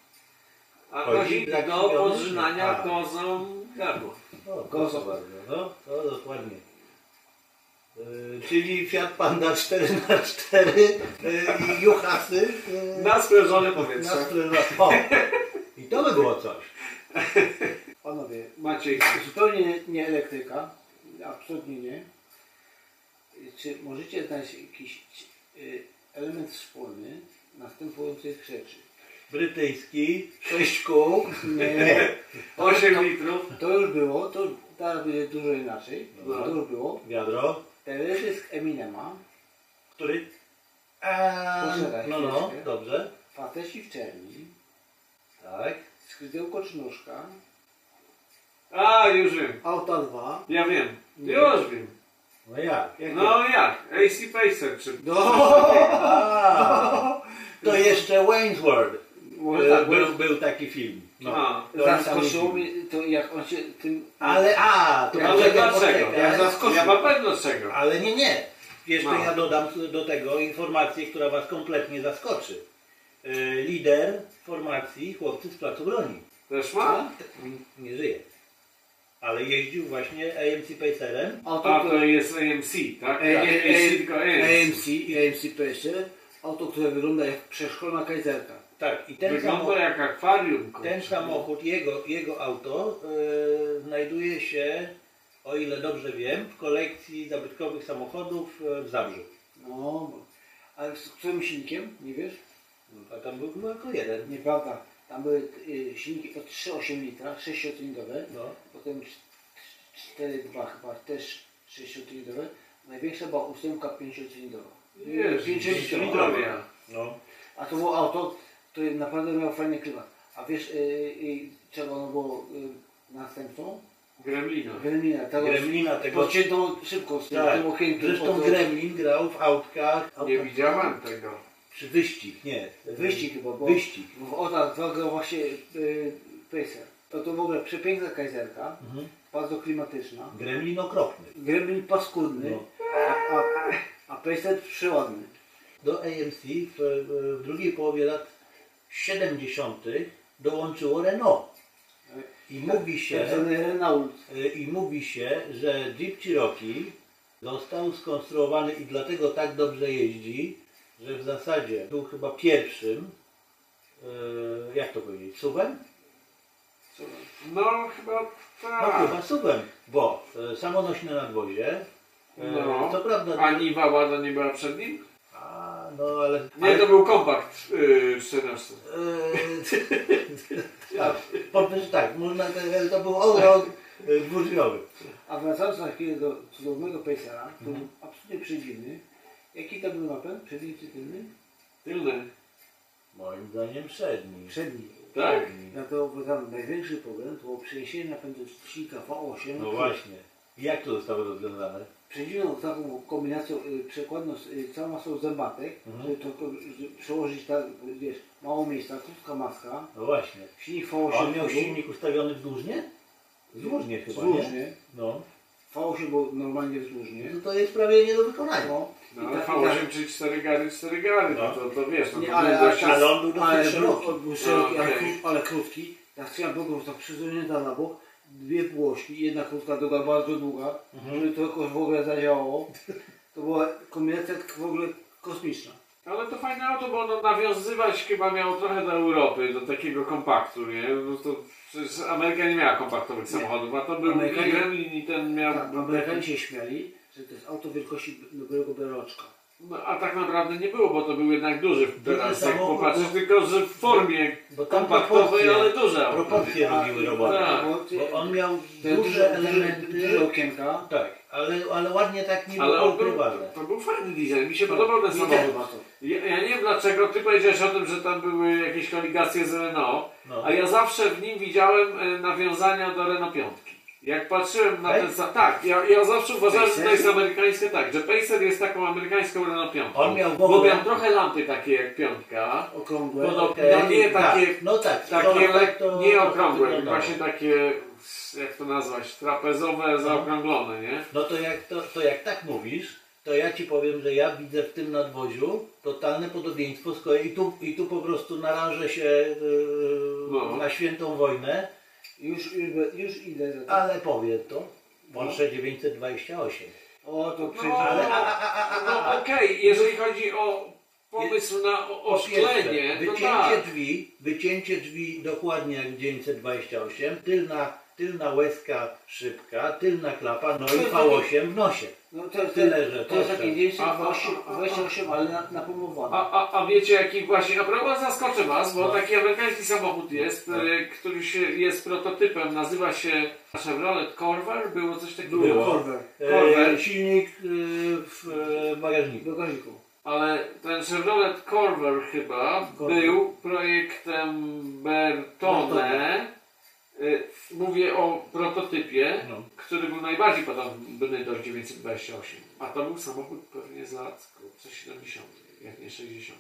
Speaker 1: A
Speaker 4: Kozik
Speaker 1: kozik
Speaker 4: dla
Speaker 1: do
Speaker 4: krzywiony?
Speaker 1: podrzynania
Speaker 4: A.
Speaker 1: kozą gardła.
Speaker 4: O,
Speaker 5: Kosa.
Speaker 4: kosa bardzo. No, to dokładnie. E, Czyli Fiat Panda 4x4 e, i juchasy e,
Speaker 1: Na sprężone
Speaker 4: na
Speaker 1: powietrze.
Speaker 4: stronę. O! I to by było coś.
Speaker 5: Panowie,
Speaker 1: Maciej.
Speaker 5: zupełnie nie- nie elektryka, absolutnie nie. Czy możecie znaleźć jakiś y, element wspólny następujących rzeczy?
Speaker 4: Brytyjski, 6 kół.
Speaker 5: Nie.
Speaker 1: 8 litrów.
Speaker 5: To już było, to już- teraz będzie dużo inaczej.
Speaker 1: No.
Speaker 5: To już było.
Speaker 4: Wiadro.
Speaker 5: Teledysk Eminema,
Speaker 4: Który? A,
Speaker 5: Posiadaj
Speaker 4: no, no,
Speaker 5: chwileczkę.
Speaker 4: dobrze.
Speaker 5: Fatesi w czerni,
Speaker 4: Tak.
Speaker 5: skrzydełko Cznuszka,
Speaker 1: A, już wiem.
Speaker 5: Auta 2.
Speaker 1: Ja wiem. Już wiem.
Speaker 4: No jak?
Speaker 1: No jak? AC Pacer czy...
Speaker 4: A, to jeszcze Wayne's World.
Speaker 5: Może
Speaker 4: E,
Speaker 5: tak, bo
Speaker 4: Był, był taki film. No.
Speaker 1: A.
Speaker 5: No
Speaker 4: To oni tam
Speaker 5: zaskoczyło
Speaker 4: jeździli.
Speaker 5: mnie to jak on się tym...
Speaker 4: Ale a, to
Speaker 1: Ale
Speaker 4: poczekaj,
Speaker 1: dlaczego?
Speaker 4: poczekaj.
Speaker 5: Ja zaskoczył.
Speaker 1: Ja mam pewno czego.
Speaker 4: Ale nie, nie. Jeszcze
Speaker 1: No.
Speaker 4: ja dodam do tego informację, która Was kompletnie zaskoczy. E, Lider formacji chłopcy z placu broni.
Speaker 1: Też ma?
Speaker 4: Nie żyje. Ale jeździł właśnie AMC Pacerem.
Speaker 5: Auto,
Speaker 1: A
Speaker 5: które
Speaker 1: to jest AMC, tak?
Speaker 5: E,
Speaker 1: Tak,
Speaker 5: e,
Speaker 1: AC,
Speaker 5: e,
Speaker 1: tylko AMC.
Speaker 5: AMC i AMC PS, auto, które wygląda jak przeszkolna kajzerka.
Speaker 4: Tak, i ten,
Speaker 1: Wygląda
Speaker 4: samo,
Speaker 1: jak akwarium. kurczę.
Speaker 4: ten samochód, jego, jego auto e, znajduje się, o ile dobrze wiem, w kolekcji zabytkowych samochodów e, w Zabrzu.
Speaker 5: No, ale z którym silnikiem, nie wiesz?
Speaker 4: A tam był chyba tylko jeden.
Speaker 5: Nieprawda. Tam były y, silniki od 3,8 litra, 6-cylindrowe,
Speaker 4: No.
Speaker 5: potem cz- cz- 4,2 chyba też 6-cylindrowe. Największa była ósemka 5-cylindrowa.
Speaker 1: Jezu,
Speaker 5: Pięciocylindrowa.
Speaker 4: No.
Speaker 5: A to było auto, które naprawdę miało fajny klimat. A wiesz, y, y, czego ono było y, następcą?
Speaker 1: Gremlina.
Speaker 5: Gremlina. Tego,
Speaker 4: Gremlina tego.
Speaker 5: Podciętą szybko z tym,
Speaker 4: Tak.
Speaker 5: tym okienkiem.
Speaker 4: Zresztą
Speaker 5: pod-
Speaker 4: Gremlin grał w autkach
Speaker 1: Nie widziałem tego.
Speaker 4: Czy wyścig? Nie.
Speaker 5: Wyścig chyba, bo
Speaker 4: Wyścig.
Speaker 5: bo w Otar 2 grał właśnie y, Pacer. To, to w ogóle przepiękna kajzerka, bardzo klimatyczna.
Speaker 4: Gremlin okropny.
Speaker 5: Gremlin paskudny,
Speaker 4: No.
Speaker 5: a, a, a Pejset przyładny.
Speaker 4: Do AMC w, w drugiej połowie lat 70. dołączyło Renault. I mówi się,
Speaker 5: Tak zwany Renault.
Speaker 4: y, i mówi się, że Jeep Cherokee został skonstruowany i dlatego tak dobrze jeździ, że w zasadzie był chyba pierwszym, y, jak to powiedzieć, suwem?
Speaker 1: No chyba
Speaker 4: No
Speaker 1: tak.
Speaker 4: chyba suwem, bo y, samonośne nadwozie, y,
Speaker 1: No.
Speaker 4: co prawda...
Speaker 1: A Niwa ładna nie była przed nim?
Speaker 4: A, no ale...
Speaker 1: Nie, to był kompakt yy, 14.
Speaker 4: Eee, tak, Powiem, że tak, można, to- to był e, urok dwudrzwiowy.
Speaker 5: A wracając na chwilę do cudownego Pejsera, to
Speaker 4: Mhm.
Speaker 5: był absolutnie przedziwny. Jaki to był napęd? Przedni czy tylny?
Speaker 1: Tylny.
Speaker 4: Moim zdaniem przedni.
Speaker 5: Przedni.
Speaker 1: Tak?
Speaker 5: Dlatego bo tam największy problem to było przeniesienie napędu z silnika V8
Speaker 4: No właśnie. I jak to zostało rozwiązane?
Speaker 5: przedziwną taką kombinacją y, przekładną z y, całą masą zębatek,
Speaker 4: Mhm.
Speaker 5: żeby to żeby przełożyć tak, wiesz, mało miejsca, krótka maska,
Speaker 4: No właśnie.
Speaker 5: silnik
Speaker 4: A
Speaker 5: V8
Speaker 1: No.
Speaker 4: on miał
Speaker 5: był-
Speaker 4: silnik ustawiony wzdłużnie? Wzdłużnie chyba, nie?
Speaker 5: Wzdłużnie.
Speaker 4: No.
Speaker 5: V8 był normalnie wzdłużnie.
Speaker 4: No to jest prawie nie do wykonania.
Speaker 5: No,
Speaker 1: No, ale
Speaker 5: tak-
Speaker 1: V8 czy 4 gary, 4 gary, no.
Speaker 4: No.
Speaker 1: to, to wiesz, no,
Speaker 5: Nie,
Speaker 1: to
Speaker 5: ale,
Speaker 1: był
Speaker 5: ale,
Speaker 1: dość...
Speaker 4: ale on był dosyć
Speaker 5: ale
Speaker 4: szeroki.
Speaker 5: Był, był szeroki,
Speaker 1: No,
Speaker 5: ale,
Speaker 1: okej.
Speaker 5: krót, ale krótki. Ta skrzynia była tak przesunięta na bok, dwie płośki, jedna krótka, druga bardzo długa,
Speaker 4: Mhm.
Speaker 5: żeby to jakoś w ogóle zadziałało. To była kombinacja w ogóle kosmiczna.
Speaker 1: Ale to fajne auto, bo ono nawiązywać chyba miało trochę do Europy, do takiego kompaktu, nie? No to przecież Ameryka nie miała kompaktowych samochodów, a to był
Speaker 5: Amerykanie-
Speaker 1: i Gremlin i ten miał...
Speaker 5: Tak, Amerykanie się śmiali, że to jest auto wielkości dobrego beroczka.
Speaker 1: No, a tak naprawdę nie było, bo to był jednak duży teraz, jak
Speaker 4: samochód,
Speaker 1: popatrzysz,
Speaker 4: bo-
Speaker 1: tylko że w formie
Speaker 4: Bo tam
Speaker 1: kompaktowej,
Speaker 4: proporcje-
Speaker 1: ale duże auto.
Speaker 4: Proporcje robiły robotę.
Speaker 1: Tak.
Speaker 4: Bo on miał
Speaker 5: Te
Speaker 4: duże
Speaker 5: duże
Speaker 4: elementy,
Speaker 5: okienka.
Speaker 4: tak, ale, ale ładnie tak nie
Speaker 1: Ale
Speaker 4: było
Speaker 1: on był,
Speaker 4: ukrywane.
Speaker 1: to był fajny design, mi się podobał ten
Speaker 5: Nie
Speaker 1: samochód.
Speaker 5: podoba to.
Speaker 1: Ja, ja nie wiem dlaczego, ty powiedziałeś o tym, że tam były jakieś koligacje z Renault,
Speaker 4: No.
Speaker 1: a ja zawsze w nim widziałem e, nawiązania do Renault 5. Jak patrzyłem na
Speaker 4: Tak?
Speaker 1: ten sam... Tak, ja, ja zawsze uważałem, że to
Speaker 5: Pacer?
Speaker 1: jest amerykańskie tak, że Pacer jest taką amerykańską Renault 5.
Speaker 4: On miał w
Speaker 1: Bo
Speaker 4: ogóle-
Speaker 1: miał trochę lampy takie jak piątka,
Speaker 5: Okrągłe.
Speaker 1: podobne,
Speaker 4: Ej,
Speaker 1: nie
Speaker 4: tak,
Speaker 1: takie
Speaker 4: no tak,
Speaker 1: takie
Speaker 4: to-
Speaker 1: lek-
Speaker 4: to-
Speaker 1: nie
Speaker 4: to
Speaker 1: okrągłe,
Speaker 4: wyglądało.
Speaker 1: właśnie takie, jak to nazwać, trapezowe, zaokrąglone, nie?
Speaker 4: No to jak, to, to jak tak mówisz, to ja ci powiem, że ja widzę w tym nadwoziu totalne podobieństwo z kolei i tu, i tu po prostu naranżę się yy,
Speaker 1: No.
Speaker 4: na świętą wojnę,
Speaker 5: Już, już, już idę za to.
Speaker 4: ale powiem to. Porsche 928.
Speaker 5: O, to
Speaker 1: No,
Speaker 5: przecież...
Speaker 1: ale, no okej, jeżeli chodzi o pomysł na o-
Speaker 4: Po
Speaker 1: oszklenie,
Speaker 4: pierwsze,
Speaker 1: no
Speaker 4: wycięcie
Speaker 1: tak.
Speaker 4: drzwi, wycięcie drzwi dokładnie jak w 928, tylna, tylna łezka szybka, tylna klapa, no i V8 w nosie.
Speaker 5: No to, to,
Speaker 4: Tyle, że
Speaker 5: to jest
Speaker 4: proszę.
Speaker 5: takie większe
Speaker 1: A, a, a, a, a.
Speaker 5: 28, ale na, napomowane.
Speaker 1: A, a, a wiecie jaki właśnie, a propos zaskoczę was,
Speaker 4: No.
Speaker 1: bo taki amerykański samochód jest,
Speaker 4: Tak.
Speaker 1: e, który się, jest prototypem, nazywa się Chevrolet Corvair, było coś takiego?
Speaker 4: Było.
Speaker 5: Korwer.
Speaker 1: Korwer.
Speaker 4: E, silnik e, w e, bagażniku.
Speaker 5: Do gaziku.
Speaker 1: Ale ten Chevrolet Corvair chyba
Speaker 5: Corvair.
Speaker 1: był projektem Bertone. Y, Mówię o prototypie,
Speaker 4: No.
Speaker 1: który był najbardziej podobny do 928. A to był samochód pewnie z lat kurczę, 70., jak nie 60.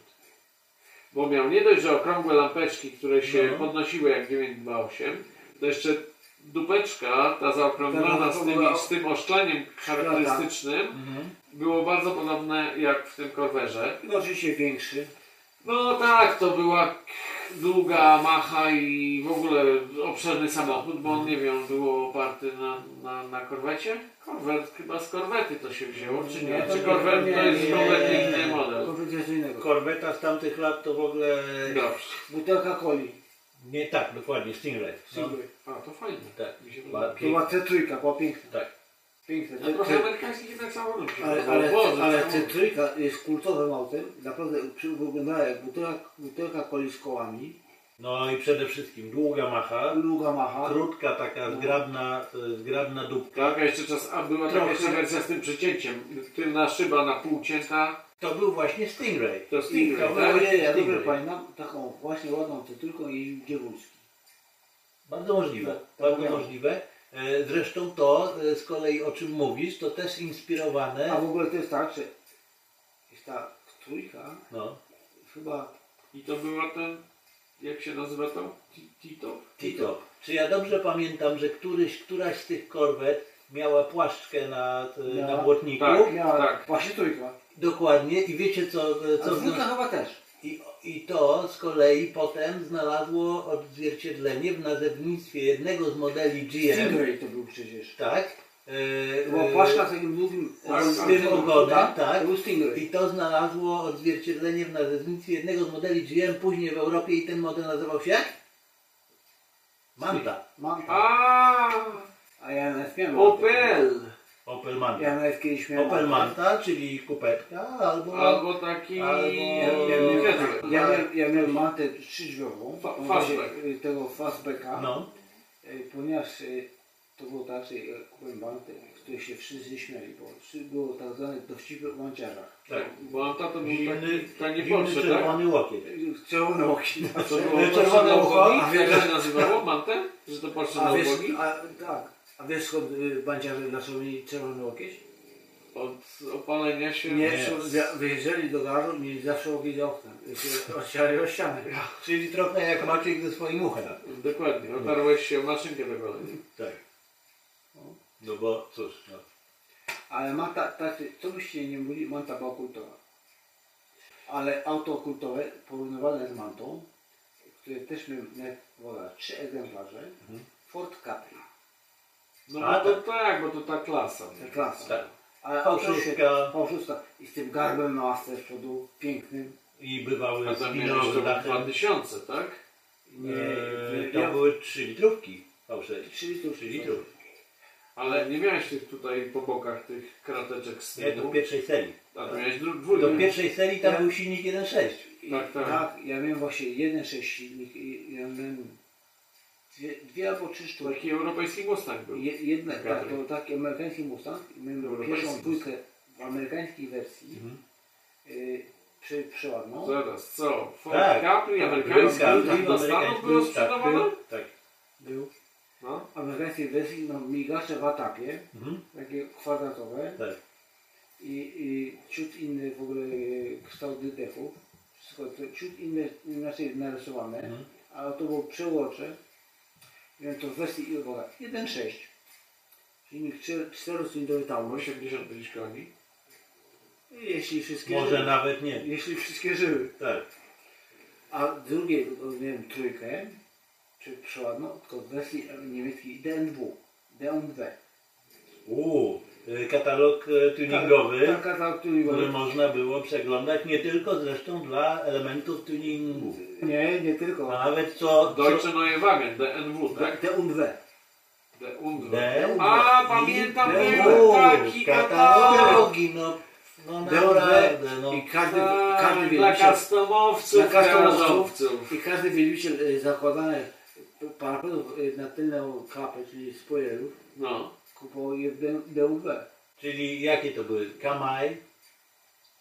Speaker 1: Bo miał nie dość, że okrągłe lampeczki, które się
Speaker 4: No.
Speaker 1: podnosiły jak 928, to jeszcze dupeczka, ta zaokrąglona z, tymi, z tym oszczeniem charakterystycznym,
Speaker 5: Mhm.
Speaker 1: było bardzo podobne jak w tym korwerze.
Speaker 5: No oczywiście większy.
Speaker 1: No tak, to była k- długa macha i w ogóle obszerny samochód, bo on nie wiem, on było oparty na, na, na korwecie? Korwet, chyba z korwety to się wzięło, czy nie?
Speaker 5: to
Speaker 1: czy
Speaker 5: nie,
Speaker 1: korwet
Speaker 5: nie,
Speaker 1: to jest
Speaker 5: nie,
Speaker 1: kompletnie
Speaker 4: nie,
Speaker 1: inny
Speaker 4: nie.
Speaker 1: model?
Speaker 5: Korwet jest innego.
Speaker 4: Korweta z tamtych lat to w ogóle...
Speaker 1: Dobrze.
Speaker 5: Butelka coli.
Speaker 4: Nie tak, dokładnie, Stingray. No,
Speaker 5: Singly.
Speaker 1: A, to fajnie.
Speaker 4: tak,
Speaker 1: Mi się podoba.
Speaker 4: Ła-
Speaker 5: To była C3, była piękna.
Speaker 4: tak.
Speaker 5: Piękna.
Speaker 1: Ja trochę
Speaker 5: C3.
Speaker 1: amerykańskich jednak samochodów się
Speaker 5: Ale,
Speaker 1: podobało.
Speaker 5: ale,
Speaker 1: Boże,
Speaker 5: ale
Speaker 1: samochód.
Speaker 5: C3 jest kultowym autem. Naprawdę przy- wyglądała jak butelka, butelka coli z kołami.
Speaker 4: No i przede wszystkim długa macha,
Speaker 5: Luga macha.
Speaker 4: krótka taka
Speaker 1: No.
Speaker 4: zgrabna, e, zgrabna dupka.
Speaker 1: Tak, a jeszcze czas, a była taka
Speaker 4: Trochę.
Speaker 1: jeszcze wersja z tym przecięciem. Tylna szyba na pół cięta,
Speaker 4: To był właśnie Stingray.
Speaker 1: to
Speaker 5: I
Speaker 1: Stingray, tak?
Speaker 5: kawałek, ja dobrze
Speaker 4: Stingray.
Speaker 5: pamiętam, taką właśnie ładną C3 jeździł Dziewulski.
Speaker 4: Bardzo możliwe,
Speaker 5: Tak, tak
Speaker 4: bardzo
Speaker 5: miało.
Speaker 4: możliwe. E, Zresztą to e, z kolei o czym mówisz, to też
Speaker 5: A
Speaker 4: inspirowane.
Speaker 5: w ogóle to jest tak, że jest ta trójka,
Speaker 4: No,
Speaker 5: chyba
Speaker 1: I to było ten jak się nazywa to? Ti- Tito?
Speaker 4: Tito, czy ja dobrze pamiętam, że któryś, któraś z tych korwet miała płaszczkę na, e,
Speaker 7: Miała.
Speaker 4: na błotniku?
Speaker 1: Tak.
Speaker 5: Miała
Speaker 1: Tak.
Speaker 5: właśnie no. trójka.
Speaker 4: Dokładnie i wiecie co...
Speaker 5: A
Speaker 4: co
Speaker 5: dwójka chyba też.
Speaker 4: I, I to z kolei potem znalazło odzwierciedlenie w nazewnictwie jednego z modeli GM.
Speaker 5: Stingray to był przecież.
Speaker 4: Tak. e,
Speaker 5: To była
Speaker 4: e,
Speaker 5: płaszcza Yy, z takim długim...
Speaker 4: z tym ogonem, tak.
Speaker 5: To był Stingray.
Speaker 4: I to znalazło odzwierciedlenie w nazewnictwie jednego z modeli GM później w Europie i ten model nazywał się jak? Manta.
Speaker 5: Mam tam.
Speaker 1: A
Speaker 5: A ja nawet miałem.
Speaker 1: Opel!
Speaker 4: Opel Manta.
Speaker 5: Ja nawet kiedyś miałem.
Speaker 4: Opel Manta, czyli kupeczka albo...
Speaker 1: Albo taki...
Speaker 5: Ja, ja, miałem-
Speaker 1: Cadillac.
Speaker 5: ja, miałem- ja miałem matę trzydrzwiową,
Speaker 1: Yy, tak. Fa-
Speaker 5: tą
Speaker 1: fastback.
Speaker 5: właśnie, y, tego fastbacka,
Speaker 4: No.
Speaker 5: y, ponieważ y, to było tak, że ja kupiłem matę, w której y, się wszyscy śmiali, bo przy- było tak zwane dowcipy o manciarzach.
Speaker 1: Tak, bo on tato był
Speaker 4: Zimny,
Speaker 1: taki, taki
Speaker 4: zimny
Speaker 1: Porsche, tak?
Speaker 4: czerwony łokieć.
Speaker 5: Y, Czerwone oki
Speaker 1: To
Speaker 5: zawsze.
Speaker 1: było
Speaker 5: Czerwone ucho.
Speaker 1: A wiesz, jak się nazywało Mantę? Że to Porsche na
Speaker 5: A wiesz,
Speaker 1: ubogi?
Speaker 5: a, tak, a wiesz skąd y, manciarze naszą mieli czerwone łokieć?
Speaker 1: Od opalenia się...
Speaker 5: Nie, są- zja- wyjeżdżali do garu, mieli zawsze ogień za oknem. Y, się Osiali o ścianę.
Speaker 4: Czyli trochę jak Maciek ze swoim uchem.
Speaker 1: Dokładnie, otarłeś się o maszynkę do golenia.
Speaker 4: Tak. No bo cóż, no.
Speaker 5: Ale mata, tak, to byście nie mówili, manta była kultowa. Ale auto kultowe porównywane z mantą, które też miałem nawet wola, trzy egzemplarze, Ford Capri,
Speaker 1: No
Speaker 4: A,
Speaker 1: bo to tak, bo to ta klasa.
Speaker 5: ta klasa.
Speaker 4: Tak.
Speaker 5: Ale
Speaker 4: Fałszywka.
Speaker 5: auto się- Fałszywka. I z tym garbem na łasce z przodu, pięknym.
Speaker 4: I
Speaker 1: A
Speaker 4: bywały
Speaker 1: tam miałeś to
Speaker 4: spinowe
Speaker 1: był
Speaker 4: dachem.
Speaker 1: 2000, tak?
Speaker 5: Nie,
Speaker 4: Eee,
Speaker 5: eee,
Speaker 4: to
Speaker 5: ja,
Speaker 4: były 3 litrówki. O, 6.
Speaker 5: trzy litrów,
Speaker 4: Trzy litrów.
Speaker 1: Ale nie miałeś tych tutaj po bokach tych krateczek z
Speaker 4: Nie, to w
Speaker 1: tyłu.
Speaker 4: pierwszej serii.
Speaker 1: A to miałeś dru-
Speaker 4: Do
Speaker 1: dwójkę.
Speaker 4: pierwszej serii tam był silnik 1.6.
Speaker 1: Tak, tak.
Speaker 5: Tak, ja miałem właśnie jeden sześćsilnik i ja miałem dwie, dwie albo trzy sztuki.
Speaker 1: Taki europejski Mustang był.
Speaker 5: Je- Jednak tak,
Speaker 1: Kadry.
Speaker 5: to taki amerykański Mustang. Miałem
Speaker 1: Europejski
Speaker 5: pierwszą
Speaker 1: Mustang.
Speaker 5: dwójkę w amerykańskiej wersji. Y, przy, przeładną.
Speaker 1: Zaraz, Mhm. co? Ford
Speaker 4: Tak.
Speaker 1: Capri, amerykański,
Speaker 4: Był Capri,
Speaker 1: do Stanów
Speaker 4: amerykański,
Speaker 1: było
Speaker 4: tak,
Speaker 1: sprzedawane?
Speaker 4: był, Tak.
Speaker 5: Był.
Speaker 1: No.
Speaker 5: W amerykańskiej wersji no, migacze w atapie,
Speaker 4: Mhm.
Speaker 5: takie kwadratowe
Speaker 4: Tak.
Speaker 5: i, i ciut inny w ogóle y, kształt dydechów. Wszystko to ciut inne, inaczej narysowane,
Speaker 4: Mhm.
Speaker 5: ale to było przełocze. Miałem to w wersji i uwaga, 1.6. Silnik czter- czterocylindrowy tam.
Speaker 1: 85 koni.
Speaker 5: No Jeśli wszystkie
Speaker 4: Może
Speaker 5: żyły.
Speaker 4: nawet nie.
Speaker 5: Jeśli wszystkie żyły.
Speaker 4: Tak.
Speaker 5: A drugie, o, nie wiem, trójkę, czy przeładną, tylko w wersji niemieckiej DNW, DNW.
Speaker 4: Uuu, y, katalog y, tuningowy.
Speaker 1: Tak,
Speaker 5: Taka ta,
Speaker 4: który
Speaker 5: Tak, który...
Speaker 4: można było przeglądać nie tylko zresztą dla elementów tuningu,
Speaker 5: Nie, nie
Speaker 4: a
Speaker 5: tylko.
Speaker 4: nawet co... co
Speaker 1: Deutsche Neue Wagen, DNW, tak?
Speaker 5: DNW.
Speaker 1: Der Unglück.
Speaker 4: D-
Speaker 1: A,
Speaker 4: i
Speaker 1: pamiętam,
Speaker 4: D-
Speaker 1: był
Speaker 4: U,
Speaker 1: taki
Speaker 4: katalogi, no, no naprawdę, no.
Speaker 5: DNW i każdy,
Speaker 1: Tak,
Speaker 5: każdy
Speaker 1: dla
Speaker 5: wielbiciel,
Speaker 1: customowców, e,
Speaker 5: dla
Speaker 1: dla
Speaker 5: customowców.
Speaker 1: customowców.
Speaker 5: i każdy wielbiciel y, zakładany parapetów y, na tylną klapę, czyli spoilerów,
Speaker 1: No.
Speaker 5: kupował je w D- DNW.
Speaker 4: Czyli jakie to były? Kamaj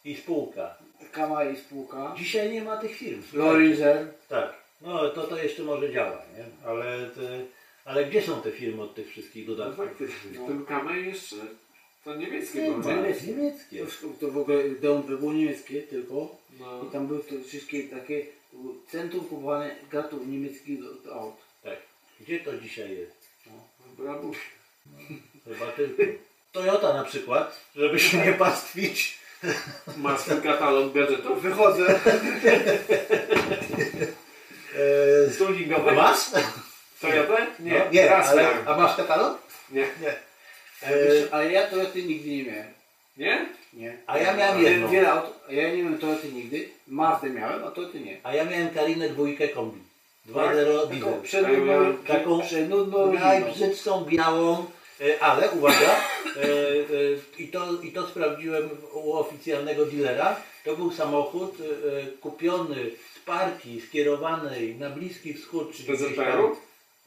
Speaker 4: i spółka.
Speaker 5: Kama i spółka.
Speaker 4: Dzisiaj nie ma tych firm.
Speaker 1: No
Speaker 4: słuchajcie.
Speaker 5: Lorizer.
Speaker 4: Tak, no to to jeszcze może działa, nie? Ale, te, ale gdzie są te firmy od tych wszystkich
Speaker 1: No
Speaker 4: dodatków?
Speaker 1: faktycznie, w tym kamej jeszcze to tak? niemieckie
Speaker 4: Nie
Speaker 1: było,
Speaker 4: ma.
Speaker 1: nie?
Speaker 4: Niemieckie.
Speaker 5: To, to w ogóle DNW było niemieckie tylko.
Speaker 1: No.
Speaker 5: I tam były te wszystkie takie to było centrum kupowane gatów niemieckich do- do aut.
Speaker 4: Tak. Gdzie to dzisiaj jest?
Speaker 1: Brabuś.
Speaker 4: Chyba tylko. Toyota na przykład, żeby się nie pastwić.
Speaker 1: Masz swój katalog gadżetów?
Speaker 5: Wychodzę.
Speaker 4: Eee,
Speaker 1: Tuningowy?
Speaker 4: masz?
Speaker 1: To ja te? Nie,
Speaker 4: No, nie
Speaker 1: raz
Speaker 4: ale,
Speaker 1: miałem.
Speaker 4: A masz katalog?
Speaker 1: Nie.
Speaker 4: Eee,
Speaker 5: Ale ja Toyoty nigdy nie miałem.
Speaker 1: Nie?
Speaker 5: Nie.
Speaker 4: A ja miałem
Speaker 5: Wie-
Speaker 4: jedną.
Speaker 5: Wiele aut, a ja nie miałem Toyoty nigdy. Mazdę miałem, a Toyoty nie.
Speaker 4: A ja miałem Karinę dwójkę kombi. 2.0 diesel.
Speaker 5: Taką przenudną,
Speaker 1: A ja miałem
Speaker 4: taką
Speaker 5: taką przenudną rodziną.
Speaker 4: Najbrzydszą, białą, e, ale uwaga, e, e, i, to, i to sprawdziłem u oficjalnego dealera, to był samochód e, e, kupiony z parki skierowanej na Bliski Wschód, czyli gdzieś tam-
Speaker 1: PZPR-u?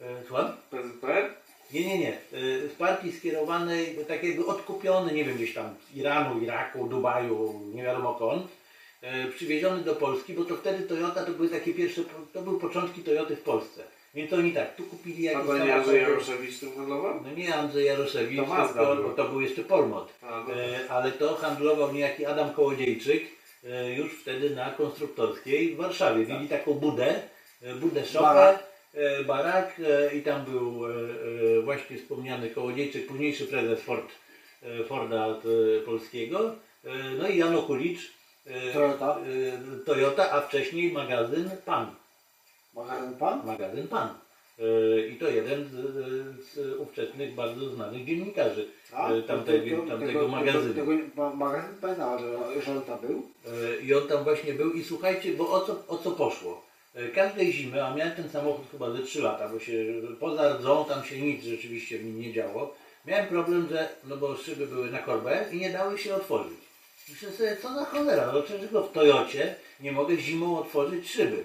Speaker 4: E, Słucham?
Speaker 1: PZPR?
Speaker 4: Nie, nie, nie. Y, Z partii skierowanej, tak jakby odkupiony, nie wiem, gdzieś tam z Iranu, Iraku, Dubaju, nie wiadomo kąd, y, przywieziony do Polski, bo to wtedy Toyota to były takie pierwsze, to były początki Toyoty w Polsce. Więc oni tak, tu kupili
Speaker 1: A
Speaker 4: jakiś
Speaker 1: to nie
Speaker 4: samochód.
Speaker 1: Andrzej Jaroszewicz tym handlował?
Speaker 4: No nie Andrzej Jaroszewicz,
Speaker 1: To Mazda
Speaker 4: tylko,
Speaker 1: była.
Speaker 4: to był jeszcze Polmot.
Speaker 1: A, no.
Speaker 4: E, ale to handlował niejaki
Speaker 1: Tak.
Speaker 4: Adam Kołodziejczyk e, już wtedy na konstruktorskiej w Warszawie. Mieli taką budę e, Budne Szopę,
Speaker 5: Barak.
Speaker 4: e, Barak e, i tam był e, e, właśnie wspomniany Kołodziejczyk, późniejszy prezes Ford, e, Forda e, polskiego, e, no i Jan Okulicz, e,
Speaker 5: Toyota.
Speaker 4: e, Toyota, a wcześniej magazyn Pan.
Speaker 5: Magazyn Pan?
Speaker 4: Magazyn Pan. E, I to jeden z, z ówczesnych bardzo znanych dziennikarzy
Speaker 5: A,
Speaker 4: e, tamtego,
Speaker 5: Tak? tego-
Speaker 4: tamtego magazynu.
Speaker 5: Tego, tego, ma- magazyn pamiętała, że, że on tam był.
Speaker 4: E, I on tam właśnie był i słuchajcie, bo o co, o co poszło? E, Każdej zimy, a miałem ten samochód chyba ze 3 lata, bo się poza rdzą tam się nic rzeczywiście w nim nie działo. Miałem problem, że, no bo szyby były na korbę i nie dały się otworzyć. Myślę sobie, co za cholera, dlaczego w Toyocie nie mogę zimą otworzyć szyby?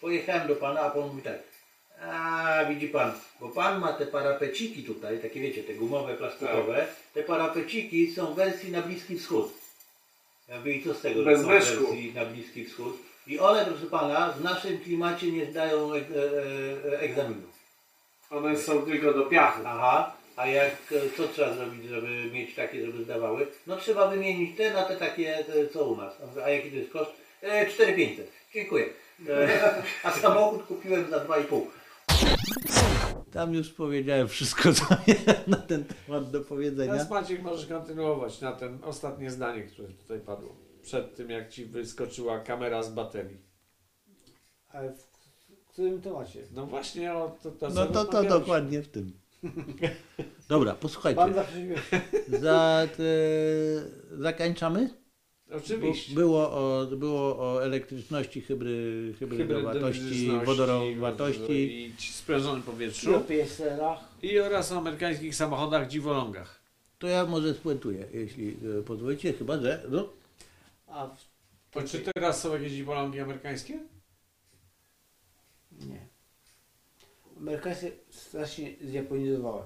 Speaker 4: Pojechałem do pana, a pan mówi tak, a widzi pan, bo pan ma te parapeciki tutaj, takie wiecie, te gumowe, plastikowe, te parapeciki są w wersji na Bliski Wschód. Ja mówię, i co z tego,
Speaker 8: Bez
Speaker 4: że są
Speaker 8: meszku.
Speaker 4: wersji na Bliski Wschód? I one, proszę pana, w naszym klimacie nie zdają e, e, e, egzaminu.
Speaker 8: One są tylko do piachu.
Speaker 4: Aha, a jak, e, co trzeba zrobić, żeby mieć takie, żeby zdawały? No trzeba wymienić te na te takie, te, co u nas. A mówię, A jaki to jest koszt? E, 4500. Dziękuję. E, a samochód kupiłem za 2,5.
Speaker 9: Tam już powiedziałem wszystko, co miałem na ten temat do powiedzenia.
Speaker 1: Teraz Maciek możesz kontynuować na ten ostatnie zdanie, które tutaj padło. Przed tym jak ci wyskoczyła kamera z baterii.
Speaker 3: Ale w którym temacie?
Speaker 1: No właśnie, o to, to
Speaker 9: No to, to dokładnie w tym. Dobra,
Speaker 3: Pan
Speaker 9: posłuchajcie.
Speaker 3: zawsze śmieszy.
Speaker 9: Za, e, zakańczamy? Bo
Speaker 1: Oczywiście.
Speaker 9: Było o, było o elektryczności, hybry, hybrydowatości,
Speaker 1: Hybrydyczności,
Speaker 9: wodorowatości.
Speaker 1: I ci sprężonym powietrzu.
Speaker 3: I
Speaker 9: No.
Speaker 3: o PSL-ach.
Speaker 1: I oraz o amerykańskich samochodach dziwolągach.
Speaker 9: To ja może spuentuję, jeśli e, pozwolicie, chyba że. No,
Speaker 3: A w...
Speaker 1: To czy teraz są jakieś dziwolągi amerykańskie?
Speaker 3: nie. Amerykańskie strasznie zjaponizowały.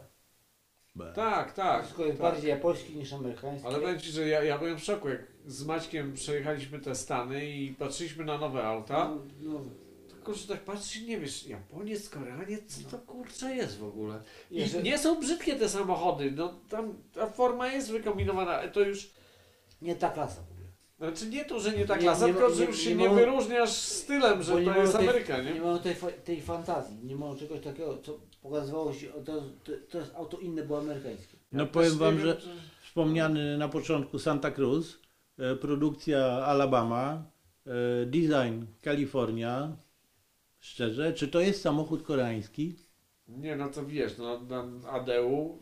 Speaker 1: Tak, tak.
Speaker 3: Wszystko jest
Speaker 1: tak.
Speaker 3: bardziej japońskie niż amerykańskie.
Speaker 1: Ale powiem Ci, że ja, ja byłem w szoku, jak z Maćkiem przejechaliśmy te Stany i patrzyliśmy na nowe auta.
Speaker 3: No, no,
Speaker 1: To kurczę, tak patrzysz i nie wiesz, Japoniec, Koreaniec, co to kurczę jest w ogóle? I
Speaker 3: Jeżeli-
Speaker 1: nie są brzydkie te samochody, no tam ta forma jest wykombinowana, e, to już,
Speaker 3: nie ta klasa w ogóle.
Speaker 1: znaczy nie to, że nie ta
Speaker 3: Nie-
Speaker 1: klasa,
Speaker 3: nie ma-
Speaker 1: tylko że
Speaker 3: nie-
Speaker 1: już
Speaker 3: nie
Speaker 1: się nie
Speaker 3: ma-
Speaker 1: wyróżniasz stylem, że
Speaker 3: Bo
Speaker 1: to
Speaker 3: mają
Speaker 1: jest
Speaker 3: tej-
Speaker 1: Ameryka,
Speaker 3: Nie
Speaker 1: nie?
Speaker 3: mają tej, fa- tej fantazji, nie mają czegoś takiego, co pokazywało się od razu, to, to jest auto inne, było amerykańskie.
Speaker 9: no
Speaker 1: Ja
Speaker 9: powiem
Speaker 1: też
Speaker 9: Wam,
Speaker 1: nie wiem,
Speaker 9: że
Speaker 1: czy-
Speaker 9: wspomniany na początku Santa Cruz, e, produkcja Alabama, e, design Kalifornia. Szczerze, czy to jest samochód koreański?
Speaker 1: Nie, no to wiesz, no na ADU,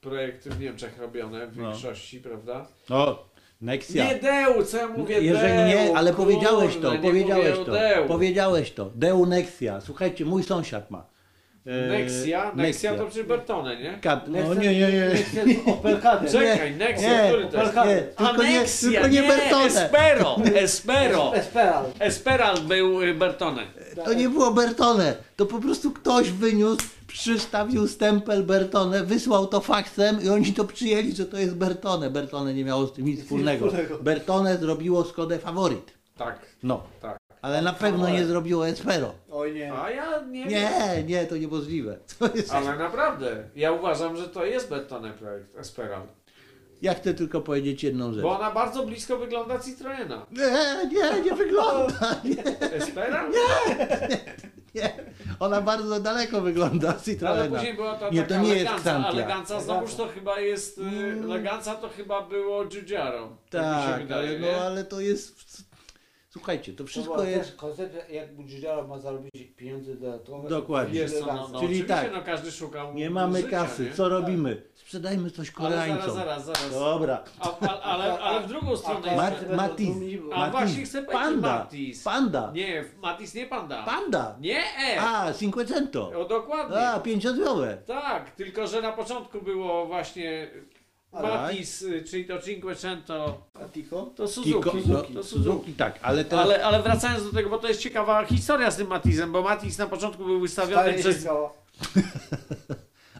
Speaker 1: projekty w Niemczech robione w
Speaker 9: No.
Speaker 1: większości, prawda?
Speaker 9: O, No, Nexia.
Speaker 1: Nie Deu, co ja mówię
Speaker 9: Jeżeli
Speaker 1: Deu,
Speaker 9: nie, ale
Speaker 1: kurde,
Speaker 9: powiedziałeś to,
Speaker 1: nie
Speaker 9: powiedziałeś
Speaker 1: mówię o
Speaker 9: to,
Speaker 1: Deu.
Speaker 9: powiedziałeś to. Deunexia. Słuchajcie, mój sąsiad ma. e,
Speaker 1: Nexia, Nexia to przy Bertone, nie?
Speaker 9: Kat, no
Speaker 3: Nexia-
Speaker 9: nie, nie, nie.
Speaker 3: Nexia to Opel Kadett.
Speaker 1: Czekaj, Nexia,
Speaker 9: nie,
Speaker 1: który to jest?
Speaker 3: Opel-
Speaker 9: Nie, tylko nie,
Speaker 1: Anexia,
Speaker 9: tylko nie Bertone.
Speaker 1: Espero, Espero.
Speaker 3: Esperal.
Speaker 1: Esperal był y, Bertone.
Speaker 9: To nie było Bertone. To po prostu ktoś wyniósł, przystawił stempel Bertone, wysłał to faksem i oni to przyjęli, że to jest Bertone. Bertone nie miało z tym nic wspólnego. Bertone zrobiło Skodę Favorit.
Speaker 1: Tak,
Speaker 9: No,
Speaker 1: tak.
Speaker 9: ale na pewno nie zrobiło Espero.
Speaker 3: Oj nie.
Speaker 1: A ja nie, wiem.
Speaker 9: Nie, nie, to niemożliwe. To jest...
Speaker 1: Ale naprawdę, ja uważam, że to jest Bertone projekt, Esperal.
Speaker 9: Ja chcę tylko powiedzieć jedną rzecz.
Speaker 1: Bo ona bardzo blisko wygląda Citroena.
Speaker 9: Nie, nie, nie wygląda. Nie,
Speaker 1: Esperal?
Speaker 9: nie. Ona bardzo daleko wygląda z
Speaker 1: Ale
Speaker 9: Citroena.
Speaker 1: później była ta
Speaker 9: Nie,
Speaker 1: taka
Speaker 9: to nie jest
Speaker 1: eleganca,
Speaker 9: Xantia. Mm.
Speaker 1: eleganca znowuż to chyba jest, y, eleganca to chyba było Giugiaro, tak mi się
Speaker 9: Tak,
Speaker 1: wydaje,
Speaker 9: ale, no,
Speaker 1: nie? No
Speaker 9: ale to jest... Słuchajcie, to wszystko
Speaker 3: była
Speaker 9: jest...
Speaker 3: też koncepcja, jak Budziara ma zarobić pieniądze dodatkowe.
Speaker 9: Dokładnie.
Speaker 3: Ile
Speaker 1: Jest to, no,
Speaker 3: razy.
Speaker 1: no,
Speaker 9: Czyli
Speaker 1: Czyli
Speaker 9: tak.
Speaker 1: tak. No, każdy szukał
Speaker 9: Nie mamy
Speaker 1: życia,
Speaker 9: kasy,
Speaker 1: nie? Tak.
Speaker 9: co robimy? Sprzedajmy coś
Speaker 1: Ale zaraz,
Speaker 9: Koreańcom.
Speaker 1: zaraz, zaraz.
Speaker 9: Dobra.
Speaker 1: A, a, ale, ale w drugą stronę.
Speaker 9: Mar-
Speaker 1: jeszcze-
Speaker 9: Matiz.
Speaker 1: A
Speaker 9: Matiz.
Speaker 1: właśnie chcę powiedzieć
Speaker 9: Panda.
Speaker 1: Matiz.
Speaker 9: Panda.
Speaker 1: Nie, Matis nie panda.
Speaker 9: Panda.
Speaker 1: Nie, e.
Speaker 9: A, Cinquecento.
Speaker 1: O, dokładnie.
Speaker 9: A, pięciodriowe.
Speaker 1: Tak, tylko że na początku było właśnie
Speaker 9: Ale-
Speaker 1: Matis, y, czyli to Cinquecento,
Speaker 3: A Tico?
Speaker 1: to Suzuki.
Speaker 9: no,
Speaker 1: to Suzuki.
Speaker 9: Suzuki, tak, ale teraz...
Speaker 1: Ale, ale wracając do tego, bo to jest ciekawa historia z tym Matizem, bo Matiz na początku był wystawiony
Speaker 3: Stanie się
Speaker 1: przez
Speaker 3: zgała.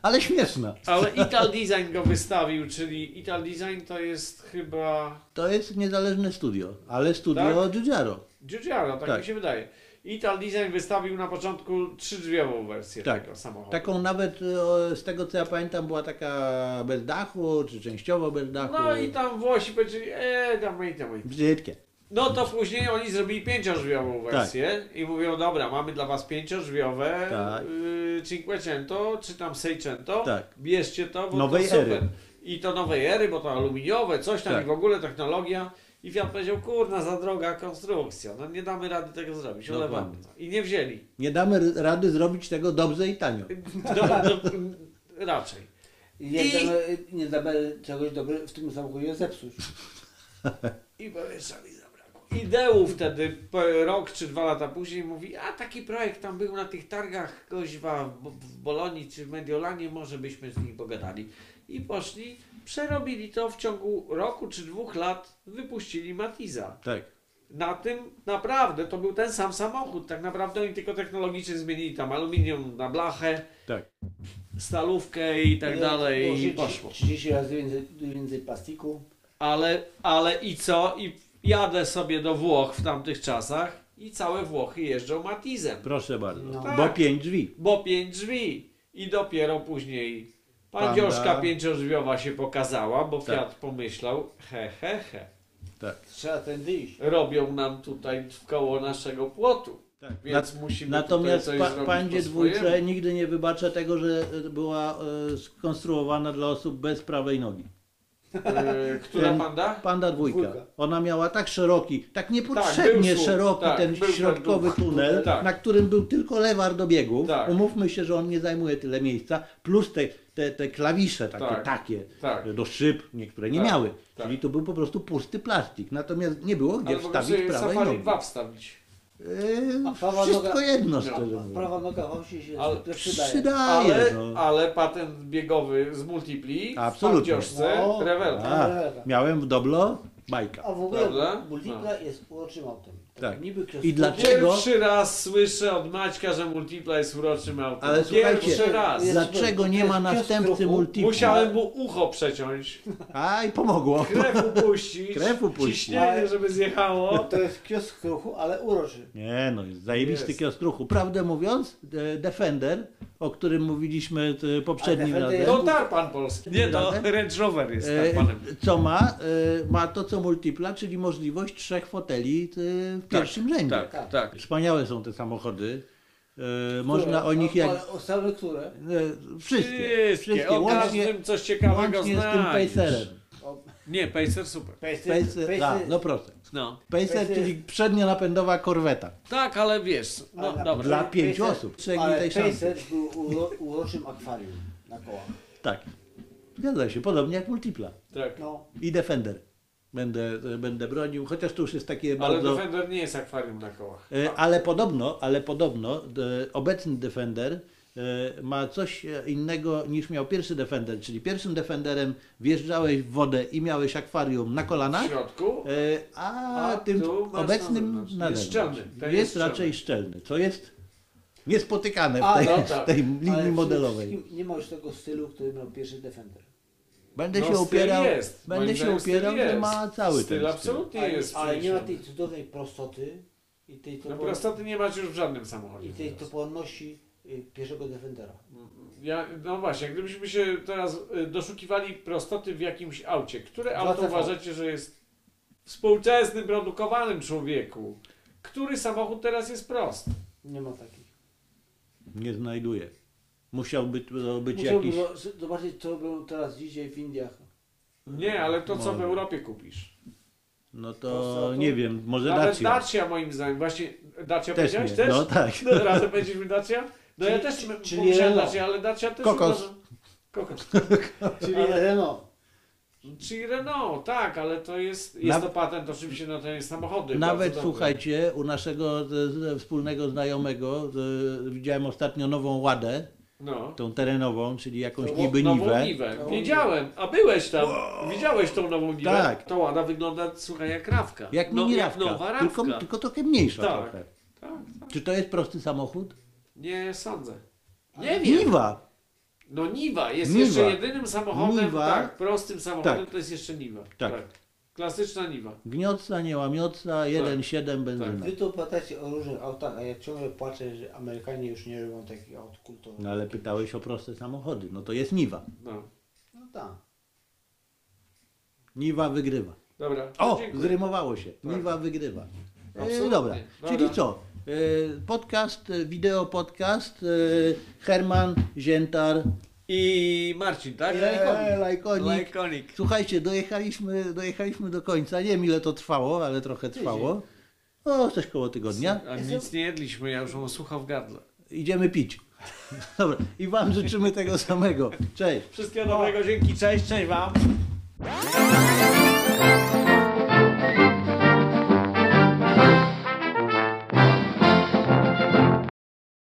Speaker 9: ale śmieszna.
Speaker 1: Ale Ital Design go wystawił, czyli Ital Design to jest chyba
Speaker 9: To jest niezależne studio, ale studio
Speaker 1: Tak?
Speaker 9: Giugiaro.
Speaker 1: Giugiaro, tak,
Speaker 9: Tak.
Speaker 1: mi się wydaje. Ital Design wystawił na początku trzydrzwiową wersję
Speaker 9: Tak.
Speaker 1: tego samochodu.
Speaker 9: Taką nawet, e, z tego co ja pamiętam, była taka bez dachu, czy częściowo bez dachu.
Speaker 1: No i tam Włosi powiedzieli, eee, damy, damy.
Speaker 9: Brzydkie.
Speaker 1: No to później oni zrobili pięciodrzwiową wersję i mówią, dobra, mamy dla was pięciodrzwiowe
Speaker 9: Tak.
Speaker 1: y, Cinquecento, czy tam Seicento,
Speaker 9: Tak.
Speaker 1: bierzcie to, bo
Speaker 9: Nowej
Speaker 1: to super.
Speaker 9: ery.
Speaker 1: I to nowej ery, bo to aluminiowe, coś tam
Speaker 9: Tak.
Speaker 1: i w ogóle technologia. I Fiat powiedział, kurna, za droga konstrukcja, no nie damy rady tego zrobić,
Speaker 9: No Dokładnie.
Speaker 1: olewamy. to. I nie wzięli.
Speaker 9: Nie damy rady zrobić tego dobrze i tanio.
Speaker 1: Do, do, raczej.
Speaker 3: I jak
Speaker 1: I-
Speaker 3: damy, nie damy czegoś dobrego w tym samochodzie zepsuć.
Speaker 1: I Warszawie zabrakło. Ideu wtedy p- rok czy dwa lata później mówi, a taki projekt tam był na tych targach goźwa w, Bo- w Bolonii czy w Mediolanie, może byśmy z nich pogadali. I poszli, przerobili to w ciągu roku czy dwóch lat, wypuścili Matiza.
Speaker 9: Tak.
Speaker 1: Na tym naprawdę to był ten sam samochód. Tak naprawdę oni tylko technologicznie zmienili tam aluminium na blachę,
Speaker 9: Tak.
Speaker 1: stalówkę i tak dalej. I
Speaker 3: Położyć
Speaker 1: poszło.
Speaker 3: 30 razy więcej, więcej plastiku.
Speaker 1: Ale, ale i co? I jadę sobie do Włoch w tamtych czasach i całe Włochy jeżdżą Matizem.
Speaker 9: Proszę bardzo.
Speaker 3: No.
Speaker 9: Bo
Speaker 1: Tak.
Speaker 9: pięć drzwi.
Speaker 1: Bo pięć drzwi. I dopiero później
Speaker 9: Panda.
Speaker 1: pandzioszka pięciodrzwiowa się pokazała, bo
Speaker 9: Tak.
Speaker 1: Fiat pomyślał, he, he, he,
Speaker 3: Trzeba tędy iść.
Speaker 1: robią nam tutaj w koło naszego płotu.
Speaker 9: Tak.
Speaker 1: Więc musimy
Speaker 9: Natomiast
Speaker 1: tutaj coś
Speaker 9: pa,
Speaker 1: zrobić
Speaker 9: pandzie
Speaker 1: po swojemu.
Speaker 9: dwójce nigdy nie wybacza tego, że e, była e, skonstruowana dla osób bez prawej nogi.
Speaker 1: E, która
Speaker 9: Ten-
Speaker 1: panda?
Speaker 9: Panda dwójka.
Speaker 3: Dwójka.
Speaker 9: Ona miała tak szeroki, tak niepotrzebnie
Speaker 1: był słup,
Speaker 9: szeroki
Speaker 1: tak,
Speaker 9: ten
Speaker 1: był ten
Speaker 9: środkowy
Speaker 1: duch,
Speaker 9: tunel,
Speaker 1: tak.
Speaker 9: na którym był tylko lewar do biegu.
Speaker 1: Tak.
Speaker 9: Umówmy się, że on nie zajmuje tyle miejsca, plus te, te, te klawisze takie,
Speaker 1: Tak.
Speaker 9: takie
Speaker 1: Tak.
Speaker 9: do szyb, niektóre nie
Speaker 1: Tak,
Speaker 9: miały.
Speaker 1: tak.
Speaker 9: Czyli to był po prostu pusty plastik. Natomiast nie było gdzie
Speaker 1: Ale mogę
Speaker 9: wstawić
Speaker 1: sobie
Speaker 9: prawej
Speaker 1: Safari
Speaker 9: nogi.
Speaker 1: 2 wstawić.
Speaker 9: Yy,
Speaker 3: A prawa
Speaker 9: wszystko
Speaker 3: noga-
Speaker 9: jedno,
Speaker 1: no,
Speaker 9: szczerze
Speaker 3: A
Speaker 9: mówiąc.
Speaker 3: Prawa noga właśnie się
Speaker 1: Ale
Speaker 3: przydaje.
Speaker 9: Przydaje.
Speaker 1: Ale,
Speaker 9: no.
Speaker 1: ale patent biegowy z Multipli
Speaker 9: Absolutnie.
Speaker 1: w Pandzioszce,
Speaker 3: No.
Speaker 1: rewelka.
Speaker 9: A,
Speaker 3: Dobra.
Speaker 9: miałem w Doblo bajka.
Speaker 3: A w ogóle
Speaker 1: Prawda? No.
Speaker 3: multipla jest uroczym autem.
Speaker 9: Tak.
Speaker 3: Niby
Speaker 9: I dla-
Speaker 3: kreskówka.
Speaker 9: Dlaczego?
Speaker 1: Pierwszy raz słyszę od Maćka, że Multipla jest uroczym autem.
Speaker 9: Ale
Speaker 1: Pierwszy
Speaker 9: słuchajcie,
Speaker 1: raz.
Speaker 3: jest-
Speaker 9: Dlaczego nie ma następcy multipla?
Speaker 1: Musiałem mu ucho przeciąć,
Speaker 9: A i pomogło.
Speaker 1: krew upuścić,
Speaker 9: Krew upuścić.
Speaker 1: ciśnienie, żeby zjechało.
Speaker 3: To jest kiosk ruchu, ale uroczy.
Speaker 9: Nie no, jest zajebisty
Speaker 1: Jest.
Speaker 9: kiosk ruchu. Prawdę mówiąc, e, Defender, o którym mówiliśmy e, poprzednim
Speaker 3: A Defender
Speaker 9: razem,
Speaker 1: To tarpan polski. Nie, to Range Rover jest
Speaker 9: e,
Speaker 1: tarpanem.
Speaker 9: co ma, e, ma to co Multipla, czyli możliwość trzech foteli e, w pierwszym rzędzie.
Speaker 1: Tak, tak.
Speaker 9: Wspaniałe są te samochody. E, Można o nich
Speaker 3: ale,
Speaker 9: jak...
Speaker 3: No, Ale same które?
Speaker 9: E, wszystkie,
Speaker 1: Wszystkie,
Speaker 9: wszystkie,
Speaker 1: o
Speaker 9: łącznie,
Speaker 1: każdym coś ciekawego
Speaker 9: łącznie z tym
Speaker 1: znajdziesz.
Speaker 9: Pacerem.
Speaker 1: Nie, Pacer super.
Speaker 9: Pacer, a, no proszę.
Speaker 1: No.
Speaker 9: Pacer,
Speaker 3: Pacer-
Speaker 9: czyli przednionapędowa korweta.
Speaker 1: Tak, ale wiesz, no
Speaker 3: Ale-
Speaker 1: dobra.
Speaker 9: Dla pięciu osób. Trzech
Speaker 3: Ale
Speaker 9: tej szansy.
Speaker 3: Pacer był uro, uroczym akwarium na kołach.
Speaker 9: Tak. Zgadza się, podobnie jak Multipla.
Speaker 1: Tak.
Speaker 3: No,
Speaker 9: I Defender. Będę, e, będę bronił, chociaż to już jest takie
Speaker 1: Ale
Speaker 9: bardzo.
Speaker 1: Defender nie jest akwarium na kołach.
Speaker 9: E, Ale podobno, ale podobno e, obecny Defender e, ma coś e, innego niż miał pierwszy Defender, czyli pierwszym Defenderem wjeżdżałeś w wodę i miałeś akwarium na
Speaker 1: W
Speaker 9: kolanach,
Speaker 1: środku
Speaker 9: e, a,
Speaker 1: A
Speaker 9: tym
Speaker 1: tu masz na
Speaker 9: obecnym na
Speaker 1: zewnątrz.
Speaker 9: zewnątrz.
Speaker 1: Jest szczelny, ten
Speaker 9: Jest,
Speaker 1: jest szczelny.
Speaker 9: raczej szczelny, co jest niespotykane w
Speaker 3: A,
Speaker 9: tej,
Speaker 1: no tak.
Speaker 9: w tej
Speaker 3: ale
Speaker 9: linii
Speaker 3: przede
Speaker 9: modelowej.
Speaker 3: wszystkim Nie ma już tego stylu, który miał pierwszy Defender.
Speaker 9: Będę
Speaker 1: No,
Speaker 9: się
Speaker 1: styl
Speaker 9: upierał,
Speaker 1: jest.
Speaker 9: będę
Speaker 1: Moim
Speaker 9: się
Speaker 1: zdaniem styl
Speaker 9: upierał, że
Speaker 1: jest.
Speaker 9: ma cały
Speaker 1: styl
Speaker 9: ten styl.
Speaker 1: absolutnie
Speaker 3: Ale,
Speaker 1: jest
Speaker 3: ale nie ma tej
Speaker 1: przeniesiony.
Speaker 3: cudownej prostoty i tej,
Speaker 1: No
Speaker 3: topo-
Speaker 1: prostoty nie masz już w żadnym samochodzie.
Speaker 3: i tej
Speaker 1: teraz.
Speaker 3: toporności y, pierwszego Defendera.
Speaker 1: Ja, no właśnie, gdybyśmy się teraz y, doszukiwali prostoty w jakimś aucie, które auto
Speaker 3: 2CV?
Speaker 1: uważacie, że jest współczesnym, produkowanym człowieku? Który samochód teraz jest prosty?
Speaker 3: Nie ma takich.
Speaker 9: Nie znajduję. Musiałby to być
Speaker 3: Musiałbym
Speaker 9: jakiś...
Speaker 3: zo- zobaczyć, co robią teraz dzisiaj w Indiach.
Speaker 1: Nie, ale to co w
Speaker 9: Może.
Speaker 1: Europie kupisz.
Speaker 9: No to
Speaker 3: Prosto-
Speaker 9: nie wiem, może
Speaker 1: Nawet
Speaker 9: Dacia.
Speaker 1: Dacia moim zdaniem, właśnie Dacia
Speaker 9: Też
Speaker 1: powiedziałeś
Speaker 9: nie.
Speaker 1: też?
Speaker 9: No tak.
Speaker 1: No, razem będziemy Dacia? No ja też
Speaker 3: Czyli-
Speaker 1: m-
Speaker 3: czyli
Speaker 1: pomyślałem
Speaker 3: Renault.
Speaker 1: Dacia, ale Dacia też
Speaker 9: Kokos.
Speaker 1: uważam- Kokos.
Speaker 3: Czyli
Speaker 1: Ale-
Speaker 3: Renault.
Speaker 1: Czyli Renault, tak, ale to jest, jest
Speaker 9: Naw-
Speaker 1: to patent oczywiście na te samochody.
Speaker 9: Nawet
Speaker 1: bardzo dobry.
Speaker 9: słuchajcie, u naszego z, z, wspólnego znajomego z, widziałem ostatnio nową ładę,
Speaker 1: No.
Speaker 9: tą terenową, czyli jakąś
Speaker 1: Nową-
Speaker 9: niby
Speaker 1: nową
Speaker 9: niwę.
Speaker 1: Niwę.
Speaker 3: Nową
Speaker 1: Wiedziałem, a byłeś tam, widziałeś tą nową Niwę.
Speaker 9: Tak.
Speaker 1: To ładna wygląda, słuchaj, jak rawka.
Speaker 9: Jak
Speaker 1: no,
Speaker 9: mini
Speaker 1: jak
Speaker 9: rawka,
Speaker 1: nowa rawka.
Speaker 9: tylko, tylko trochę mniejsza
Speaker 1: Tak.
Speaker 9: trochę.
Speaker 1: Tak,
Speaker 9: Czy to jest prosty samochód?
Speaker 1: nie sądzę. Nie wiem.
Speaker 9: Niwa!
Speaker 1: No Niwa jest
Speaker 9: Niwa.
Speaker 1: jeszcze jedynym samochodem,
Speaker 9: Niwa.
Speaker 1: tak, prostym samochodem
Speaker 9: Tak.
Speaker 1: to jest jeszcze Niwa.
Speaker 9: Tak.
Speaker 1: Klasyczna Niwa.
Speaker 9: Gniotca, nie łamiotca,
Speaker 1: Tak.
Speaker 9: 1,7 benzyna.
Speaker 3: Wy tu pytacie o różnych autach, a ja ciągle płaczę, że Amerykanie już nie robią takich aut kultowych.
Speaker 9: No ale pytałeś o proste samochody, no to jest Niwa.
Speaker 1: No.
Speaker 3: No tak.
Speaker 9: Niwa wygrywa.
Speaker 1: Dobra.
Speaker 9: O,
Speaker 1: No, dziękuję.
Speaker 9: zrymowało się. Miwa wygrywa. E,
Speaker 1: Absolutnie.
Speaker 9: dobra.
Speaker 1: Dobra.
Speaker 9: Czyli co? E, podcast, e, wideo podcast, e, Herman, Ziętar,
Speaker 1: I Marcin, tak?
Speaker 9: e, Lajkonik.
Speaker 1: Lajkonik.
Speaker 9: Słuchajcie, dojechaliśmy, dojechaliśmy do końca. Nie wiem ile to trwało, ale trochę trwało. O, coś koło tygodnia.
Speaker 1: A nic nie jedliśmy, ja już mam słucha w gardle.
Speaker 9: Idziemy pić. Dobra. I wam życzymy tego samego. Cześć.
Speaker 1: Wszystkiego dobrego, dzięki, cześć, cześć wam.